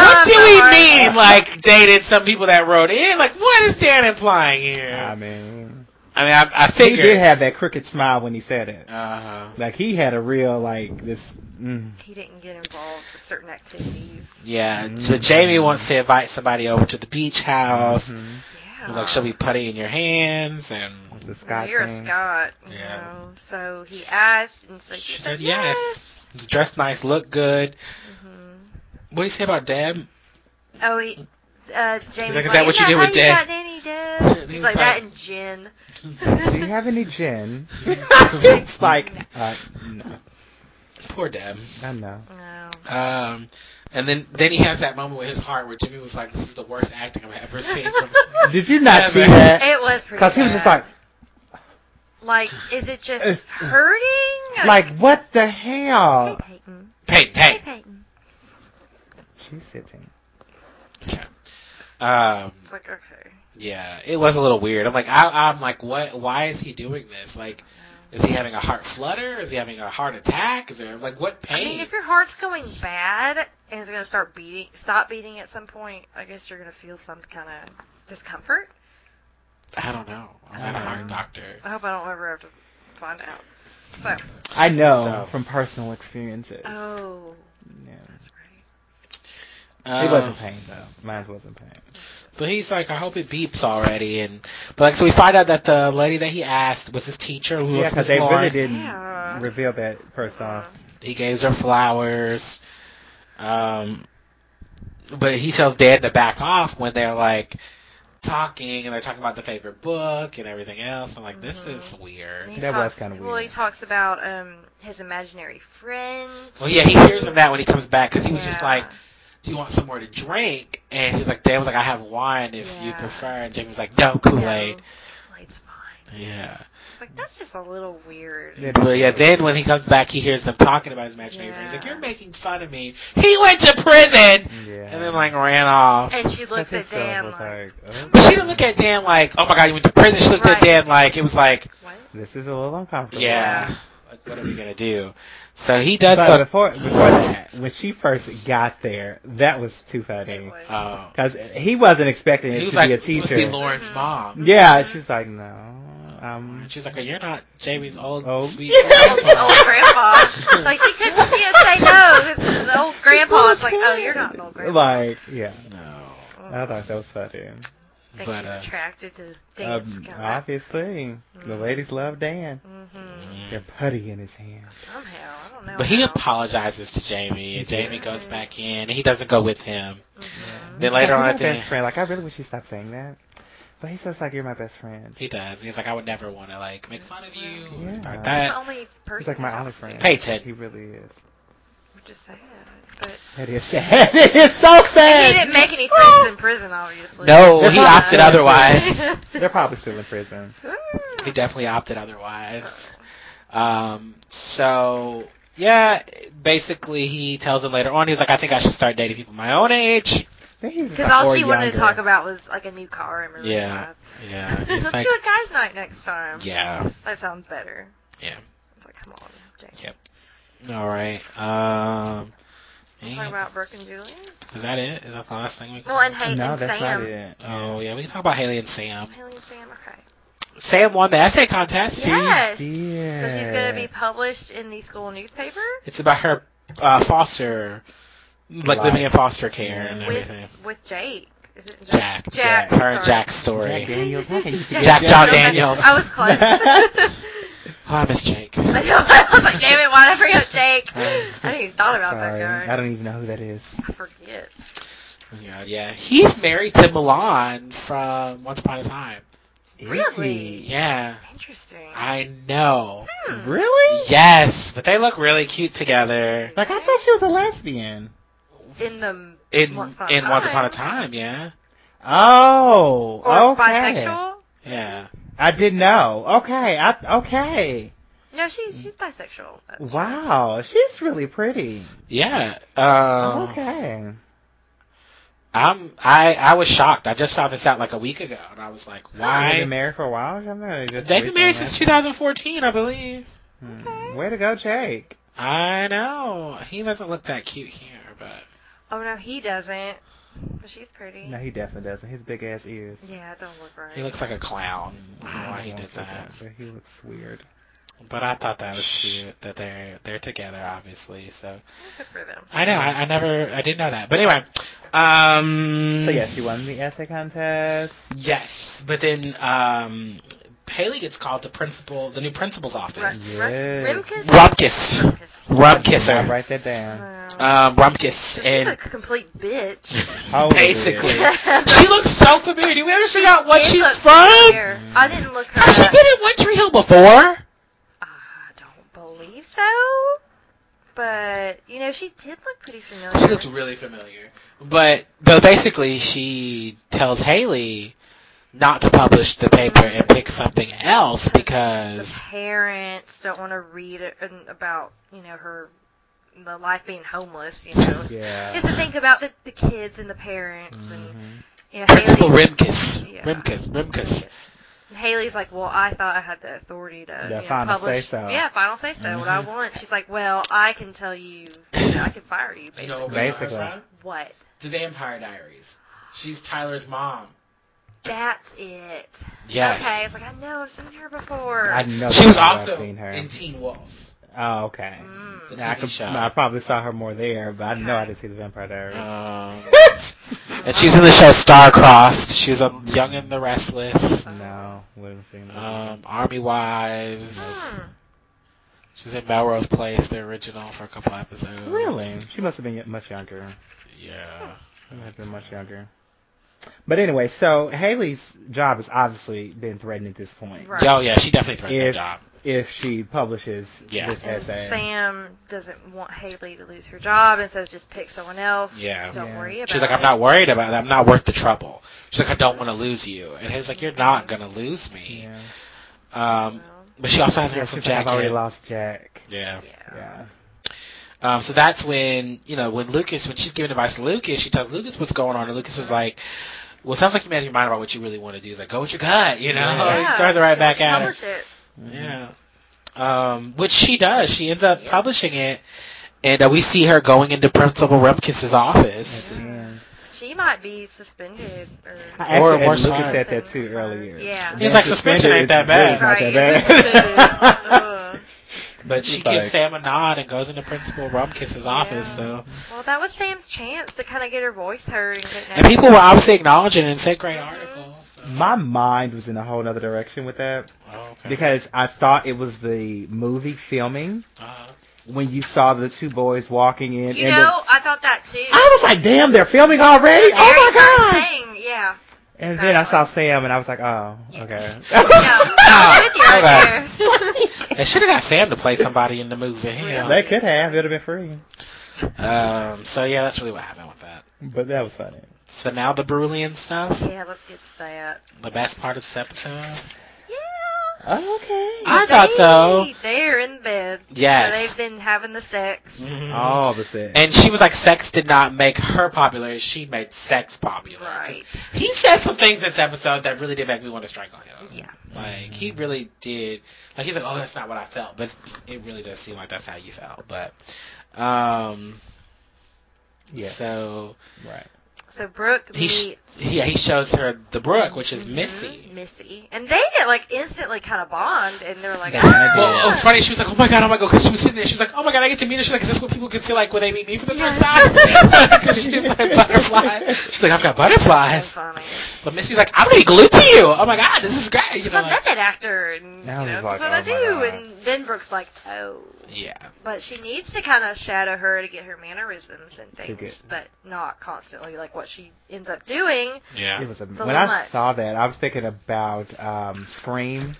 What do we
Um,
mean, like, dated some people that wrote in? Like, what is Dan implying
I
here?
mean,
I mean, I, I
he did
figured.
have that crooked smile when he said it.
Uh-huh.
Like he had a real like this. Mm.
*laughs* He didn't get involved with certain activities.
Yeah, so Jamie wants to invite somebody over to the beach house.
Mhm.
Yeah.
He's like, she'll be putty in your hands, and
It's a
Well,
Scott
you're
thing.
a Scot, you
Yeah.
know. So he asked, and so
She
she
said
said
yes. dress nice, look good.
Mhm.
What do you say about Deb? *laughs*
Oh, he, uh,
like,
Jamie's like,
"Is that what you did with
how you
Dad?"
got Nanny Deb?
*laughs* He was
He's like,
like-
that and gin.
*laughs*
Do you have any gin? it's like uh, no,
Poor Deb.
I know.
No.
Um, and then then he has that moment with his heart where Jimmy was like, "This is the worst acting I've ever seen." *laughs* From
Did you not see
Never.
that?
It was pretty
Because he was just like,
bad. like, is it just
It's-
hurting?
like uh, what the
hey,
hell?
Peyton.
Peyton.
Hey,
Hey.
Peyton.
She's sitting.
Okay. Um,
It's like, okay.
yeah, it was a little weird. I'm like, I, I'm like, what? Why is he doing this? Like, is he having a heart flutter? Is he having a heart attack? Is there like what
I mean,
pain?
if your heart's going bad and it's gonna start beating, stop beating at some point. I guess you're gonna feel some kind of discomfort.
I don't know. I'm not a heart
Um,
doctor.
I hope I don't ever have to find out. So,
I know
So-
from personal experiences.
oh,
Yeah.
that's right.
Um,
It wasn't pain though. Mine wasn't pain.
But he's like, I hope it beeps already. And but like, so we find out that the lady that he asked was his teacher, who
Yeah,
was
because
Miss
they
Lauren.
really didn't
Yeah.
reveal that first
Uh-huh.
off.
He gives her flowers. Um, but he tells Dad to back off when they're like talking and they're talking about the favorite book and everything else. I'm like, this
Mhm.
is weird.
And he
That was
talks-
kinda
Well, he
weird.
talks about um his imaginary friend.
Well, yeah, he hears him that when he comes back because he was just
Yeah.
like, "Do you want somewhere to drink?" And he was like, "Dad was like, I have wine if you
Yeah.
prefer." And Jamie was like, "No, Kool Aid."
No, Kool-Aid's fine.
Yeah.
It's like that's just a little weird.
Yeah.
Well, yeah. Then when he comes back, he hears them talking about his imaginary friend. He's like,
Yeah.
"You're making fun of me." He went to prison
Yeah.
and then like ran off.
And she looks
That's
at Dan
himself,
like,
it's like, oh.
But she didn't look at Dan like, "Oh my God, you went to prison." She looked at
Right.
Dan like it was like,
what?
This is a little uncomfortable.
"Yeah, like what are we gonna do?" So he does
But
go.
before before that, *laughs* when she first got there, that was too
It
funny.
was.
Oh,
Because he wasn't expecting it
he was
to
like,
be a
"It must be
teacher.
Lauren's
Mm-hmm.
mom."
Yeah, she was like, no. Um,
And she's like, oh, "You're not Jamie's old
Oh.
sweet."
old, old
grandpa." *laughs*
grandpa. Like she couldn't she didn't say no. 'cause The old grandpa's like, oh, you're not an old grandpa.
like, yeah.
no,
I
Mm.
thought that was funny.
think
but,
she's
uh,
attracted to Dan
Um,
Scott.
obviously, the ladies love Dan.
Mm-hmm.
They're putty in his hand.
Somehow, I don't know.
but he
how.
apologizes to Jamie, and
He did.
Jamie goes back in, and he doesn't go with him.
Mhm.
Then later
Like,
on
you're
at
my
the
best friend. Like, I really wish you stopped saying that. But he's just like, you're my best friend.
He does. He's like, I would never want to like make fun of you or
Yeah.
start
He's the
that.
only person.
He's like my
he
only
talks to.
friend.
Peyton.
He really is.
which is sad. But
That
*laughs*
is sad. It is so
he
sad.
didn't make any friends in prison, obviously.
No, he
They're
opted
probably-
otherwise.
*laughs* They're probably still in prison.
he
*laughs*
definitely opted otherwise. Um, so yeah, basically he tells him later on. He's like, I think I should start dating people my own age.
Because all she wanted to talk about was like a new car and really
Yeah.
drive.
Yeah.
Let's
He's like,
do a guys' night next time.
yeah.
That sounds better.
Yeah.
It's like, come on, Jake.
All right. Um.
Talk about Brooke and Julian.
Is that it? Is that the last thing we?
Well, and Hey
No,
and
that's
Sam.
not it.
Oh yeah, we can talk about Haley and Sam.
Haley and Sam. Okay.
Sam won the essay contest.
Yes.
Yeah.
So she's going to be published in the school newspaper
It's about her uh, foster, like
Life.
living in foster care and
With-
everything.
with Jake. Is it
Jack.
Jack. Jack.
Her and
sorry.
Jack's story.
Jack Daniels.
*laughs*
How can you forget
Jack John
Okay,
Daniels.
I was close.
*laughs*
Oh, I miss Jake.
*laughs* I know. I was like, damn it, why did I bring up
*laughs*
Jake? I
Um,
didn't even thought about
Sorry,
that guy.
I don't even know who that is.
I forget.
Yeah, Oh yeah. He's married to Milan from Once Upon a Time.
Is
Really?
he?
Yeah,
Interesting.
I know.
Hmm.
Really?
Yes, but they look really cute together.
Like I thought she was a lesbian.
In the
In
Once Upon a
in Once Upon a
Time.
Time, yeah,
Oh,
or
okay.
bisexual?
yeah.
I didn't know. Okay, I, okay.
No, she, she's bisexual. That's right.
Wow, she's really pretty.
Yeah. Um,
Oh, Okay.
I'm I I was shocked. I just found this out like a week ago, and I was like,
They've been
why?
married for a while. I'm gonna just
They've been married
recently-
since 2014, I believe.
Hmm. Way to go, Jake.
I know he doesn't look that cute here, but
Oh, no, he doesn't. But she's pretty.
No, he definitely doesn't. His big ass ears.
Yeah, it don't look right.
he looks like a clown. I don't know why Ah, he
I
did
don't like
that.
but he looks weird.
But I thought that was cute that they're they're together, obviously. So
Good for them.
I know I, I never I didn't know that. But anyway, um,
So yeah, she won the essay contest.
yes. But then um, Haley gets called to principal the new principal's office.
Ru- ru-
Yes.
Rimkus?
Rumpkus,
Rimkus.
I'll
Rumpkisser,
write that down.
Wow.
um, Rumpkus,
She's a
and
complete bitch.
*laughs*
Holy
*laughs*
basically
she
she looks so familiar. Do we ever figure out what
did
she's
look
from?
familiar. I didn't look
*laughs*
her
Has she
up.
been in One Tree Hill before?
I don't believe so. But you know, she did look pretty familiar.
She looked really familiar. But but basically she tells Haley not to publish the paper and pick something else
the
because
parents don't want to read it and about you know her the life being homeless. You know,
Yeah.
you have to think about the, the kids and the parents and
Mhm.
you know.
Principal
Haley's,
Rimkus.
Yeah.
Rimkus. Rimkus.
Haley's like, well, I thought I had the authority to
The
you know,
final
publish.
say-so.
Yeah, final say so. What I want. She's like, well, I can tell you, you know, I can fire you. Basically.
what
we got her Basically. from?
What?
The Vampire Diaries. She's Tyler's mom.
That's it.
Yes.
Okay, it's like I know I've seen her before.
I know
She was
that I've
also
seen her.
in Teen Wolf.
oh, okay.
Mm.
The
I,
TV
could,
show.
I probably saw her more there, but I know I
Okay.
didn't see the Vampire Diaries.
Um, *laughs* and she's in the show Starcrossed. She was on Young and the Restless.
no, wouldn't seen that.
Um, Army Wives.
Hmm.
She's in Melrose Place, the original, for a couple episodes.
really? She must have been much younger.
Yeah.
She must have been much younger. But anyway, so Haley's job has obviously been threatened at this point.
Right.
Oh yeah, she definitely threatened
If-
that job.
If she publishes
Yeah.
this
And
essay.
Sam doesn't want Haley to lose her job and says just pick someone else.
Yeah.
Don't
Yeah.
worry about
She's like,
it.
I'm not worried about it. I'm not worth the trouble. She's like, I don't want to lose you. And he's like, You're not gonna lose me.
yeah.
Um, but she also has her
Yeah,
from
she's like, I've
Jack.
already
in.
lost Jack.
Yeah.
Well, yeah.
Yeah.
Um, so that's when you know when Lucas, when she's giving advice to Lucas, she tells Lucas what's going on, and Lucas was like, "Well, it sounds like you made up your mind about what you really want to do." He's like, "Go with your gut," you know.
Yeah.
Oh, *laughs* He throws it right
She
back at
wants to
her.
publish it.
Yeah. Um, which she does. She ends up publishing it, and uh, we see her going into Principal Remkiss's office.
Yeah.
She might be suspended. Or...
Or
I actually,
more
and Lucas
smart.
said that too earlier.
Yeah.
He's like, suspension ain't that bad.
It's really
Right,
not
*laughs*
that *laughs*
if it's
bad.
suspended.
But she
Like-
gives Sam a nod and goes into Principal Rumkiss's office.
Yeah.
So,
Well, that was Sam's chance to kind of get her voice heard and get
and people were obviously acknowledging it and said great article. So.
My mind was in a whole other direction with that
Oh, okay.
because I thought it was the movie filming
Uh,
when you saw the two boys walking in.
You
and the-
know, I thought that too.
Oh
I was like, damn, they're filming already?
The
Oh my
very
gosh!
first Thing. Yeah.
And then I saw Sam and I was like, oh,
Yeah.
okay.
*laughs*
Yeah. I'm with you right there. Oh,
they should have got Sam to play somebody in the movie. Hell.
They could have. It would have been free.
Um, so yeah, that's really what happened with that.
But that was funny.
So now the Brulian stuff,
Yeah, let's get to that.
the best part of this episode.
Yeah.
Okay.
I thought so.
They're in bed.
Yes.
So they've been having the sex.
Mhm.
All the sex.
And she was like, sex did not make her popular. She made sex popular. 'Cause
Right.
He said some things this episode that really did make me want to strike on him.
Yeah.
Like, he really did. Like, he's like, oh, that's not what I felt. But it really does seem like that's how you felt. But, um,
yeah.
so,
Right.
So Brooke
he, sh-
meets
yeah, he shows her the Brooke, which is
Mhm,
Missy.
Missy. And they get like instantly kind of bond and they're like,
They
ah!
did.
Well, it was funny. She was like, "Oh my god, oh my god," because she was sitting there. She was like, "Oh my god, I get to meet her." She's like, "Is this what people can feel like when they meet me for the first time?" *laughs* Because she's like butterfly. She's like, "I've got
That's
butterflies,"
funny.
but Missy's like, "I'm gonna be glued to you." Oh my god, this is great. You know,
I'm
like,
*laughs* not that actor, and you
I
know,
was like,
that's what
oh
I
my
do.
God.
And then Brooke's like, oh,
yeah,
but she needs to kind of shadow her to get her mannerisms and
To get-
things, but not constantly like what she ends up doing.
yeah.
It was a,
a
when
little
I
much.
saw that, I was thinking about um, Scream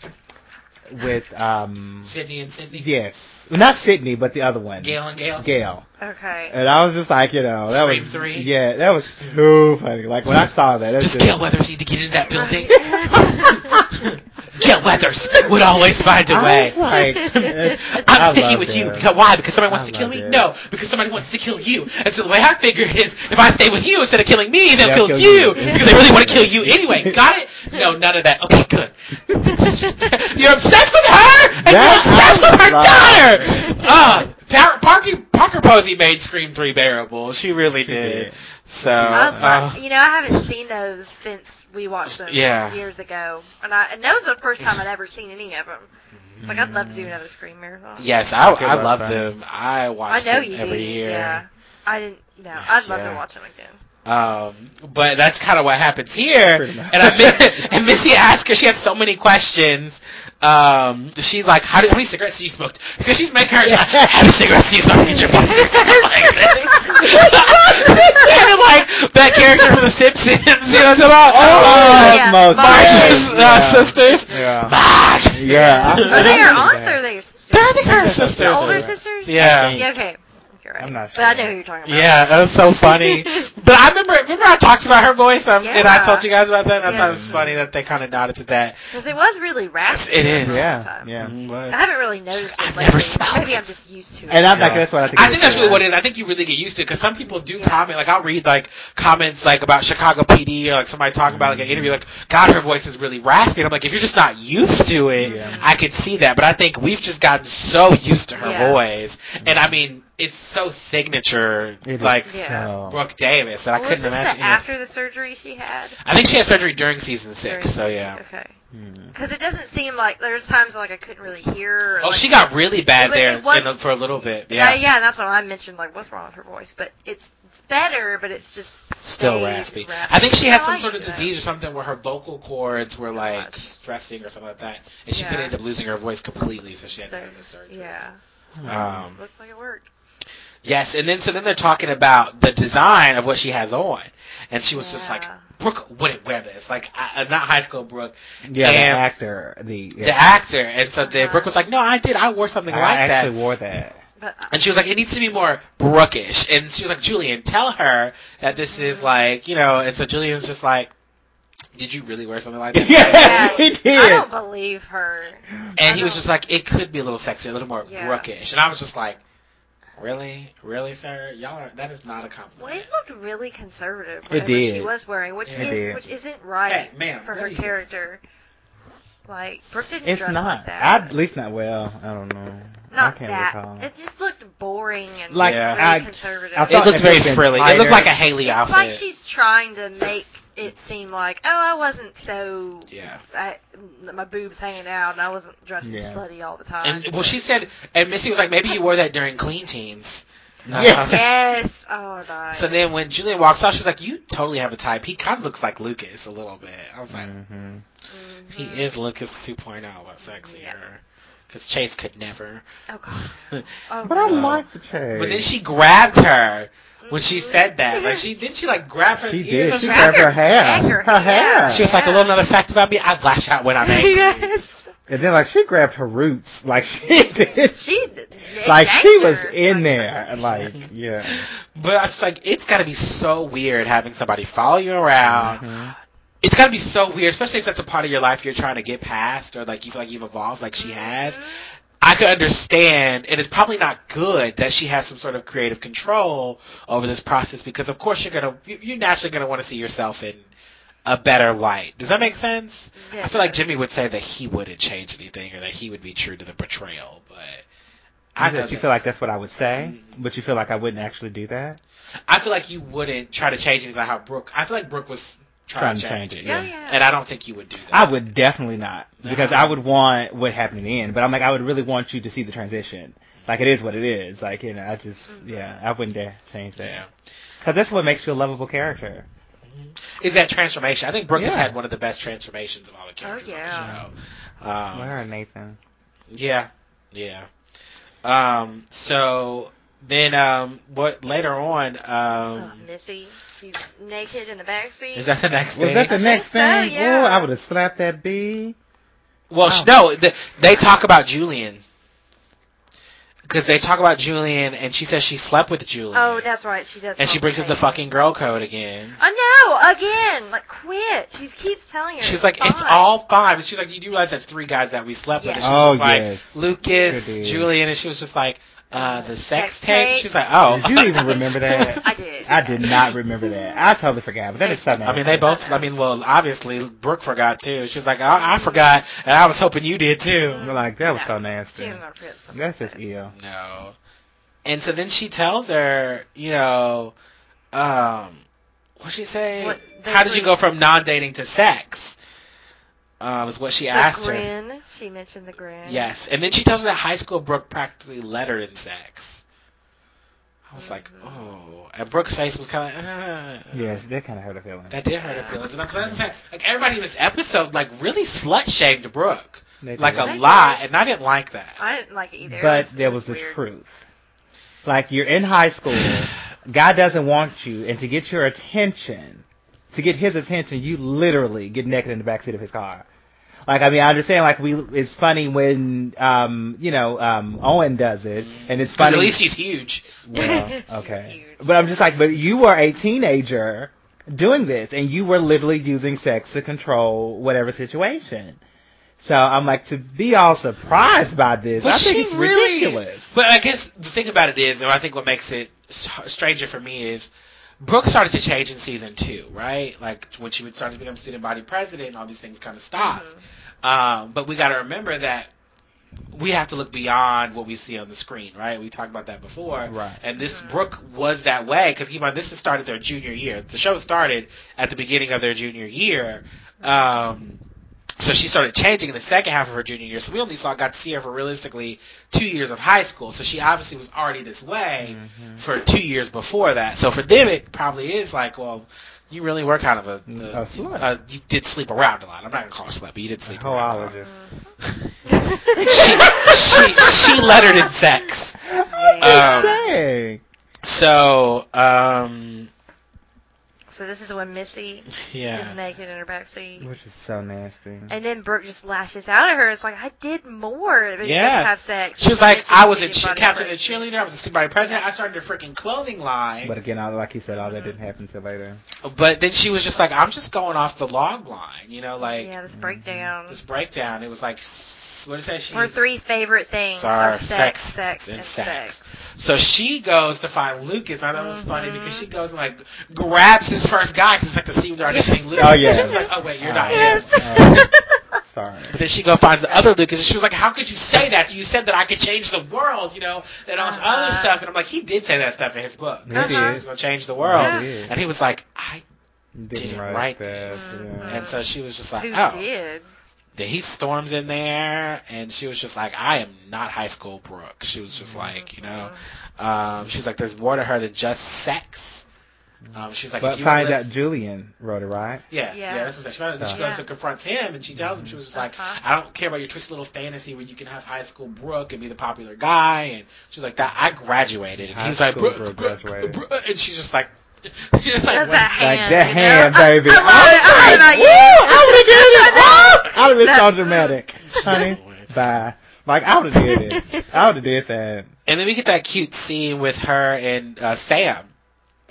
with um,
Sydney and Sydney.
yes, Well, not Sydney, but the other one,
Gail and Gail.
Gail.
Okay.
And I was just like, you know, that
Scream
was
three?
Yeah, that was too funny. Like when I saw that, that was
Just
just,
Gail Weathers need to get into that building. *laughs* Gail Weathers would always find a
I
way. *laughs*
was like, it's- I
I'm sticking
loved
with you.
it.
Because, why? Because somebody wants
I
to kill me?
love it.
No, because somebody wants to kill you. And so the way I figure it is, if I stay with you instead of killing me, they'll, kill, you. Because they really want to kill you anyway. Got it? No, none of that. Okay, good. *laughs* you're obsessed with her, and you're
That
obsessed with her
I love.
daughter. Ah, Par- Parker, Parker Posey made Scream Three bearable. She really did.
did.
So,
I
uh,
love- you know, I haven't seen those since we watched them
Yeah.
years ago, and I and that was the first time I'd ever seen any of them. It's like I'd love to do another Scream marathon.
yes, I,
Okay,
I
love
love
that.
them. I
I
watch
know
them
you
every
do.
year.
Yeah, I didn't. No, I'd love
Yeah.
to watch them again.
Um, but that's kind of what happens here. And,
Pretty
*laughs*
much.
I, mi- and Missy asks her, she has so many questions. Um, she's like, how, do, how many cigarettes do you smoked? Because she's making her, she's like, how many cigarettes do you smoke to get
*laughs*
your *laughs* plastic sacrifice? *laughs* Sounded like that character from The Simpsons. You know what I'm talking about?
Oh,
Um,
yeah.
Smoke.
Marge's uh,
Yeah.
sisters.
Yeah.
Marge!
Yeah.
Yeah.
Are they
I-
her
I-
aunts or are they your sisters?
*laughs* They're, I think, her sisters.
The older
right.
sisters?
Yeah.
Yeah, okay. You're right.
I'm not
But I
sure.
know who you're talking about.
Yeah, that was so
*laughs*
funny. but I remember, remember I talked about her voice, um, and I
Yeah.
told you guys about that. And I thought it was
Yeah.
funny that they kind of nodded to that.
Because it was really
Yes,
raspy.
it is.
Yeah, yeah.
I haven't really noticed
I've
it
never
lately.
smelled.
Maybe I'm just used to it.
And I'm like,
Yeah.
that's what I think.
I think that's really what it is. I think you really get used to it because some people do
Yeah.
comment. Like I'll read like comments like about Chicago PD or like somebody talking about like an interview. Like God, her voice is really raspy. And I'm like, if you're just not used to it,
Yeah.
I could see that. But I think we've just gotten so used to her
Yeah.
voice, and I mean, it's so signature,
It is
like
Yeah.
so-
Brooke Davis, that I
Well,
couldn't
was this
imagine.
The
yeah.
after the surgery she had?
I think she had surgery during season six.
During-
So yeah.
Okay.
Mm.
Because it doesn't seem like there's times like I couldn't really hear. Or,
Oh,
like,
she got really bad
But
there
it was-
in a- for a little bit.
Yeah,
Yeah,
yeah, and that's what I mentioned. Like, what's wrong with her voice? But it's, it's better, but it's just
still
stayed
raspy. I think she had
I
some
like
sort of
that.
disease or something where her vocal cords were like
Gosh.
stressing or something like that, and she
Yeah.
could end up losing her voice completely. So she had
So,
to go to surgery.
Yeah,
Hmm.
Um,
looks like it worked.
yes, and then so then they're talking about the design of what she has on, and she was just like,
Yeah.
Brooke wouldn't wear this. Like, I, uh, not high school Brooke,
Yeah, the
And-
actor, the, yeah.
the actor. And so then
Uh-huh.
Brooke was like, No, I did. I wore something
I
like that.
actually wore that.
But *laughs*
*laughs*
I-
And she was like, it needs to be more brookish. And she was like, Julian, tell her that this is like, you know, and so Julian's just like, did you really wear something like that?
yes, he
I
did.
don't believe her.
And he was
I
just like, it could be a little sexier, a little more
Yeah.
brookish. And I was just like, really? Really, sir? Y'all are, that is not a
Well,
compliment.
it looked really conservative.
It
Whatever she
did.
was wearing, which
It
is
did.
which isn't right
Hey, ma'am,
for
what
her
are you-
character. Like Brooke didn't
It's
dress
not.
like
I,
that.
at least not well. I don't know.
not
I can't
that.
recall.
It just looked boring and
Like,
Yeah.
really
I-
conservative.
I
It
thought-
looked
if it
very
had been
frilly. It looked
tighter-
like a Haley
it's
outfit.
like she's trying to make it seem like, oh, I wasn't so
yeah.
I, my boobs hanging out, and I wasn't dressed
Yeah.
slutty all the time.
And well, she said, and Missy was like, maybe you wore that during Clean Teens. Uh-huh.
Yeah.
yes. Oh no.
So then when Julian walks off, she's like, you totally have a type. He kind of looks like Lucas a little bit. I was like,
hmm
Mhm.
He is Lucas 2.0, but sexier.
Yeah.
Because Chase could
*laughs*
never.
Oh god. Oh,
But I
no.
like the chain.
But then she grabbed her when she
Mhm.
said that. Like she
*laughs*
didn't she like grab her
She
ears
did.
or *laughs*
She
something?
grabbed her hair.
Her
Her hair.
hair. *laughs*
She was like a little another fact about me. I lash out when I'm angry.
yes.
And then like she grabbed her roots, like she *laughs* did,
She
like she was
endangered.
in there, like yeah.
But I'm just like, it's got to be so weird having somebody follow you around.
Mm-hmm.
It's got to be so weird, especially if that's a part of your life you're trying to get past, or like you feel like you've evolved, like she has. I could understand, and it's probably not good that she has some sort of creative control over this process because, of course, you're gonna, you- you're naturally gonna want to see yourself in a better light. Does that make sense? I feel like Jimmy would say that he wouldn't change anything or that he would be true to the portrayal, but
I
I
know
know
that you
that-
feel like that's what I would say, but you feel like I wouldn't actually do that.
I feel like you wouldn't try to change anything like how Brooke. I feel like Brooke was trying, to change, it,
Yeah,
Yeah.
yeah.
and I don't think you would do
I
that.
would definitely not because I would want what happened in the end. But I'm like, I would really want you to see the transition. Like it is what it is. Like you know, I just
Mm-hmm.
yeah, I wouldn't dare change that.
Yeah.
Because that's what makes you a lovable character.
Is that transformation? I think Brooke has
Yeah.
had one of the best transformations of all the characters
Oh, yeah.
on the show. Um,
Where are Nathan?
Yeah, yeah. Um, so then, um, what later on?
Oh,
Um,
Missy, she's naked in the backseat.
is that the next
Was
thing?
that the
think
next
so,
thing?
yeah.
Oh, I would have slapped that bee.
Well, sh no, th they talk about Julian because they talk about Julian, and she says she slept with Julian.
Oh, that's right. She does.
and she brings up the
complicate it.
fucking girl code again.
I know. Again, like quit. She keeps telling her.
She's like, it's
fine.
all five. And she's like, you do realize that's three guys that we slept with. And she was
Oh,
just like,
yes.
Lucas,
Good dude.
Julian. And she was just like, uh, the sex,
Sex
tape.
tape.
She was like, oh.
Did you
*laughs*
even remember that?
I did.
I did not remember that. I totally forgot, but that is so nice.
I mean, they both, I mean, well, obviously, Brooke forgot too. She was like, I, I forgot, and I was hoping you did too.
They're like, that was
No,
so
She
nasty.
ain't gonna print something.
That's just ill.
No. And so then she tells her, you know, um, what she say?
What-
How did
basically-
you go from non dating to sex? Uh, was what she asked
the
her.
grin. She mentioned the grin.
Yes, and then she tells her that high school Brooke practically led her in sex. I was like,
Mm-hmm.
oh, and Brooke's face was kind of like, uh,
Yes, that kind of hurt a feeling.
that did hurt her feelings. And I'm so that's what I'm saying, like everybody in this episode like really slut shamed Brooke
They
like
did.
a lot, and I didn't like that.
I didn't like it either.
But
It
there
it
was the
weird.
truth. Like, you're in high school, God doesn't want you, and to get your attention, to get his attention, you literally get naked in the backseat of his car. Like, I mean, I understand, like, we, it's funny when, um, you know, um, Owen does it, and it's
Because
funny.
at least he's huge.
*laughs* Well,
She's
okay.
huge.
But I'm just like, but you were a teenager doing this, and you were literally using sex to control whatever situation. So I'm like, to be all surprised by this,
But
I think
she
it's
really-
ridiculous.
But I guess the thing about it is, and I think what makes it s- stranger for me is Brooke started to change in season two, right? Like when she would start to become student body president, all these things kind of stopped.
Mm-hmm.
Um, but we got to remember that we have to look beyond what we see on the screen, right? We talked about that before.
Right.
And this Brooke was that way because keep on, this has started their junior year. The show started at the beginning of their junior year. Um, so she started changing in the second half of her junior year. So we only saw got to see her for realistically two years of high school. So she obviously was already this
Mm-hmm.
way for two years before that. So for them, it probably is like, well, you really were kind of a,
A slut.
uh, you did sleep around a lot. I'm not gonna call her slut, but you did sleep around. A lot.
Hoologist.
She, *laughs* she she lettered in sex.
That's
Um,
insane.
So um
So this is when Missy is
yeah.
naked in her backseat.
Which is so nasty.
And then Brooke just lashes out at her. It's like I did more than
Yeah.
just have sex.
She was
And
like,
then
I was a
cheated
ch-
on her
captain and
first.
cheerleader. I was a student body president. I started a freaking clothing line.
But again, all, like you said, all that didn't happen until later.
But then she was just like, I'm just going off the log line, you know, like mm-hmm.
yeah, this breakdown.
this breakdown. It was like, s- what did it say? She's,
Her three favorite things
Sorry,
are sex,
sex,
sex,
and
and
sex.
sex.
So she goes to find Lucas. I thought it was funny because she goes and like grabs this first guy because it's like the scene where they're auditioning Lucas.
Oh, yeah.
She was like, oh wait, you're not him.
*laughs* Yes.
Sorry.
But then she go finds the other Lucas, and she was like, "How could you say that? You said that I could change the world, you know, and all this other
Uh-huh.
stuff." And I'm like, "He did say that stuff in his book.
He
He said She
did.
was gonna change the world."
He did.
And he was like, "I."
Didn't write,
write
that.
this.
yeah.
And so she was just like,
Who
"Oh."
did?
Then he storms in there, and she was just like, "I am not high school Brooke." She was just like, you know, um, she's like, "There's more to her than just sex." Um, she's like,
But
if you
find
live-
out Julian wrote it, right?
Yeah, yeah,
Yeah.
that's what I'm saying. She, finds- she
Yeah.
goes and confronts him, and she tells him she was just like,
Uh-huh.
"I don't care about your twisted little fantasy where you can have high school Brooke and be the popular guy." And she's like, "That I graduated," and
High
he was like,
school
"Brooke,
Brooke
Brooke,
graduated."
Brooke," and she's just like, *laughs* she's like, "What?"
That's that hand.
like that
you know?
hand,
I-
baby.
I, love it. I love it
Woo!
about you.
I would've did it. I would have been so dramatic, honey.
That's-
Bye. Like I would have did it. I would have did that.
And then we get that cute scene with her and uh, Sam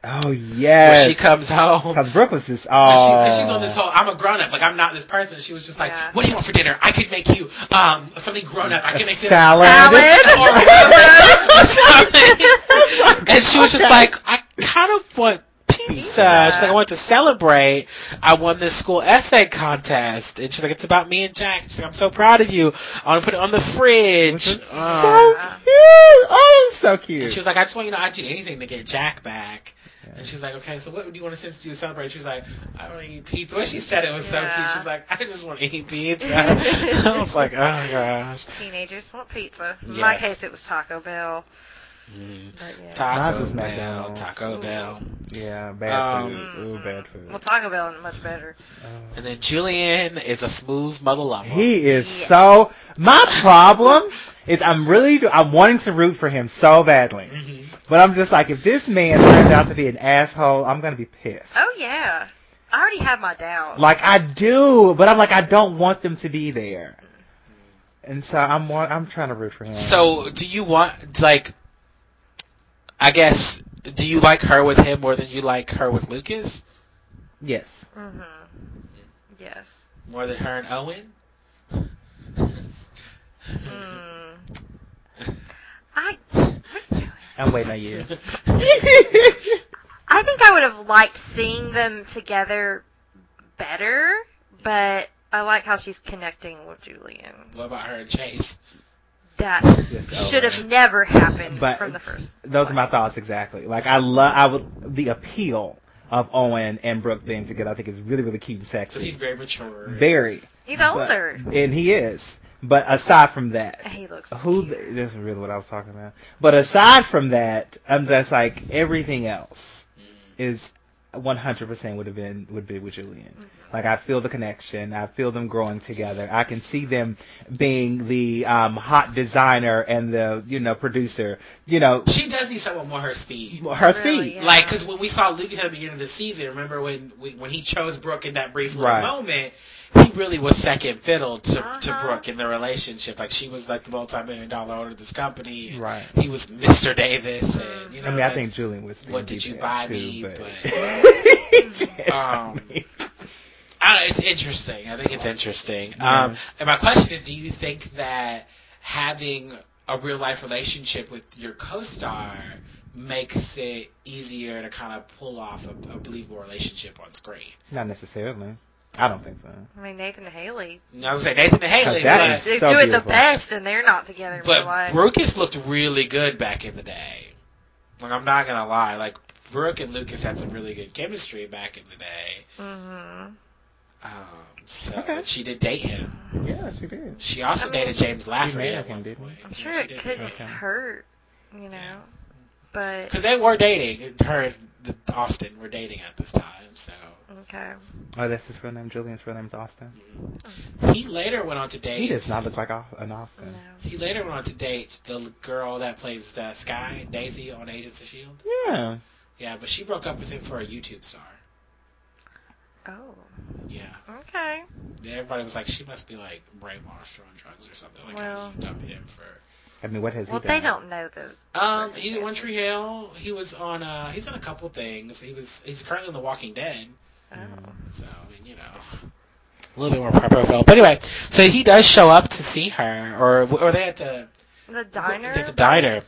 Oh
where
yes.
she comes home.
Because Brooke was just
Cause she-
oh.
'cause she's on this whole, I'm a grown up, like I'm not this person. She was just like,
Yeah.
what do you want for dinner? I could make you um something grown up. I could make dinner.
salad.
*laughs* Or
*laughs*
whatever, or something. and she was just like, I kind of want pizza. She's like, I want to celebrate. I won this school essay contest. And she's like, it's about me and Jack. She's like, I'm so proud of you. I want to put it on the
Which
fridge.
is *laughs* so
Uh,
cute. Oh, so cute.
and she was like, I just want you to, I'd do anything to get Jack back. And she's like, okay, so what do you want us to do to celebrate? She's like, I want to eat pizza. The way she said it was so cute.
Yeah.
She's like, I just want to eat pizza. I was like, oh gosh.
Teenagers want pizza. In my
Yes.
case, it was Taco Bell.
Mm.
But yeah.
Taco
Mine's was
Bell,
McDonald's.
Taco Bell.
yeah, bad
Um,
food. Ooh, bad food.
Mm-hmm. well, Taco Bell isn't much better.
Oh.
And then Julian is a smooth mother lover.
He is
Yes.
so. My problem is I'm really I'm wanting to root for him so badly,
Mhm.
but I'm just like if this man turns out to be an asshole, I'm gonna be pissed.
Oh yeah, I already have my doubts.
Like I do, but I'm like I don't want them to be there, and so I'm wa- I'm trying to root for him.
So, do you want like? I guess. Do you like her with him more than you like her with Lucas?
yes,
hmm Yes.
More than her and Owen?
Mm. I. what are
*laughs*
you doing?
I'm waiting on
*laughs*
you.
I think I would have liked seeing them together better, but I like how she's connecting with Julian.
what about her and Chase?
That
Yes,
should have
Owen.
never happened
But-
from the first.
Those are my
place.
thoughts exactly. Like I love I would the appeal of Owen and Brooke being together. I think is really really cute and
Because he's
sexy.
very mature.
Very.
He's
But-
older.
and he is. But aside from that,
he looks.
who
cute.
this is really what I was talking about. But aside from that, I'm just like everything else
Mm.
is 100% would have been would be with Julian. Like I feel the connection. I feel them growing together. I can see them being the um, hot designer and the you know producer. You know
She does need someone more her speed.
her
Really,
speed.
yeah.
Like, because when we saw Lucas at the beginning of the season, remember when we, when he chose Brooke in that brief little
Right.
moment, he really was second fiddle to, to
Uh-huh.
Brooke in their relationship. Like, she was like the multi-million dollar owner of this company. And
Right.
He was Mr. Davis.
Mm-hmm.
And, you know,
I mean, I
like,
think Julian was.
What did you buy me?
*laughs*
But-
But...
Um, I don't know, it's interesting. I think it's interesting. Um,
Yeah.
and my question is, do you think that having a real life relationship with your co-star makes it easier to kind of pull off a, a believable relationship on screen?
Not necessarily. I don't think so.
I mean, Nathan and Haley.
You know, I was saying Nathan and Haley,
That
but,
is
They
so
do it
beautiful.
the best, and they're not together in real
but
life.
Brookus looked really good back in the day. Like I'm not gonna lie, like Brooke and Lucas had some really good chemistry back in the day.
hmm
Um, so
Okay.
she did date him.
Yeah, she did.
She also
I mean,
dated James Lafferty.
married
at
him,
one
didn't
point.
I'm
Yeah,
sure
she
it
did.
couldn't
Okay.
hurt, you know.
Yeah.
But
Because they were dating. Her and the- Austin were dating at this time, so.
okay,
Oh, that's his real name. Julian's real name's Austin.
He later went on to date.
He does not look like Au- an Austin.
no.
He later went on to date the girl that plays uh, Sky, Daisy, on Agents of S.H.I.E.L.D.
Yeah.
E Yeah, but she broke up with him for a YouTube star.
Oh,
Yeah.
okay.
And Everybody was like, she must be like brainwashed or on drugs or something. Like,
Well.
how you dump him for.
I mean, what has
Well,
he done?
they don't know the.
Um, he's in One Tree Hill. He was on, uh, he's on a couple things. He was, he's currently on The Walking Dead.
Oh.
So, I mean, you know, a little bit more proper profile. But anyway, so he does show up to see her, or or Mm. they at the
The diner.
At the diner.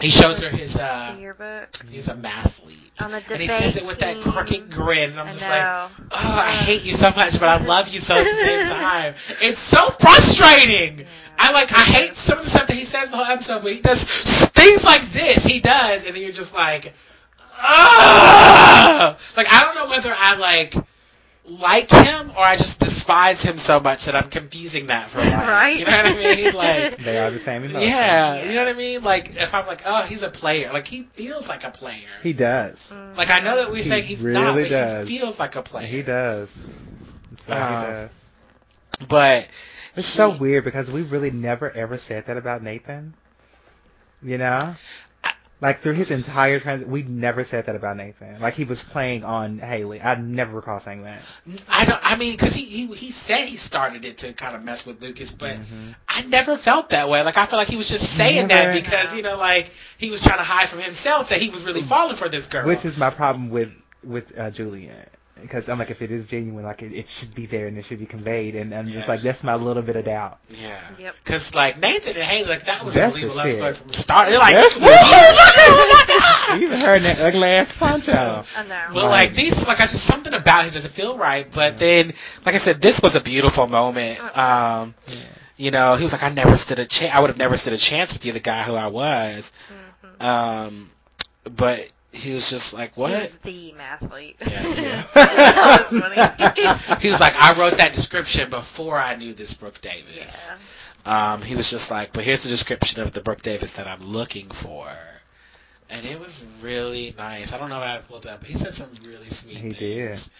He shows her his uh,
the yearbook.
he's a mathlete,
On the
and
debate
he says it with that
team.
crooked grin. And I'm
I
just like,
know.
oh, I hate you so much, but I love you so at the same time. It's so frustrating. I like I hate some of the stuff that he says in the whole episode, but he does things like this. He does, and then you're just like, ah! Like I don't know whether I like like him or I just despise him so much that I'm confusing that for like,
Right.
you know what I mean? Like.
They are the same emotion.
Yeah,
Yeah.
you know what I mean. Like if I'm like, oh, he's a player. Like he feels like a player.
He does.
Mm.
like I know that we're
He
saying he's not,
really
but
does.
he feels like a player.
He does. That's what
Uh,
he does.
But
It's so
he-
weird because we really never ever said that about Nathan. You know? Like through his entire trans, we never said that about Nathan. Like he was playing on Haley. I never recall saying that.
I don't. I mean, because he, he he said he started it to kind of mess with Lucas, but
Mhm.
I never felt that way. Like I felt like he was just saying
Never.
that because you know, like he was trying to hide from himself that he was really falling for this girl.
Mm. Which is my problem with with uh, Julian. Because I'm like, if it is genuine, like it, it should be there and it should be conveyed, and I'm just
Yes.
like, that's my little bit of doubt.
yeah.
Yep.
Because like Nathan and Haley, like that was
That's
a believable
the
love story
shit.
from the start. They're like, *laughs*
That's the
"Oh my God!"
Even her and that ugly ass poncho.
I know.
But like these, like I just something about him doesn't feel right.
Mm.
But then, like I said, this was a beautiful moment. Um,
Yeah.
you know, he was like, I never stood a chance. I would have never stood a chance with you, the guy who I was.
Mhm.
Um, but he was just like,
He
what?
was the mathlete. *laughs*
Yes.
that
*laughs*
was funny.
He was like, I wrote that description before I knew this Brooke Davis.
yeah.
Um, he was just like, but here's the description of the Brooke Davis that I'm looking for. And it was really nice. I don't know if I pulled up, but he said some really sweet
He
things.
did.
There's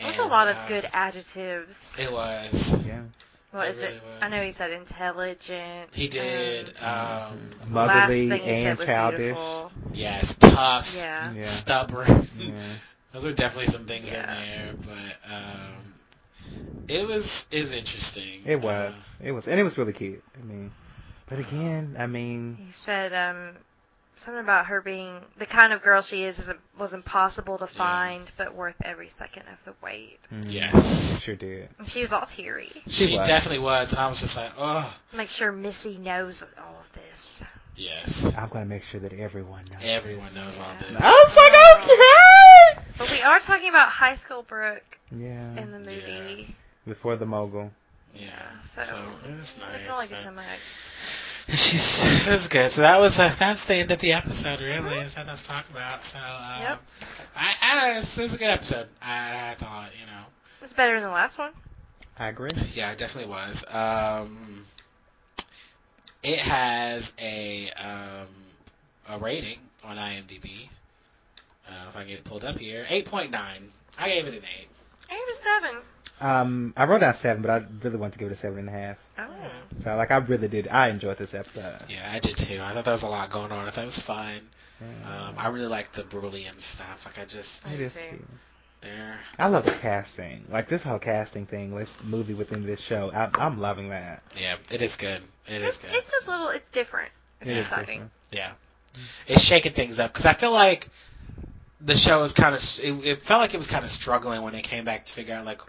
a
And,
lot of
uh,
good adjectives.
It was.
yeah.
What
it
is
really
it? I know
was.
he said intelligent.
He did.
and
Um,
Mm-hmm.
last
Motherly
thing he said
and
was
childish.
beautiful.
yes, tough,
Yeah.
Yeah.
stubborn.
yeah.
Those are definitely some things
Yeah.
in there, but um, it was is interesting.
It was.
Uh,
It was, and it was really cute. I mean, but again, I mean,
He said um, something about her being the kind of girl she is, is was impossible to find, but worth every second of the wait.
mm,
yes,
sure did.
And she was all teary.
she,
She was.
definitely was, and I was just like, oh,
Make sure Missy knows all of this.
yes,
I'm gonna make sure that everyone knows.
everyone knows all this.
I was like, okay.
But we are talking about High School Brooke
Yeah.
in the movie.
Before the mogul.
Mm, Yeah,
So,
so, it's
I
nice.
feel like
*laughs*
it's in my
She's it was good. So that was uh, that's the end of the episode. Really, there's nothing else to talk about. So um,
Mm-hmm. Yep.
I, I this is a good episode. I, I thought you know.
It's better than the last one.
I agree.
Yeah, it definitely was. Um, it has a um, a rating on IMDb. Uh, if I can get it pulled up here, eight point nine. I gave it an eight.
I gave it a seven.
Um, I wrote down seven, but I really want to give it a seven and a half.
Oh.
So, like, I really did. I enjoyed this episode.
Yeah, I did too. I thought there was a lot going on. I thought it was fun.
Yeah.
Um, I really liked the Brulian stuff. Like I just *laughs*
it is
Okay.
cute.
there.
I love the casting. Like, this whole casting thing, this movie within this show, I, I'm loving that.
Yeah, it is good. It is
It's,
good.
it's a little, it's different. It's
It is
exciting.
Yeah, it's shaking things up because I feel like the show is kind of it, it felt like it was kind of struggling when they came back to figure out like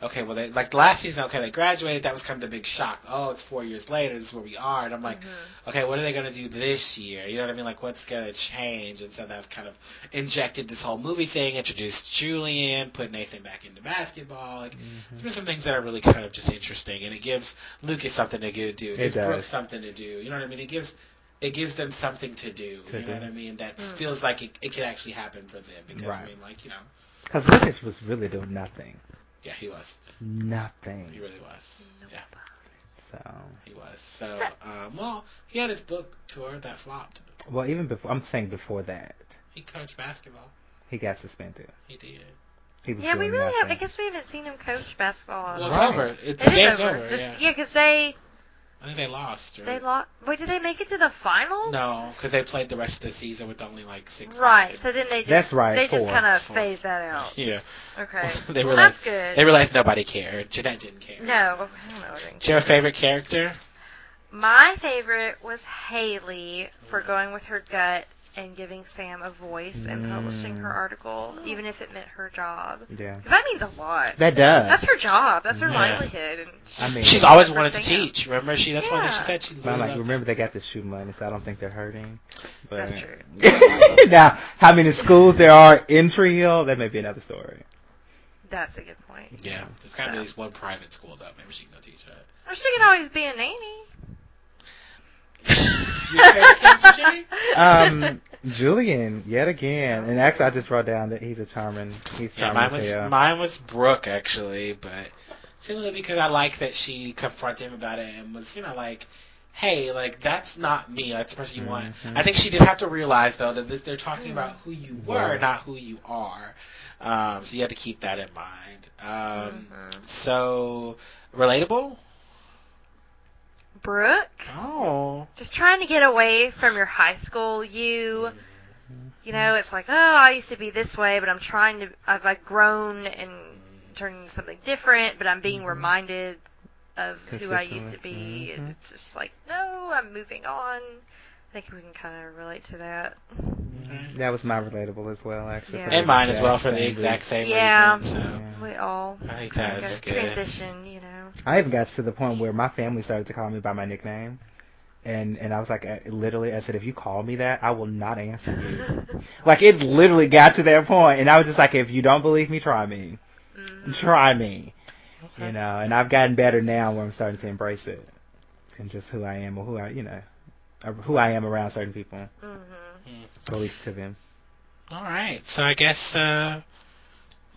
okay well they like last season okay they graduated that was kind of the big shock oh it's four years later this is where we are and I'm like okay what are they gonna do this year you know what I mean like what's gonna change and so they've kind of injected this whole movie thing introduced Julian put Nathan back into basketball like there's some things that are really kind of just interesting and it gives Lucas something to go do it,
It
gives
does.
Brooks something to do you know what I mean it gives it gives them something to do.
To
you
do.
know what I mean? That
Mm.
feels like it, it could actually happen for them because
Right.
I mean, like you know,
Because Lucas was really doing nothing.
yeah, he was, he
Nothing.
really was, yeah,
So,
he was. So,
Hmm.
um, well, he had his book tour that flopped.
well, even before, I'm saying before that,
He coached basketball.
he got suspended.
He did.
He was
Yeah, we
doing
really have. I
nothing.
guess we haven't seen him coach basketball.
Well,
It
it's
Right.
over. It, the
is
game's
over.
over.
This,
yeah.
yeah, because they
I think they lost.
they
Right?
lost. Wait, did they make it to the final?
No, because they played the rest of the season with only like six.
Right. So then they just
That's right,
They just
four.
kind of
Four.
phase that out.
*laughs* Yeah.
Okay.
They
well,
realized-
that's good.
They realized nobody cared. Jeanette didn't care.
no, I don't know. what I think.
Do you have a favorite character?
My favorite was Haley for
Mm.
going with her gut and giving Sam a voice and publishing her
Mm.
article, even if it meant her job.
Yeah.
Because that means a lot.
That does.
That's her job. That's her
Yeah.
livelihood. And
I mean,
She's
all-
always
Never
wanted to
Sam.
teach. Remember, she that's one thing she
Yeah.
said she.
But I'm
really
like,
loved
remember they got the shoe money, so I don't think they're hurting. But...
that's true.
*laughs* now, how many schools there are in Tree Hill? That may be another story.
That's a good point.
Yeah, there's got to be at
Um, So.
least one private school though. Maybe she can go teach at.
Or she could always be a nanny. *laughs*
You heard Kim Jay?
*laughs* Um, Julian, yet again, and actually, I just wrote down that he's a charming. He's
Yeah,
charming.
mine
as
was
hell.
mine was Brooke actually, but simply because I like that she confronted him about it and was you know like, hey, like that's not me. That's the person you want.
Mhm.
I think she did have to realize though that this, they're talking about who you were,
Yeah.
not who you are. Um, so you have to keep that in mind. Um,
Mm-hmm.
So relatable.
Brooke,
Oh.
just trying to get away from your high school you You know, it's like, oh, I used to be this way, but I'm trying to, I've like grown and turned into something different, but I'm being
Mhm.
reminded of who I used to
Consistently.
be, and
Mhm.
it's just like, no, I'm moving on. I think we can kind of relate to that.
That was my relatable as well, actually.
Yeah.
for the
And mine as
exact
well for the
same
exact same
Yeah.
reason. So
reason. Yeah.
We all
I think
kind of
that's
go-
good.
transition, you
*laughs*
know.
I even got to the point where my family started to call me by my nickname. And, and I was like, I, literally, I said, if you call me that, I will not answer you.
*laughs*
Mm-hmm.
like, it literally got to that point, and I was just like, if you don't believe me, try me.
Mm-hmm.
Mhm.
Try me. You know, and I've gotten better now where I'm starting to embrace it. And just who I am, or who I, you know, or who I am around certain people, or
Mhm.
at least to them.
All right. So I guess uh,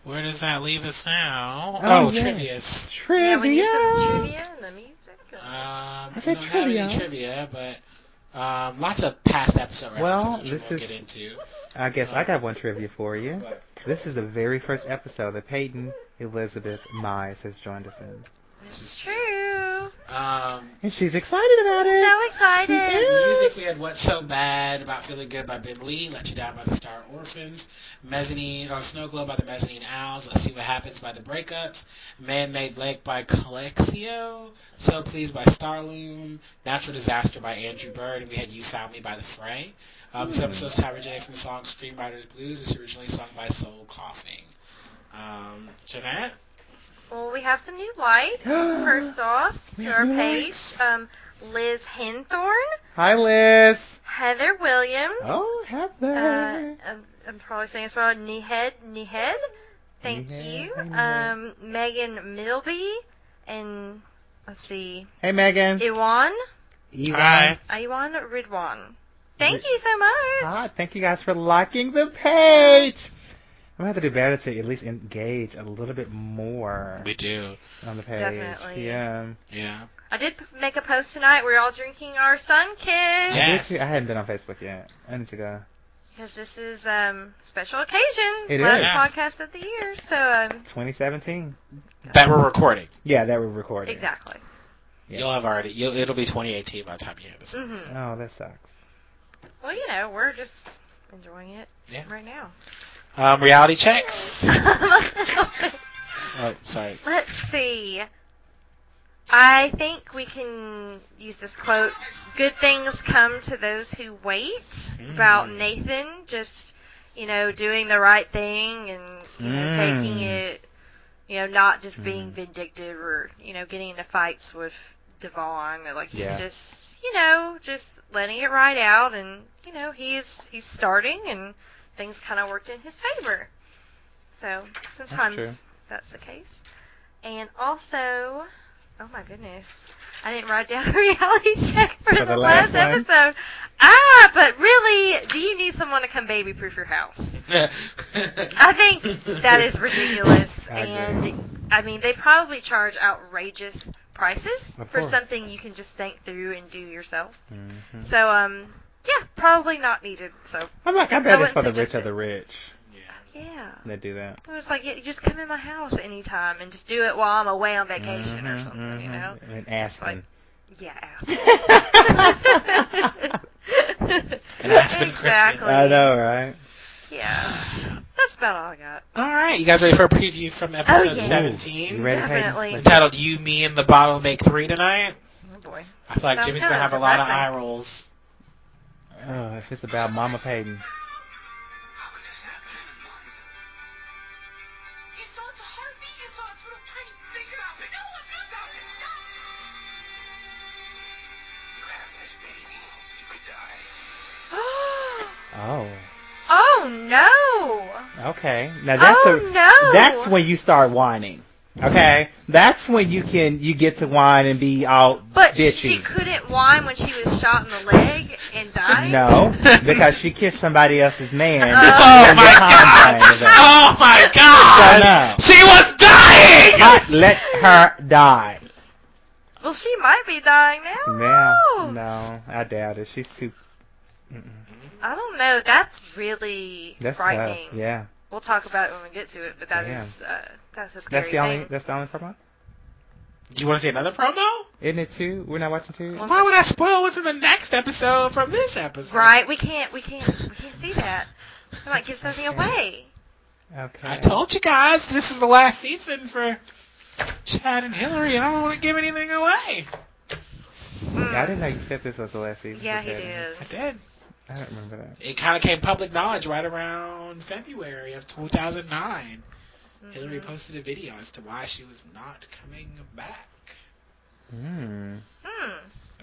where does that leave us now?
Oh,
Oh,
yes.
trivia's.
Trivia!
Yeah, we need some trivia and the music.
Um,
I said
we don't have any trivia, but um, lots of past episode references
Well,
which
this
we won't
is-
get into.
I guess I got one trivia for you.
What?
This is the very first episode that Peyton Elizabeth Mize has joined us in.
This is
True.
Um,
And she's excited about it.
So excited.
music we had "What's So Bad" about "Feeling Good" by Ben Lee, "Let You Down" by the Star Orphans, "Mezzanine" or "Snow Globe" by the Mezzanine Owls, "Let's See What Happens" by the Breakups, "Man Made Lake" by Calexio, "So Pleased" by Starloom, "Natural Disaster" by Andrew Bird, and we had "You Found Me" by The Fray. Um, This
Hmm.
episode's title originated from the song "Screenwriters Blues." It's originally sung by Soul Coughing. Um, Jeanette,
Well, we have some new
*gasps*
lights. First off,
We
to
have
our
new
page,
lights.
um, Liz Henthorne,
Hi, Liz.
Heather Williams.
Oh,
Uh,
Heather.
I'm, I'm probably saying this wrong. Nihed, Nihed. Thank
Nihed,
you.
hi, Nihed.
Um, Megan Milby and let's see,
hey, Megan.
Iwan,
Eli.
Hi.
Iwan Ridwan. Thank you so much.
Hi. Thank you guys for liking the page. I'm gonna have to do better to at least engage a little bit more
we do,
on the page.
Definitely.
Yeah.
yeah.
I did p- make a post tonight. We're all drinking our sun kiss.
I
Yeah.
did
Yes.
see- I hadn't been on Facebook yet. I need to go.
Because this is um special occasion,
It
last
is.
podcast of the year. So um
2017.
That we're recording.
Yeah, that we're recording.
exactly.
Yeah.
You'll have already. You'll, it'll be 2018 by the time you hear this.
hmm
Oh, that sucks.
Well, you know, we're just enjoying it
Yeah.
right now. *laughs*
Um, reality checks. Oh, sorry.
Let's see. I think we can use this quote. Good things come to those who wait. About
Mm.
Nathan just, you know, doing the right thing and you know, taking
Mm.
it, you know, not just being
Mm.
vindictive or, you know, getting into fights with Devon. Or, Like, he's
Yeah.
just, you know, just letting it ride out and, you know, he's, he's starting and things kind of worked in his favor. So sometimes
true.
that's, the case. And also, oh my goodness, I didn't write down *laughs* a reality check for, the, last,
one?
episode. Ah, but really, do you need someone to come baby proof your house? I think that
*laughs*
is ridiculous.
I agree.
and I mean, they probably charge outrageous prices
Of
for
course.
something you can just think through and do yourself.
Mhm.
So, um, yeah, probably not needed. So,
I'm like, I
I
bet it's
wouldn't
for the rich
suggest
of
it.
the rich
yeah.
that do that.
It was like, yeah, just come in my house anytime and just do it while I'm away on vacation or
Mhm,
something, you
mhm.
know?
And
*laughs*
Aspen.
Yeah,
*laughs* I
ass.
An Aspen
exactly.
Christmas.
know, right?
Yeah. That's about all I got.
All right, you guys ready for a preview from episode
Oh, yeah.
You
17?
ready,
Definitely.
Peyton?
Entitled "You, Me, and the Bottle Make Three Tonight."
Oh, boy.
I feel like
Sounds
Jimmy's
kinda
gonna have a lot of eye
depressing.
rolls.
Oh, if it's about Mama Peyton.
How could this happen in a month? You saw its heartbeat. You saw its little tiny face. Stop it! No, stop it! Stop! You have this baby. You could die.
Oh,
oh,
okay. Now that's
Oh,
a
no.
that's when you start whining. Okay, that's when you can you get to whine and be all
no! But
bitchy.
she couldn't whine when she was shot in the leg and died? *laughs*
no, because she kissed somebody else's man.
Oh
Uh.
and
my
the time
god!
frame is up.
Oh my
So
god!
no,
She was dying.
not let her die.
Well, she might be dying now.
No, no, I doubt it. She's too.
I don't know. That's really
That's tough.
frightening.
Yeah,
We'll talk about it when we get to it, but that is
Yeah.
uh, that's a scary
that's the only.
thing.
That's the only problem.
You want to see another promo?
Isn't it two? We're not watching two.
Why would I spoil what's in the next episode from this episode?
Right? We can't. We can't. We can't see that. I might give something away.
Okay.
I told you guys this is the last season for Chad and Hillary. and I don't want to give anything away.
Mm.
I didn't know you said this was the last season.
Yeah, he
Okay.
did.
I did.
I don't remember that.
It kind of came public knowledge right around February of 2009. Hillary
Mhm.
posted a video as to why she was not coming back.
Mm.
Hmm.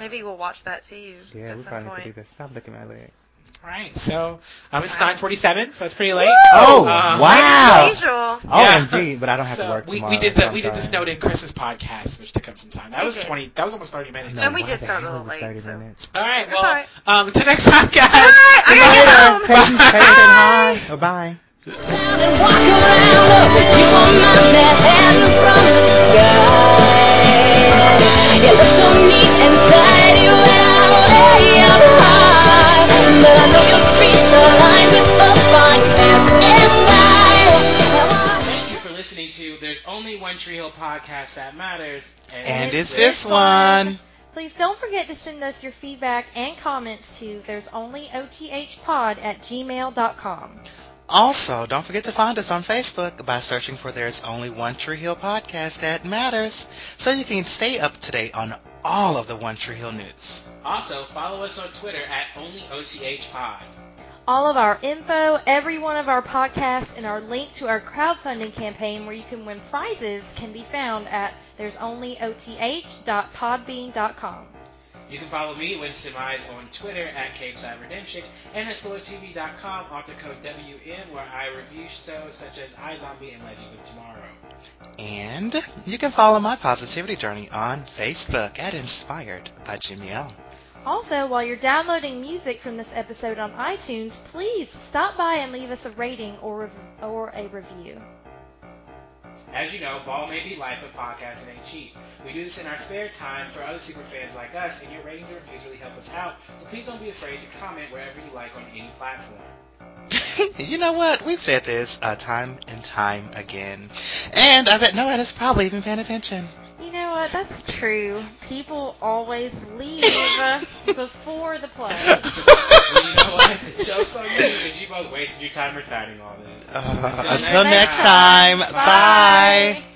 Maybe we'll watch that too
Yeah,
at
we
some
probably need to do
point.
this. Stop looking at my leg.
All right, so um, it's
Wow.
9:47, so that's pretty late.
Oh,
Um,
wow.
As usual.
Yeah.
OMG, but I don't have to
So
work
we,
tomorrow.
we did
so
the
I'm
we did the
sorry.
Snowden Christmas podcast, which took up some time. That
We
was
did.
20. That was almost 30 minutes.
No, And we
Why
did
the
start a
hell
little
was it
late,
30
so-
minutes?
All right,
That's
well,
all right.
um, until next time, guys.
All right, *laughs* I gotta get home.
Peyton, Peyton, hi. Oh, bye.
I've been walking around up with you on my bed and from the sky. You look so neat and tidy when I'm way up high. But I know your streets are lined with the finest desire.
Thank you for listening to There's Only One Tree Hill podcast that matters,
And it's
this
one. Please don't forget to send us your feedback and comments to there's only othpod at gmail.com.
Also, don't forget to find us on Facebook by searching for There's Only One Tree Hill podcast that matters, so you can stay up to date on all of the One Tree Hill news.
Also, follow us on Twitter at OnlyOTHPod.
All of our info, every one of our podcasts, and our link to our crowdfunding campaign where you can win prizes can be found at there's only oth.podbean.com.
You can follow me, Winston Mize, on Twitter at CapeSide Redemption and at SoloTV.com, author code WN, where I review shows such as iZombie and Legends of Tomorrow.
And you can follow my positivity journey on Facebook at Inspired by Jimmy L. *laughs*
Also, while you're downloading music from this episode on iTunes, please stop by and leave us a rating or, rev- or a review.
As you know, ball may be life, but podcasting ain't cheap. We do this in our spare time for other super fans like us, and your ratings and reviews really help us out, so please don't be afraid to comment wherever you like on any platform.
you know what? We've said this uh, time and time again, and I bet nobody's probably even paying attention.
You know what? That's true. People always leave before the play.
Well, you know what? *laughs* The joke's on you because you both wasted your time reciting all this.
Uh,
Until
until
next
next time, bye.
Bye.